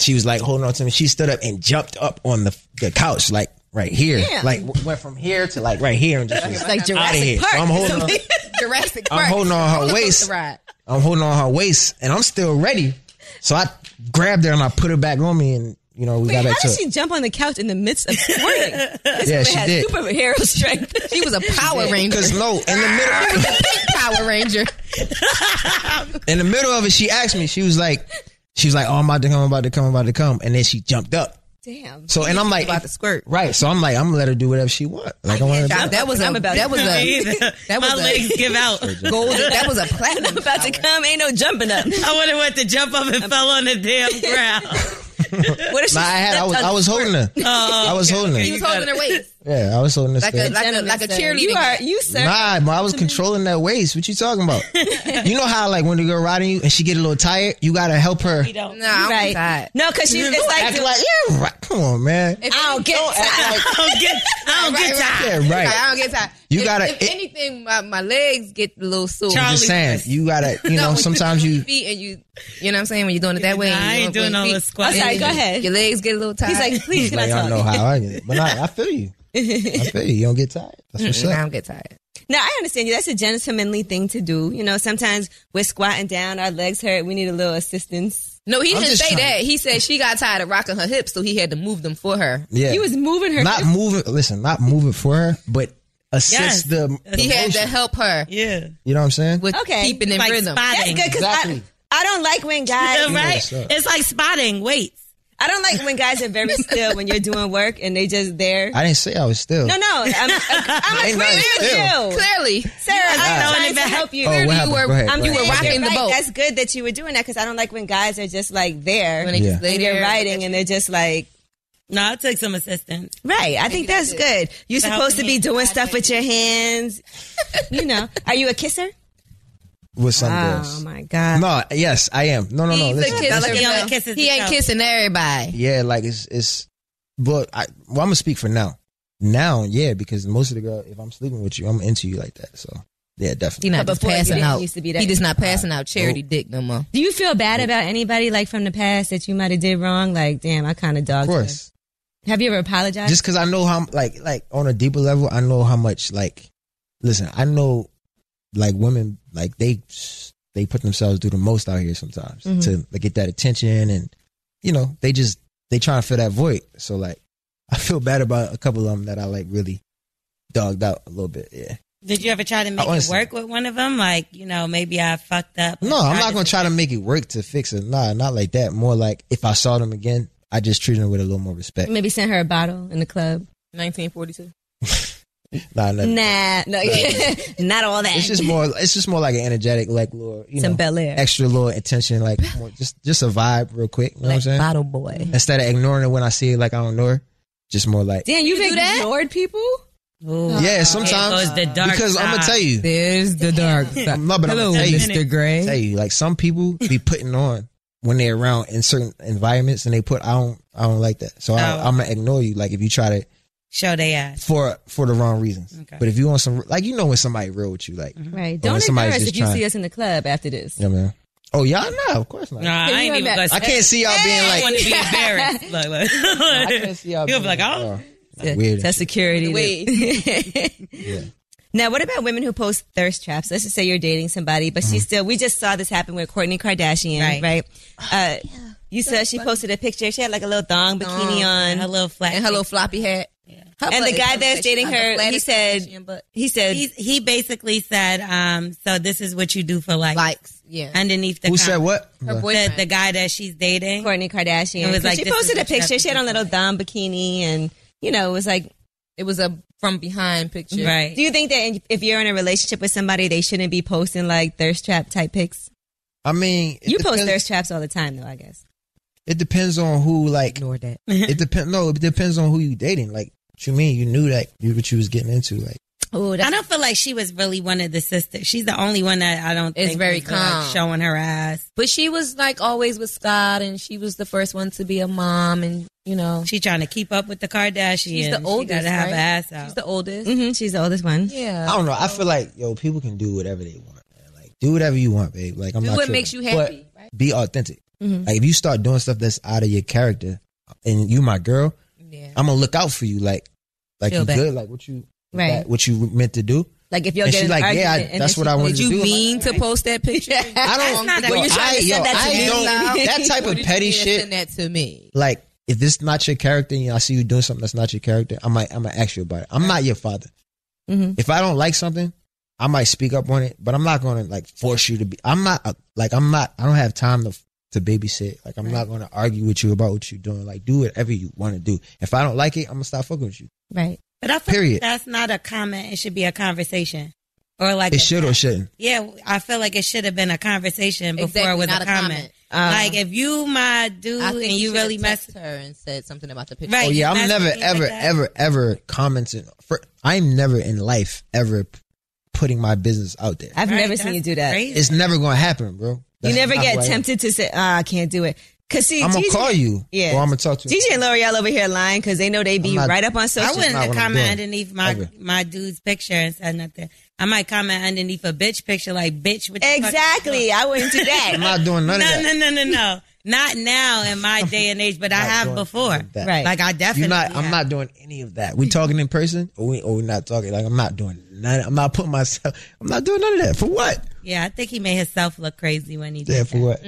[SPEAKER 3] She was like holding on to me. She stood up and jumped up on the, the couch, like right here, like w- went from here to like right here and just was
[SPEAKER 4] like
[SPEAKER 3] out of
[SPEAKER 4] Jurassic
[SPEAKER 3] here. So
[SPEAKER 4] Park.
[SPEAKER 3] I'm holding, on,
[SPEAKER 4] Jurassic Park.
[SPEAKER 3] I'm holding on her waist.
[SPEAKER 4] Coaster ride.
[SPEAKER 3] I'm holding on her waist, and I'm still ready. So I grabbed her and I put her back on me, and you know we got
[SPEAKER 1] How
[SPEAKER 3] back to
[SPEAKER 1] did
[SPEAKER 3] it.
[SPEAKER 1] she jump on the couch in the midst of squirting?
[SPEAKER 3] yeah, she
[SPEAKER 1] had
[SPEAKER 3] did.
[SPEAKER 1] superhero strength.
[SPEAKER 4] She was a Power Ranger.
[SPEAKER 3] Cause no, in the middle,
[SPEAKER 4] Power Ranger.
[SPEAKER 3] in the middle of it, she asked me. She was like, she was like, "Oh, I'm about to come, I'm about to come, I'm about to come," and then she jumped up.
[SPEAKER 1] Damn.
[SPEAKER 3] So and I'm like,
[SPEAKER 4] About to squirt.
[SPEAKER 3] right? So I'm like, I'm gonna let her do whatever she want. Like I want
[SPEAKER 4] That,
[SPEAKER 3] to.
[SPEAKER 4] that was a. That was a.
[SPEAKER 6] Either.
[SPEAKER 4] That was
[SPEAKER 6] My
[SPEAKER 4] a-
[SPEAKER 6] legs give out.
[SPEAKER 4] Gold. That was a
[SPEAKER 1] I'm
[SPEAKER 4] platinum.
[SPEAKER 1] about to come. Ain't no jumping up.
[SPEAKER 6] I would have went to jump up and fell on the damn ground.
[SPEAKER 1] What if she
[SPEAKER 3] Nah, I had. I
[SPEAKER 1] stepped
[SPEAKER 3] was.
[SPEAKER 1] on
[SPEAKER 3] I was holding her. I was holding her.
[SPEAKER 4] She Oh, was holding her waist
[SPEAKER 3] Yeah, I was holding her.
[SPEAKER 4] like
[SPEAKER 3] still.
[SPEAKER 4] a like a like a cheerleader.
[SPEAKER 1] You are you sir.
[SPEAKER 3] Nah, but I was controlling that waist. What you talking about? you know how like when the girl riding you and she get a little tired, you gotta help her.
[SPEAKER 6] You don't.
[SPEAKER 4] No, I'm
[SPEAKER 1] right.
[SPEAKER 4] tired.
[SPEAKER 1] No, because she it's like,
[SPEAKER 3] Act like yeah, right. Come on, man.
[SPEAKER 4] If
[SPEAKER 1] I don't get
[SPEAKER 3] Act
[SPEAKER 1] tired.
[SPEAKER 3] like-
[SPEAKER 6] I don't get. I don't
[SPEAKER 4] Right,
[SPEAKER 6] get
[SPEAKER 4] right.
[SPEAKER 6] tired.
[SPEAKER 3] yeah,
[SPEAKER 4] Like,
[SPEAKER 3] right.
[SPEAKER 4] I don't get tired.
[SPEAKER 3] You
[SPEAKER 4] If-
[SPEAKER 3] gotta-
[SPEAKER 4] If
[SPEAKER 3] it-
[SPEAKER 4] anything, my, my legs get a little sore.
[SPEAKER 3] I'm just saying, you gotta. You
[SPEAKER 4] No,
[SPEAKER 3] know,
[SPEAKER 4] when
[SPEAKER 3] sometimes
[SPEAKER 4] put on
[SPEAKER 3] you.
[SPEAKER 4] your feet and you, you know what I'm saying? When you're doing it that way,
[SPEAKER 6] Nah, I
[SPEAKER 4] you don't
[SPEAKER 6] ain't
[SPEAKER 4] put
[SPEAKER 6] doing
[SPEAKER 4] your
[SPEAKER 6] all
[SPEAKER 4] feet-
[SPEAKER 6] the squats.
[SPEAKER 1] I'm sorry, go
[SPEAKER 4] and
[SPEAKER 1] ahead.
[SPEAKER 4] Your legs get a little tired.
[SPEAKER 1] He's like, please can I
[SPEAKER 3] Like, y'all
[SPEAKER 1] talk?
[SPEAKER 3] know how I get, but I, I feel you. I feel you. You don't get tired. That's what's
[SPEAKER 4] Mm, I
[SPEAKER 3] up.
[SPEAKER 4] don't get tired.
[SPEAKER 1] Now I understand you. That's a gentlemanly thing to do. You know, sometimes we're squatting down, our legs hurt, we need a little assistance.
[SPEAKER 4] No, he
[SPEAKER 3] I'm
[SPEAKER 4] didn't
[SPEAKER 3] just
[SPEAKER 4] say
[SPEAKER 3] trying-
[SPEAKER 4] that. He said she got tired of rocking her hips, so he had to move them for her.
[SPEAKER 3] Yeah.
[SPEAKER 1] You was moving her.
[SPEAKER 3] not moving. Listen, not moving for her, but
[SPEAKER 6] Yes.
[SPEAKER 3] assist the.
[SPEAKER 4] He had to
[SPEAKER 3] motion.
[SPEAKER 4] help her
[SPEAKER 6] Yeah.
[SPEAKER 3] You know what I'm saying?
[SPEAKER 4] with
[SPEAKER 1] Okay.
[SPEAKER 4] keeping in
[SPEAKER 6] Like
[SPEAKER 4] rhythm.
[SPEAKER 1] That's
[SPEAKER 6] spotting.
[SPEAKER 1] good because
[SPEAKER 3] Exactly.
[SPEAKER 1] I, I don't like when guys.
[SPEAKER 6] Yeah, right?
[SPEAKER 3] what's up.
[SPEAKER 6] It's like spotting weights.
[SPEAKER 1] I don't like when guys are very still when you're doing work and they just there.
[SPEAKER 3] I didn't say I was still.
[SPEAKER 1] no, no, I'm, I'm
[SPEAKER 3] Ain't nothing
[SPEAKER 1] agreeing with
[SPEAKER 3] still.
[SPEAKER 1] you,
[SPEAKER 4] Clearly,
[SPEAKER 1] Sarah. I'm
[SPEAKER 6] throwing
[SPEAKER 1] trying
[SPEAKER 6] it
[SPEAKER 1] to
[SPEAKER 6] back.
[SPEAKER 1] help you.
[SPEAKER 3] Oh, what
[SPEAKER 4] you
[SPEAKER 3] happened?
[SPEAKER 4] were-
[SPEAKER 3] Go ahead.
[SPEAKER 1] I'm
[SPEAKER 3] Go
[SPEAKER 4] you were
[SPEAKER 3] ahead.
[SPEAKER 1] saying
[SPEAKER 4] rocking
[SPEAKER 1] you're right.
[SPEAKER 4] the boat.
[SPEAKER 1] That's good that you were doing that because I don't like when guys are just like there
[SPEAKER 4] when they just
[SPEAKER 3] Yeah.
[SPEAKER 4] lay
[SPEAKER 1] and they're
[SPEAKER 4] there
[SPEAKER 1] writing and they're just like.
[SPEAKER 6] No, I took some assistance.
[SPEAKER 1] Right. I think that's good. You're
[SPEAKER 6] The
[SPEAKER 1] supposed to
[SPEAKER 6] helping
[SPEAKER 1] be
[SPEAKER 6] hand.
[SPEAKER 1] doing stuff with your hands. You know. Are you a kisser?
[SPEAKER 3] With some
[SPEAKER 1] Oh
[SPEAKER 3] girls.
[SPEAKER 1] my God.
[SPEAKER 3] No. Yes, I am. No, no, no.
[SPEAKER 4] He's
[SPEAKER 3] listen,
[SPEAKER 4] a kisser,
[SPEAKER 3] that's-
[SPEAKER 6] He only
[SPEAKER 4] though.
[SPEAKER 6] kisses
[SPEAKER 4] He ain't
[SPEAKER 6] himself.
[SPEAKER 4] kissing everybody.
[SPEAKER 3] yeah, like it's it's. But I, well, I'm gonna speak for now. Now, yeah, because most of the girl, if I'm sleeping with you, I'm into you like that. So yeah, definitely.
[SPEAKER 4] He not
[SPEAKER 1] But
[SPEAKER 4] just
[SPEAKER 1] before, you
[SPEAKER 4] passing
[SPEAKER 1] didn't
[SPEAKER 4] out.
[SPEAKER 1] used to be that-
[SPEAKER 4] He just not passing out charity
[SPEAKER 3] Oh.
[SPEAKER 4] dick no more.
[SPEAKER 1] Do you feel bad about anybody like from the past that you might have did wrong? Like, damn, I kind of dogged.
[SPEAKER 3] of course.
[SPEAKER 1] you. Have you ever apologized?
[SPEAKER 3] just because I know how like like on a deeper level, I know how much like listen, I know like women like they they put themselves through the most out here sometimes to like, get that attention and you know they just they trying to fill that void. So like I feel bad about a couple of them that I like really dogged out a little bit. Yeah,
[SPEAKER 6] Did you ever try to make it
[SPEAKER 3] honestly-
[SPEAKER 6] work with one of them? Like, you know, maybe I fucked up.
[SPEAKER 3] no, I'm not gonna try to make it work to fix it. Nah, not like that. More like if I saw them again, I just treat them with a little more respect.
[SPEAKER 1] Maybe sent her a bottle in the club.
[SPEAKER 4] 1942.
[SPEAKER 3] Nah, never.
[SPEAKER 1] Nah, no, not all that.
[SPEAKER 3] It's just more. It's just more like an energetic, like little, you
[SPEAKER 1] Some
[SPEAKER 3] know,
[SPEAKER 1] Bel Air.
[SPEAKER 3] extra little attention, like more, just just a vibe, real quick. You know what I'm saying?
[SPEAKER 4] Bottle boy.
[SPEAKER 3] Instead of ignoring her when I see her, like I don't know her, just more like
[SPEAKER 1] damn, you've
[SPEAKER 4] You do that?
[SPEAKER 1] ignored people.
[SPEAKER 3] yeah.
[SPEAKER 6] There
[SPEAKER 3] Sometimes
[SPEAKER 6] goes the dark
[SPEAKER 3] because I'm gonna
[SPEAKER 6] side.
[SPEAKER 3] tell you,
[SPEAKER 4] There's the dark side.
[SPEAKER 3] I'm not, but I'm gonna tell you,
[SPEAKER 4] Gray.
[SPEAKER 3] tell you, like some people be putting on when they're around in certain environments, and they put I don't I don't like that, so I,
[SPEAKER 6] Oh.
[SPEAKER 3] I'm gonna ignore you. Like if you try to
[SPEAKER 6] Show they ass.
[SPEAKER 3] for for the wrong reasons,
[SPEAKER 6] Okay.
[SPEAKER 3] but if you want some, like you know when somebody real with you, like
[SPEAKER 1] Right.
[SPEAKER 3] Or when
[SPEAKER 1] Don't ignore
[SPEAKER 3] somebody's
[SPEAKER 1] us
[SPEAKER 3] just
[SPEAKER 1] if you
[SPEAKER 3] trying-
[SPEAKER 1] see us in the club after this.
[SPEAKER 3] you know what I mean? Oh y'all, nah, of course not.
[SPEAKER 6] Nah,
[SPEAKER 1] Yeah,
[SPEAKER 6] I
[SPEAKER 1] you
[SPEAKER 6] ain't
[SPEAKER 1] know
[SPEAKER 6] even
[SPEAKER 1] that.
[SPEAKER 6] gonna
[SPEAKER 3] I
[SPEAKER 6] say
[SPEAKER 3] can't see y'all being
[SPEAKER 6] I
[SPEAKER 3] like.
[SPEAKER 6] want to be embarrassed. Look, look.
[SPEAKER 3] I can't see y'all
[SPEAKER 6] You'll be
[SPEAKER 3] being
[SPEAKER 6] like, oh.
[SPEAKER 3] oh, weird.
[SPEAKER 1] That's security.
[SPEAKER 4] Wait.
[SPEAKER 1] Now, what about women who post thirst traps? Let's just say you're dating somebody, but
[SPEAKER 3] Mm-hmm.
[SPEAKER 1] she still. We just saw this happen with Courtney Kardashian, right?
[SPEAKER 6] Right. Oh,
[SPEAKER 1] Uh, you saw she posted a picture. She had like a little thong bikini on.
[SPEAKER 6] And her little flat.
[SPEAKER 4] and her little floppy hat. Her
[SPEAKER 1] And the
[SPEAKER 4] butt
[SPEAKER 1] guy
[SPEAKER 4] is-
[SPEAKER 1] that's dating
[SPEAKER 4] she's got
[SPEAKER 1] her,
[SPEAKER 4] the
[SPEAKER 1] he
[SPEAKER 4] flattest
[SPEAKER 1] said-
[SPEAKER 4] Kardashian butt.
[SPEAKER 1] He said,
[SPEAKER 6] He's, he basically said, um, so this is what you do for life.
[SPEAKER 4] likes, yeah.
[SPEAKER 6] Underneath the
[SPEAKER 3] Who said
[SPEAKER 6] comment.
[SPEAKER 3] what?
[SPEAKER 4] her
[SPEAKER 6] The,
[SPEAKER 4] boyfriend.
[SPEAKER 6] the guy that she's dating.
[SPEAKER 1] Courtney Kardashian.
[SPEAKER 6] It was
[SPEAKER 1] 'Cause
[SPEAKER 6] like,
[SPEAKER 1] she
[SPEAKER 6] this is
[SPEAKER 1] posted a
[SPEAKER 6] what you
[SPEAKER 1] picture.
[SPEAKER 6] have
[SPEAKER 1] She
[SPEAKER 6] to
[SPEAKER 1] had on a
[SPEAKER 6] do.
[SPEAKER 1] little thong bikini, and you know, it was like.
[SPEAKER 4] it was a from behind picture.
[SPEAKER 6] Right.
[SPEAKER 1] Do you think that if you're in a relationship with somebody, they shouldn't be posting like thirst trap type pics?
[SPEAKER 3] I mean, it
[SPEAKER 1] You post
[SPEAKER 3] depends-
[SPEAKER 1] thirst traps all the time, though. I guess.
[SPEAKER 3] It depends on who, like,
[SPEAKER 4] Ignore that.
[SPEAKER 3] it depends. No, it depends on who you dating. Like, what you mean you knew that you what you was getting into. Like,
[SPEAKER 4] Oh,
[SPEAKER 6] I
[SPEAKER 4] that's
[SPEAKER 6] don't feel like she was really one of the sisters. She's the only one that I don't
[SPEAKER 4] It's
[SPEAKER 6] think
[SPEAKER 4] very
[SPEAKER 6] was, like,
[SPEAKER 4] calm.
[SPEAKER 6] showing her ass.
[SPEAKER 4] but she was like always with Scott, and she was the first one to be a mom, and you know
[SPEAKER 6] She trying to keep up with the Kardashians.
[SPEAKER 4] she's the
[SPEAKER 6] She
[SPEAKER 4] oldest.
[SPEAKER 6] gotta have
[SPEAKER 4] right?
[SPEAKER 6] her ass out. Mm-hmm.
[SPEAKER 4] She's the oldest.
[SPEAKER 1] hmm she's the oldest one.
[SPEAKER 4] Yeah.
[SPEAKER 3] I don't know. I feel like yo, people can do whatever they want. Man. Like, do whatever you want, babe. Like, I'm
[SPEAKER 4] Do
[SPEAKER 3] not
[SPEAKER 4] what
[SPEAKER 3] tripping.
[SPEAKER 4] makes you
[SPEAKER 3] But
[SPEAKER 4] happy, right? Mm-hmm.
[SPEAKER 3] Be authentic. Like if you start doing stuff that's out of your character, and you my girl,
[SPEAKER 4] Yeah.
[SPEAKER 3] I'm gonna look out for you. Like, like
[SPEAKER 1] Feel
[SPEAKER 3] you
[SPEAKER 1] bad.
[SPEAKER 3] good? Like what you?
[SPEAKER 1] Right.
[SPEAKER 3] Right. What you meant to do?
[SPEAKER 1] Like if you're
[SPEAKER 3] And she
[SPEAKER 1] getting
[SPEAKER 3] like,
[SPEAKER 1] an
[SPEAKER 3] yeah, I-
[SPEAKER 1] argument and
[SPEAKER 3] that's
[SPEAKER 1] then
[SPEAKER 3] what
[SPEAKER 1] she-
[SPEAKER 3] I wanted
[SPEAKER 4] Did
[SPEAKER 3] to do.
[SPEAKER 4] you
[SPEAKER 3] Like,
[SPEAKER 4] mean to post that picture?
[SPEAKER 3] I don't.
[SPEAKER 6] not
[SPEAKER 3] yo,
[SPEAKER 6] what you're
[SPEAKER 3] I,
[SPEAKER 1] trying to
[SPEAKER 3] yo,
[SPEAKER 1] send that to
[SPEAKER 3] I
[SPEAKER 1] me.
[SPEAKER 3] don't. That type
[SPEAKER 4] Or
[SPEAKER 3] of
[SPEAKER 4] did
[SPEAKER 3] petty
[SPEAKER 4] you
[SPEAKER 3] shit.
[SPEAKER 4] Send that to me.
[SPEAKER 3] Like, if it's not your character, and you know, I see you doing something that's not your character, I might, I might ask you about it. I'm not your father.
[SPEAKER 1] Mm-hmm.
[SPEAKER 3] If I don't like something, I might speak up on it, but I'm not gonna like force you to be. I'm not a, like I'm not. I don't have time to to babysit. Like I'm not gonna argue with you about what you're doing. Like do whatever you want to do. If I don't like it, I'm gonna stop fucking with you.
[SPEAKER 1] right.
[SPEAKER 6] But I feel
[SPEAKER 3] Period.
[SPEAKER 6] like that's not a comment. It should be a conversation. Or like
[SPEAKER 3] It
[SPEAKER 6] a-
[SPEAKER 3] should or shouldn't.
[SPEAKER 6] Yeah, I feel like it should have been a conversation before
[SPEAKER 4] Exactly,
[SPEAKER 6] it was
[SPEAKER 4] not
[SPEAKER 6] a
[SPEAKER 4] a
[SPEAKER 6] comment.
[SPEAKER 4] comment. Uh-huh.
[SPEAKER 6] like if you my dude
[SPEAKER 4] I
[SPEAKER 6] and
[SPEAKER 4] think
[SPEAKER 6] you
[SPEAKER 4] should have
[SPEAKER 6] really mess
[SPEAKER 4] texted her and said something about the picture.
[SPEAKER 6] Right.
[SPEAKER 3] Oh yeah,
[SPEAKER 6] you
[SPEAKER 3] I'm
[SPEAKER 6] mess
[SPEAKER 3] never,
[SPEAKER 6] with me like
[SPEAKER 3] ever,
[SPEAKER 6] that.
[SPEAKER 3] ever, ever commenting. For, I'm never in life ever p- putting my business out there.
[SPEAKER 1] I've
[SPEAKER 6] Right,
[SPEAKER 1] never seen
[SPEAKER 6] that's
[SPEAKER 1] you do that.
[SPEAKER 6] crazy.
[SPEAKER 3] It's never gonna happen, bro.
[SPEAKER 1] You
[SPEAKER 3] That's
[SPEAKER 1] never
[SPEAKER 3] not who
[SPEAKER 1] get
[SPEAKER 3] I am.
[SPEAKER 1] tempted to say, "Ah, I can't do it." Cause see,
[SPEAKER 3] I'm gonna
[SPEAKER 1] DJ
[SPEAKER 3] call you.
[SPEAKER 1] Yeah.
[SPEAKER 3] Or I'm gonna talk to you.
[SPEAKER 1] DJ and L'Oreal over here lying because they know they be
[SPEAKER 3] I'm not-
[SPEAKER 1] right up on
[SPEAKER 6] I
[SPEAKER 1] social.
[SPEAKER 6] wouldn't
[SPEAKER 3] not
[SPEAKER 6] have
[SPEAKER 3] what I'm
[SPEAKER 6] comment
[SPEAKER 3] doing.
[SPEAKER 6] underneath my
[SPEAKER 3] Ever.
[SPEAKER 6] my dude's picture and said nothing. I might comment underneath a bitch picture like bitch with
[SPEAKER 1] exactly. I wouldn't do
[SPEAKER 3] I'm
[SPEAKER 1] that.
[SPEAKER 3] not doing
[SPEAKER 6] No,
[SPEAKER 3] none of that.
[SPEAKER 6] no, no, no, no. Not now in my day and age, but I
[SPEAKER 3] Not
[SPEAKER 6] have
[SPEAKER 3] doing
[SPEAKER 6] before.
[SPEAKER 3] that.
[SPEAKER 1] Right.
[SPEAKER 6] Like I definitely
[SPEAKER 3] You're not. I'm
[SPEAKER 6] have.
[SPEAKER 3] not doing any of that. We talking in person, or we or we not talking. Like I'm not doing none. I'm not putting myself. I'm not doing none of that. For what?
[SPEAKER 6] Yeah, I think he made himself look crazy when he did.
[SPEAKER 3] Yeah.
[SPEAKER 6] that.
[SPEAKER 3] For what?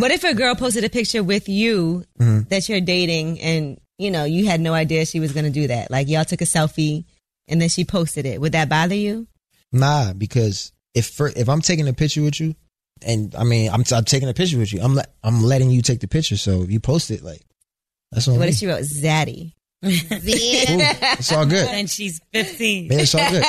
[SPEAKER 1] what if a girl posted a picture with you that you're dating, and you know you had no idea she was gonna do that? Like y'all took a selfie, and then she posted it. Would that bother you?
[SPEAKER 3] Nah, because if for, if I'm taking a picture with you, and I mean I'm, I'm taking a picture with you, I'm let, I'm letting you take the picture. So if you post it, like that's on
[SPEAKER 1] What
[SPEAKER 3] me.
[SPEAKER 1] if she wrote Zaddy?
[SPEAKER 3] Cool. It's all good.
[SPEAKER 6] And she's 15.
[SPEAKER 3] Man, it's all good.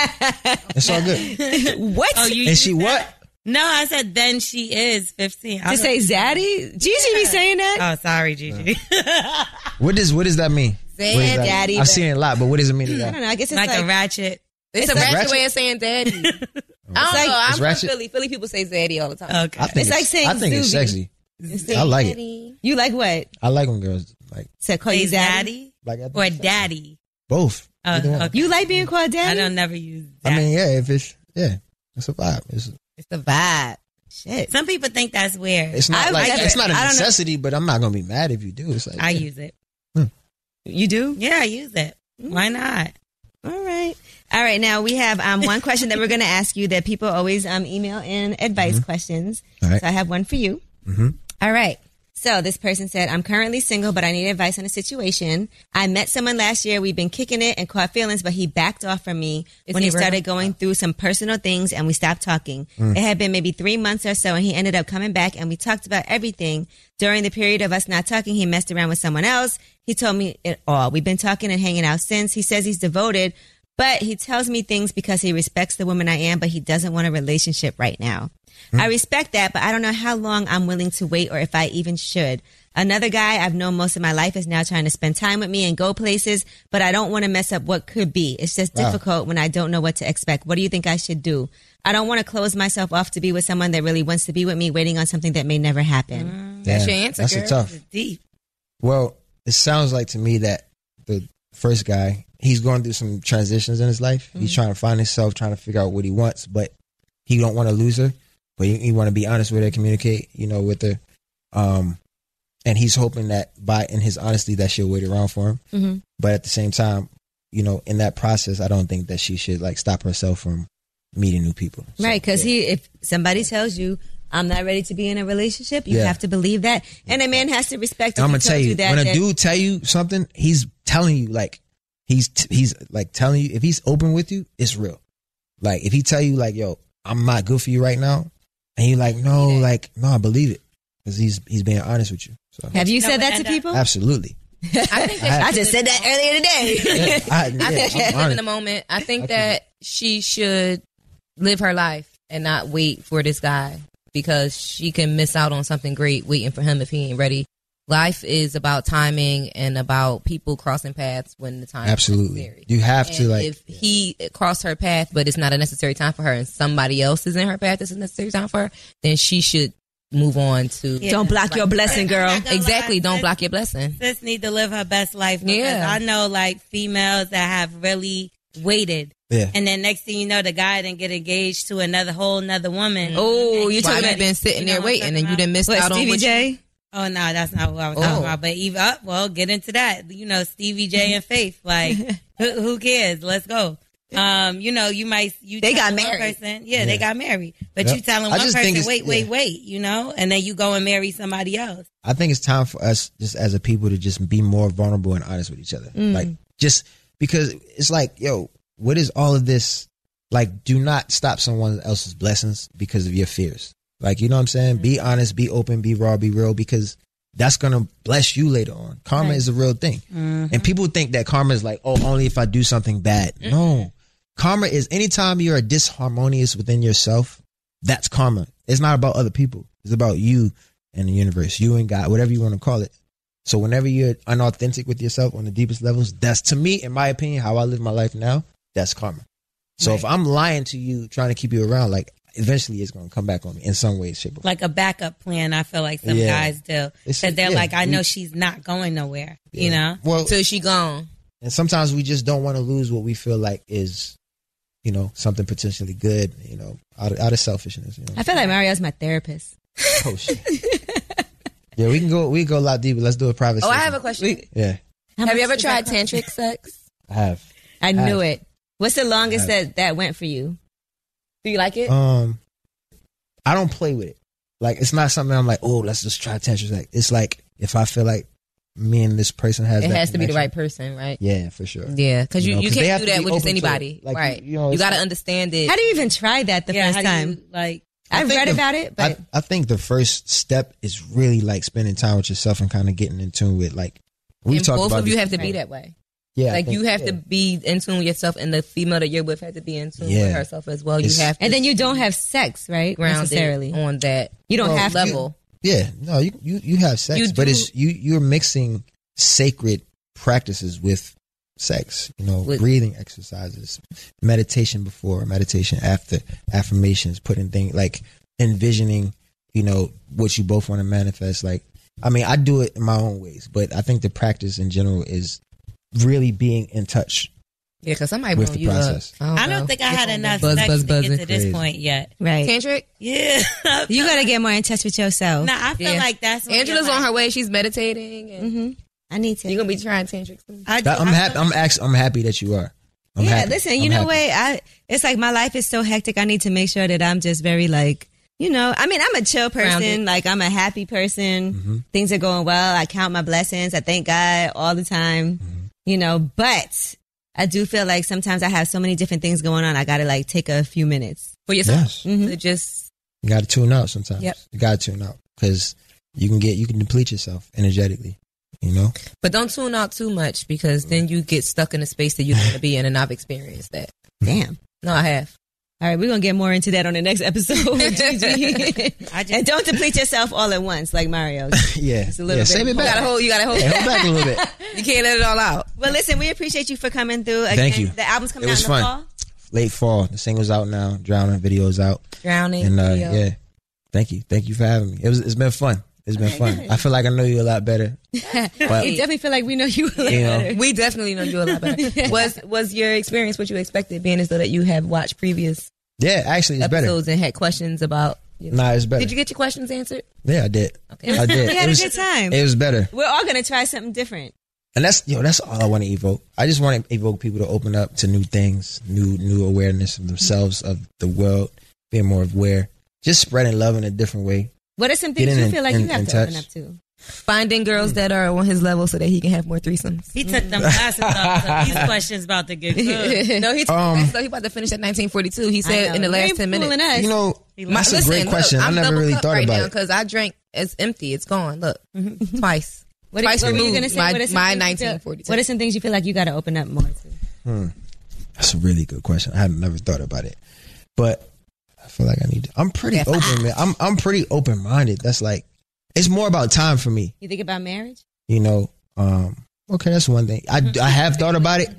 [SPEAKER 3] It's all good.
[SPEAKER 1] What
[SPEAKER 6] Oh, you
[SPEAKER 3] And she
[SPEAKER 6] used
[SPEAKER 3] what?
[SPEAKER 6] that? No, I said then she is 15. I
[SPEAKER 1] to
[SPEAKER 6] was-
[SPEAKER 1] say Zaddy? Gigi be saying
[SPEAKER 3] Uh,
[SPEAKER 1] that.
[SPEAKER 6] Oh, sorry, Gigi.
[SPEAKER 3] What does what does that mean?
[SPEAKER 4] Zed
[SPEAKER 3] What does that mean?
[SPEAKER 1] daddy,
[SPEAKER 3] I've
[SPEAKER 1] but-
[SPEAKER 3] seen it a lot, but what does it mean? To
[SPEAKER 1] I don't
[SPEAKER 3] that?
[SPEAKER 1] know. I guess it's
[SPEAKER 6] like,
[SPEAKER 1] like,
[SPEAKER 6] a ratchet.
[SPEAKER 4] It's a
[SPEAKER 3] That's
[SPEAKER 4] ratchet,
[SPEAKER 3] ratchet?
[SPEAKER 4] way of saying daddy. I don't know. I'm
[SPEAKER 3] It's
[SPEAKER 4] from
[SPEAKER 3] ratchet?
[SPEAKER 4] Philly. Philly people say zaddy all the time.
[SPEAKER 6] Okay.
[SPEAKER 3] I think
[SPEAKER 1] It's like saying
[SPEAKER 3] I think it's
[SPEAKER 1] Zuby.
[SPEAKER 3] sexy. I like it.
[SPEAKER 4] Daddy.
[SPEAKER 1] you like what
[SPEAKER 3] I like when girls like
[SPEAKER 1] to call
[SPEAKER 6] Say
[SPEAKER 1] you Zaddy?
[SPEAKER 6] daddy
[SPEAKER 3] like I think
[SPEAKER 6] or
[SPEAKER 3] it's sexy.
[SPEAKER 6] daddy.
[SPEAKER 3] Both.
[SPEAKER 6] Oh,
[SPEAKER 3] Either one.
[SPEAKER 6] okay.
[SPEAKER 1] You like being called
[SPEAKER 6] I
[SPEAKER 1] Daddy?
[SPEAKER 6] don't never use that.
[SPEAKER 3] I mean, yeah, if it's yeah, it's a vibe. It's
[SPEAKER 1] It's the vibe. Shit.
[SPEAKER 6] Some people think that's weird.
[SPEAKER 3] it's not
[SPEAKER 1] I
[SPEAKER 3] like
[SPEAKER 1] like
[SPEAKER 3] it's
[SPEAKER 1] it.
[SPEAKER 3] not a
[SPEAKER 1] I don't know.
[SPEAKER 3] necessity, but I'm not gonna be mad if you do. It's like
[SPEAKER 6] I
[SPEAKER 3] yeah.
[SPEAKER 6] use it.
[SPEAKER 1] You do? Mm.
[SPEAKER 6] Yeah, I use it. Why not?
[SPEAKER 1] All right. All right. Now we have um, one question that we're going to ask you that people always um, email in advice
[SPEAKER 3] Mm-hmm.
[SPEAKER 1] questions.
[SPEAKER 3] All right.
[SPEAKER 1] So I have one for you.
[SPEAKER 3] Mhm.
[SPEAKER 1] All right. So this person said, I'm currently single, but I need advice on a situation. I met someone last year. We've been kicking it and caught feelings, but he backed off from me
[SPEAKER 4] Is
[SPEAKER 1] when he,
[SPEAKER 4] he real?
[SPEAKER 1] started going through some personal things and we stopped talking. It had been maybe three months or so and he ended up coming back and we talked about everything. During the period of us not talking, he messed around with someone else. He told me it all. We've been talking and hanging out since. He says he's devoted, but he tells me things because he respects the woman I am, but he doesn't want a relationship right now. I respect that, but I don't know how long I'm willing to wait or if I even should. Another guy I've known most of my life is now trying to spend time with me and go places, but I don't want to mess up what could be. It's just difficult when I don't know what to expect. What do you think I should do? I don't want to close myself off to be with someone that really wants to be with me, waiting on something that may never happen.
[SPEAKER 4] That's your answer,
[SPEAKER 3] That's a
[SPEAKER 4] girl.
[SPEAKER 3] tough.
[SPEAKER 6] Deep.
[SPEAKER 3] Well, it sounds like to me that the first guy, he's going through some transitions in his life. He's trying to find himself, trying to figure out what he wants, but he don't want to lose her. But he, he want to be honest with her, communicate, you know, with her. Um, and he's hoping that by in his honesty that she'll wait around for him.
[SPEAKER 1] Mhm.
[SPEAKER 3] But at the same time, you know, in that process, I don't think that she should like stop herself from meeting new people. So,
[SPEAKER 1] right. Because
[SPEAKER 3] yeah.
[SPEAKER 1] he, if somebody tells you, I'm not ready to be in a relationship, you
[SPEAKER 3] Yeah.
[SPEAKER 1] have to believe that. And a man has to respect if
[SPEAKER 3] And I'm
[SPEAKER 1] he
[SPEAKER 3] gonna
[SPEAKER 1] tells
[SPEAKER 3] tell you,
[SPEAKER 1] that,
[SPEAKER 3] when a
[SPEAKER 1] that-
[SPEAKER 3] dude tell you something, he's telling you like he's t- he's like telling you if he's open with you, it's real. Like if he tell you like, yo, I'm not good for you right now, and you like, no, like no, I believe it because he's he's being honest with you. So
[SPEAKER 1] Have you
[SPEAKER 6] No,
[SPEAKER 1] said that
[SPEAKER 6] but
[SPEAKER 1] to
[SPEAKER 6] and, uh,
[SPEAKER 1] people?
[SPEAKER 3] absolutely,
[SPEAKER 4] I think
[SPEAKER 3] I-
[SPEAKER 4] that
[SPEAKER 1] I just said that earlier today.
[SPEAKER 3] I,
[SPEAKER 4] I
[SPEAKER 3] yeah,
[SPEAKER 4] think she
[SPEAKER 3] I'm
[SPEAKER 4] should live in
[SPEAKER 3] honest.
[SPEAKER 4] the moment. I think
[SPEAKER 3] I can-
[SPEAKER 4] that she should live her life and not wait for this guy because she can miss out on something great waiting for him if he ain't ready. Life is about timing and about people crossing paths when the time is
[SPEAKER 3] absolutely.
[SPEAKER 4] necessary.
[SPEAKER 3] You have to
[SPEAKER 4] And
[SPEAKER 3] like
[SPEAKER 4] if he crossed her path, but it's not a necessary time for her, and somebody else is in her path that's a necessary time for her, then she should move on to
[SPEAKER 1] Don't block your blessing, girl.
[SPEAKER 6] Not gonna
[SPEAKER 4] exactly.
[SPEAKER 6] lie,
[SPEAKER 4] Don't
[SPEAKER 6] sis-
[SPEAKER 4] block your blessing.
[SPEAKER 6] Sis need to live her best life. Because
[SPEAKER 4] Yeah.
[SPEAKER 6] I know like females that have really waited.
[SPEAKER 3] yeah.
[SPEAKER 6] And then next thing you know, the guy didn't get engaged to another whole nother woman.
[SPEAKER 4] Oh, you
[SPEAKER 6] And
[SPEAKER 4] talking
[SPEAKER 6] she-
[SPEAKER 4] about been sitting
[SPEAKER 6] You know
[SPEAKER 4] there
[SPEAKER 6] what I'm
[SPEAKER 4] waiting, and
[SPEAKER 6] talking
[SPEAKER 4] you didn't miss
[SPEAKER 1] What,
[SPEAKER 4] out on
[SPEAKER 1] Stevie
[SPEAKER 4] what you-
[SPEAKER 1] J?
[SPEAKER 6] Oh no, that's not what I was
[SPEAKER 4] Oh.
[SPEAKER 6] talking about. But even up, well, get into that. You know, Stevie J and Faith. Like, who, who cares? Let's go. Um, you know, you might you
[SPEAKER 1] They
[SPEAKER 6] tell
[SPEAKER 1] got
[SPEAKER 6] one
[SPEAKER 1] married.
[SPEAKER 6] Person, yeah, they got married. But
[SPEAKER 3] Yep.
[SPEAKER 6] you telling
[SPEAKER 3] I
[SPEAKER 6] one
[SPEAKER 3] just think
[SPEAKER 6] person,
[SPEAKER 3] it's-
[SPEAKER 6] wait, wait,
[SPEAKER 3] yeah.
[SPEAKER 6] wait. You know, and then you go and marry somebody else.
[SPEAKER 3] I think it's time for us just as a people to just be more vulnerable and honest with each other. Like just because it's like, yo, what is all of this? Like, do not stop someone else's blessings because of your fears. Like, you know what I'm saying? Be honest, be open, be raw, be real, because that's gonna bless you later on. Karma is a real thing.
[SPEAKER 6] Mm-hmm.
[SPEAKER 3] And people think that karma is like, oh, only if I do something bad. No. Karma is anytime you are disharmonious within yourself, that's karma. It's not about other people. It's about you and the universe, you and God, whatever you want to call it. So whenever you're unauthentic with yourself on the deepest levels, that's to me, in my opinion, how I live my life now. That's karma. So if I'm lying to you, trying to keep you around, like eventually it's gonna come back on me in some way, shape, or
[SPEAKER 6] Like a backup plan. I feel like some
[SPEAKER 3] Yeah.
[SPEAKER 6] guys do
[SPEAKER 3] It's-
[SPEAKER 6] because they're
[SPEAKER 3] yeah,
[SPEAKER 6] like, I
[SPEAKER 3] we-
[SPEAKER 6] know she's not going nowhere.
[SPEAKER 3] Yeah.
[SPEAKER 6] You know,
[SPEAKER 3] Well,
[SPEAKER 4] Till she gone.
[SPEAKER 3] and sometimes we just don't want to lose what we feel like is, you know, something potentially good. You know, out of, out of selfishness. You know?
[SPEAKER 1] I feel like Mario's my therapist.
[SPEAKER 3] Oh, shit. yeah, we can go. We can go a lot deeper. Let's do a private.
[SPEAKER 4] Oh, I
[SPEAKER 3] session.
[SPEAKER 4] have a question.
[SPEAKER 3] Yeah,
[SPEAKER 4] Have you ever tried tantric sex?
[SPEAKER 3] I have.
[SPEAKER 1] I knew
[SPEAKER 3] Uh,
[SPEAKER 1] it. What's the longest
[SPEAKER 3] uh,
[SPEAKER 1] that that went for you?
[SPEAKER 4] Do you like it?
[SPEAKER 3] Um, I don't play with it. Like it's not something I'm like, oh, let's just try tantric. Like it's like if I feel like me and this person has,
[SPEAKER 4] it
[SPEAKER 3] that
[SPEAKER 4] has to be the
[SPEAKER 3] connection-
[SPEAKER 4] right person, right?
[SPEAKER 3] Yeah, for sure.
[SPEAKER 4] Yeah, because you,
[SPEAKER 3] You know,
[SPEAKER 4] you
[SPEAKER 3] 'cause they
[SPEAKER 4] can't
[SPEAKER 3] have
[SPEAKER 4] do
[SPEAKER 3] to
[SPEAKER 4] that
[SPEAKER 3] be
[SPEAKER 4] with just
[SPEAKER 3] open to it.
[SPEAKER 4] anybody,
[SPEAKER 3] Like,
[SPEAKER 4] right?
[SPEAKER 3] you
[SPEAKER 4] You,
[SPEAKER 3] know, it's
[SPEAKER 4] got to
[SPEAKER 3] like-
[SPEAKER 4] understand it.
[SPEAKER 1] How do you even try that the
[SPEAKER 6] Yeah, how
[SPEAKER 1] first
[SPEAKER 6] do you,
[SPEAKER 1] time?
[SPEAKER 6] like
[SPEAKER 1] I,
[SPEAKER 3] think
[SPEAKER 1] read
[SPEAKER 3] the-
[SPEAKER 1] about it, but
[SPEAKER 3] I, I think the first step is really like spending time with yourself and kind of getting in tune with like we
[SPEAKER 4] and
[SPEAKER 3] talked
[SPEAKER 4] both
[SPEAKER 3] about
[SPEAKER 4] of you
[SPEAKER 3] this-
[SPEAKER 4] have to be that way.
[SPEAKER 3] Yeah, I
[SPEAKER 4] like
[SPEAKER 3] think-
[SPEAKER 4] you have
[SPEAKER 3] yeah.
[SPEAKER 4] to be in tune with yourself, and the female that you're with has to be in tune
[SPEAKER 3] Yeah.
[SPEAKER 4] with herself as well.
[SPEAKER 3] It's-
[SPEAKER 4] you have to
[SPEAKER 1] and then you don't have sex, right?
[SPEAKER 4] grounded
[SPEAKER 1] Necessarily.
[SPEAKER 4] on that.
[SPEAKER 1] You don't
[SPEAKER 3] Well,
[SPEAKER 1] have to.
[SPEAKER 4] level.
[SPEAKER 3] Yeah, no, you you, you have sex,
[SPEAKER 4] You
[SPEAKER 3] but
[SPEAKER 4] do-
[SPEAKER 3] it's you you're mixing sacred practices with sex. You know,
[SPEAKER 4] With-
[SPEAKER 3] breathing exercises, meditation before, meditation after, affirmations, putting things like envisioning. You know what you both want to manifest. Like, I mean, I do it in my own ways, but I think the practice in general is really being in touch.
[SPEAKER 4] Yeah, because somebody
[SPEAKER 3] With
[SPEAKER 4] blow
[SPEAKER 3] the
[SPEAKER 4] you
[SPEAKER 3] process.
[SPEAKER 4] up.
[SPEAKER 6] I don't
[SPEAKER 4] know.
[SPEAKER 6] think I had enough
[SPEAKER 4] Buzz,
[SPEAKER 6] sex
[SPEAKER 4] buzz,
[SPEAKER 6] to
[SPEAKER 4] buzzing.
[SPEAKER 6] get to this
[SPEAKER 3] Crazy.
[SPEAKER 6] point yet.
[SPEAKER 1] Right.
[SPEAKER 4] tantric.
[SPEAKER 6] Yeah,
[SPEAKER 1] You got to get more in touch with yourself.
[SPEAKER 6] No, I feel
[SPEAKER 4] Yeah.
[SPEAKER 6] like that's when
[SPEAKER 4] Angela's
[SPEAKER 6] you're
[SPEAKER 4] on
[SPEAKER 6] like-
[SPEAKER 4] her way. She's meditating, and
[SPEAKER 1] Mm-hmm. I need to.
[SPEAKER 4] you're gonna be trying tantric. Soon.
[SPEAKER 6] I do-
[SPEAKER 3] That- I'm
[SPEAKER 6] I feel
[SPEAKER 3] happy. I'm actually, I'm happy that you are. I'm
[SPEAKER 1] yeah,
[SPEAKER 3] happy.
[SPEAKER 1] listen, you
[SPEAKER 3] I'm
[SPEAKER 1] know
[SPEAKER 3] happy.
[SPEAKER 1] what? I it's like my life is so hectic. I need to make sure that I'm just very like, you know, I mean, I'm a chill person.
[SPEAKER 4] Grounded.
[SPEAKER 1] Like I'm a happy person. Things are going well. I count my blessings. I thank God all the time. You know, but I do feel like sometimes I have so many different things going on. I got to like take a few minutes.
[SPEAKER 4] for yourself
[SPEAKER 3] Yes.
[SPEAKER 1] Mm-hmm.
[SPEAKER 4] to just
[SPEAKER 3] You got to tune out sometimes.
[SPEAKER 4] Yep.
[SPEAKER 3] You got to tune out because you can get you can deplete yourself energetically. You know.
[SPEAKER 4] but don't tune out too much because then you get stuck in a space that you don't want to be in and i've experienced that
[SPEAKER 1] Damn.
[SPEAKER 4] no i have
[SPEAKER 1] All right, we're gonna get more into that on the next episode. GG.
[SPEAKER 6] I just-
[SPEAKER 1] and don't deplete yourself all at once, like Mario.
[SPEAKER 3] yeah.
[SPEAKER 1] It's a little
[SPEAKER 3] yeah,
[SPEAKER 1] bit.
[SPEAKER 3] Save it
[SPEAKER 4] you gotta
[SPEAKER 3] back.
[SPEAKER 4] hold you gotta hold
[SPEAKER 3] yeah, uh, hold back a little bit.
[SPEAKER 4] you can't let it all out
[SPEAKER 1] Well, listen, we appreciate you for coming through. Again,
[SPEAKER 3] Thank you.
[SPEAKER 1] The album's coming
[SPEAKER 3] It
[SPEAKER 1] out
[SPEAKER 3] was
[SPEAKER 1] in the
[SPEAKER 3] fun.
[SPEAKER 1] fall.
[SPEAKER 3] Late fall. The single's out now. Drowning videos out.
[SPEAKER 4] drowning
[SPEAKER 3] And uh,
[SPEAKER 4] Leo.
[SPEAKER 3] yeah. Thank you. Thank you for having me. It was. It's been fun. It's been fun. I feel like I know you a lot better. But
[SPEAKER 1] You
[SPEAKER 3] you
[SPEAKER 1] definitely feel like we know you a lot
[SPEAKER 3] know.
[SPEAKER 1] better.
[SPEAKER 4] we definitely know you a lot better was was your experience what you expected being as though that you have watched previous
[SPEAKER 3] Yeah. Actually, it's better.
[SPEAKER 4] episodes and had questions about you know.
[SPEAKER 3] Nah, it's better.
[SPEAKER 4] did you get your questions answered
[SPEAKER 3] yeah, I did.
[SPEAKER 4] Okay.
[SPEAKER 3] I did.
[SPEAKER 1] We
[SPEAKER 3] it
[SPEAKER 1] had a
[SPEAKER 3] was,
[SPEAKER 1] good time.
[SPEAKER 3] It was better.
[SPEAKER 1] We're all gonna try something different.
[SPEAKER 3] And that's yo, that's all I want to evoke. I just want to evoke people to open up to new things, new new awareness of themselves, of the world, being more aware, just spreading love in a different way.
[SPEAKER 1] What are some
[SPEAKER 3] Get
[SPEAKER 1] things
[SPEAKER 3] in
[SPEAKER 1] you
[SPEAKER 3] and-
[SPEAKER 1] feel like you
[SPEAKER 3] and-
[SPEAKER 1] have
[SPEAKER 3] and
[SPEAKER 1] to open
[SPEAKER 3] touch.
[SPEAKER 1] up to?
[SPEAKER 4] finding girls that are on his level so that he can have more threesomes
[SPEAKER 6] He took them glasses off. So these questions about to get good.
[SPEAKER 4] no he took
[SPEAKER 3] Um,
[SPEAKER 4] so he about to finish at 1942
[SPEAKER 1] Uh.
[SPEAKER 4] he
[SPEAKER 1] I
[SPEAKER 4] said in
[SPEAKER 1] know.
[SPEAKER 4] the last
[SPEAKER 1] You
[SPEAKER 4] 10 minutes
[SPEAKER 1] fooling us.
[SPEAKER 3] You know, that's a
[SPEAKER 4] Listen,
[SPEAKER 3] great
[SPEAKER 4] look,
[SPEAKER 3] question.
[SPEAKER 4] I'm
[SPEAKER 3] I never
[SPEAKER 4] double
[SPEAKER 3] really
[SPEAKER 4] cup
[SPEAKER 3] thought
[SPEAKER 4] right
[SPEAKER 3] about
[SPEAKER 4] now
[SPEAKER 3] it.
[SPEAKER 4] Because I drank, it's empty. It's gone. Look,
[SPEAKER 1] Mm-hmm.
[SPEAKER 4] twice.
[SPEAKER 1] What,
[SPEAKER 4] Twice
[SPEAKER 1] what were you
[SPEAKER 4] removed,
[SPEAKER 1] gonna say?
[SPEAKER 4] my-
[SPEAKER 1] what are some
[SPEAKER 4] my
[SPEAKER 1] things you feel-
[SPEAKER 4] 1942.
[SPEAKER 1] What are some things you feel like you got to open up more to?
[SPEAKER 3] That's a really good question. I had never thought about it, but I feel like I need. To, I'm pretty open, man. I'm I'm pretty open minded. That's like, it's more about time for me.
[SPEAKER 1] You think about marriage?
[SPEAKER 3] You know, um, okay, that's one thing. I I have thought about it.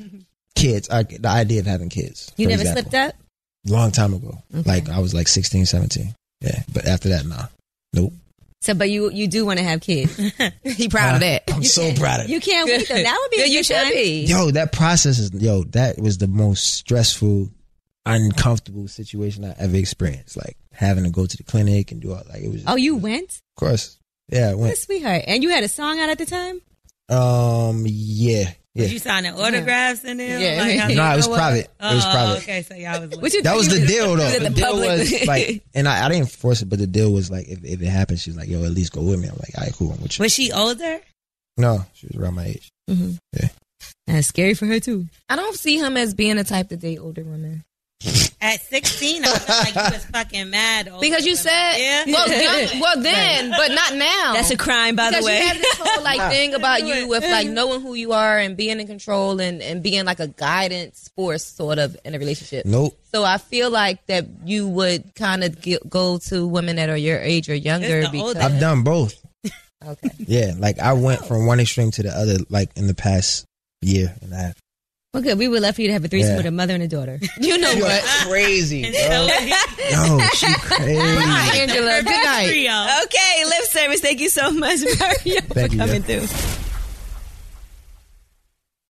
[SPEAKER 3] Kids, I, the idea of having kids.
[SPEAKER 1] You
[SPEAKER 3] for
[SPEAKER 1] never
[SPEAKER 3] example.
[SPEAKER 1] slipped up.
[SPEAKER 3] long time ago. Like I was like 16, 17. Yeah, but after that, nah, nope.
[SPEAKER 1] So, but you you do want to have kids.
[SPEAKER 4] he proud of that.
[SPEAKER 3] I'm so proud of
[SPEAKER 1] You
[SPEAKER 3] it.
[SPEAKER 1] can't wait though. That would be.
[SPEAKER 4] Yeah,
[SPEAKER 1] a
[SPEAKER 4] you
[SPEAKER 1] good
[SPEAKER 4] should
[SPEAKER 1] time.
[SPEAKER 4] be.
[SPEAKER 3] Yo, that process is yo. That was the most stressful, uncomfortable situation I ever experienced. Like having to go to the clinic and do all like it was.
[SPEAKER 1] Oh, you went.
[SPEAKER 3] Of course, Yeah, I
[SPEAKER 1] What a
[SPEAKER 3] went.
[SPEAKER 1] sweetheart. And you had a song out at the time?
[SPEAKER 3] Um, yeah,
[SPEAKER 6] Did
[SPEAKER 3] yeah.
[SPEAKER 6] you sign an autographs in there?
[SPEAKER 4] Yeah.
[SPEAKER 6] Like, I
[SPEAKER 4] you
[SPEAKER 3] Nah, it was
[SPEAKER 4] know what?
[SPEAKER 3] private. It was
[SPEAKER 6] oh,
[SPEAKER 3] private.
[SPEAKER 6] Okay, so y'all was.
[SPEAKER 4] What you-
[SPEAKER 3] That was the deal, though.
[SPEAKER 4] The
[SPEAKER 3] The deal
[SPEAKER 4] public-
[SPEAKER 3] was like, and I, I didn't force it, but the deal was like, if, if it happened, she was like, "Yo, at least go with me." I'm like, "All right, cool, I'm with you."
[SPEAKER 6] Was she older?
[SPEAKER 3] No, she was around my age.
[SPEAKER 1] That's scary for her too.
[SPEAKER 4] I don't see him as being the type to date older women.
[SPEAKER 6] At sixteen, I felt like you was fucking mad. Older
[SPEAKER 4] Because you
[SPEAKER 6] than-
[SPEAKER 4] said,
[SPEAKER 6] yeah.
[SPEAKER 4] well, young- well then, but not now.
[SPEAKER 1] That's a crime, by the
[SPEAKER 4] because you
[SPEAKER 1] way.
[SPEAKER 4] have this whole like thing about you with like knowing who you are and being in control and, and being like a guidance force sort of in a relationship.
[SPEAKER 3] Nope.
[SPEAKER 4] So I feel like that you would kind of ge- go to women that are your age or younger
[SPEAKER 6] It's the
[SPEAKER 4] because
[SPEAKER 6] older-
[SPEAKER 3] I've done both.
[SPEAKER 4] okay.
[SPEAKER 3] Yeah, like I went from one extreme to the other, like in the past year and a half.
[SPEAKER 1] Well, good. We would love for you to have a threesome
[SPEAKER 3] Yeah.
[SPEAKER 1] with a mother and a daughter.
[SPEAKER 4] you know
[SPEAKER 3] Yo,
[SPEAKER 4] what,
[SPEAKER 3] that's crazy, bro.
[SPEAKER 6] So-
[SPEAKER 3] Yo, she crazy.
[SPEAKER 4] Angela. Good night.
[SPEAKER 6] Trio.
[SPEAKER 1] okay, lip service. Thank you so much, Mario, for
[SPEAKER 3] Thank you,
[SPEAKER 1] coming
[SPEAKER 3] yeah.
[SPEAKER 1] through.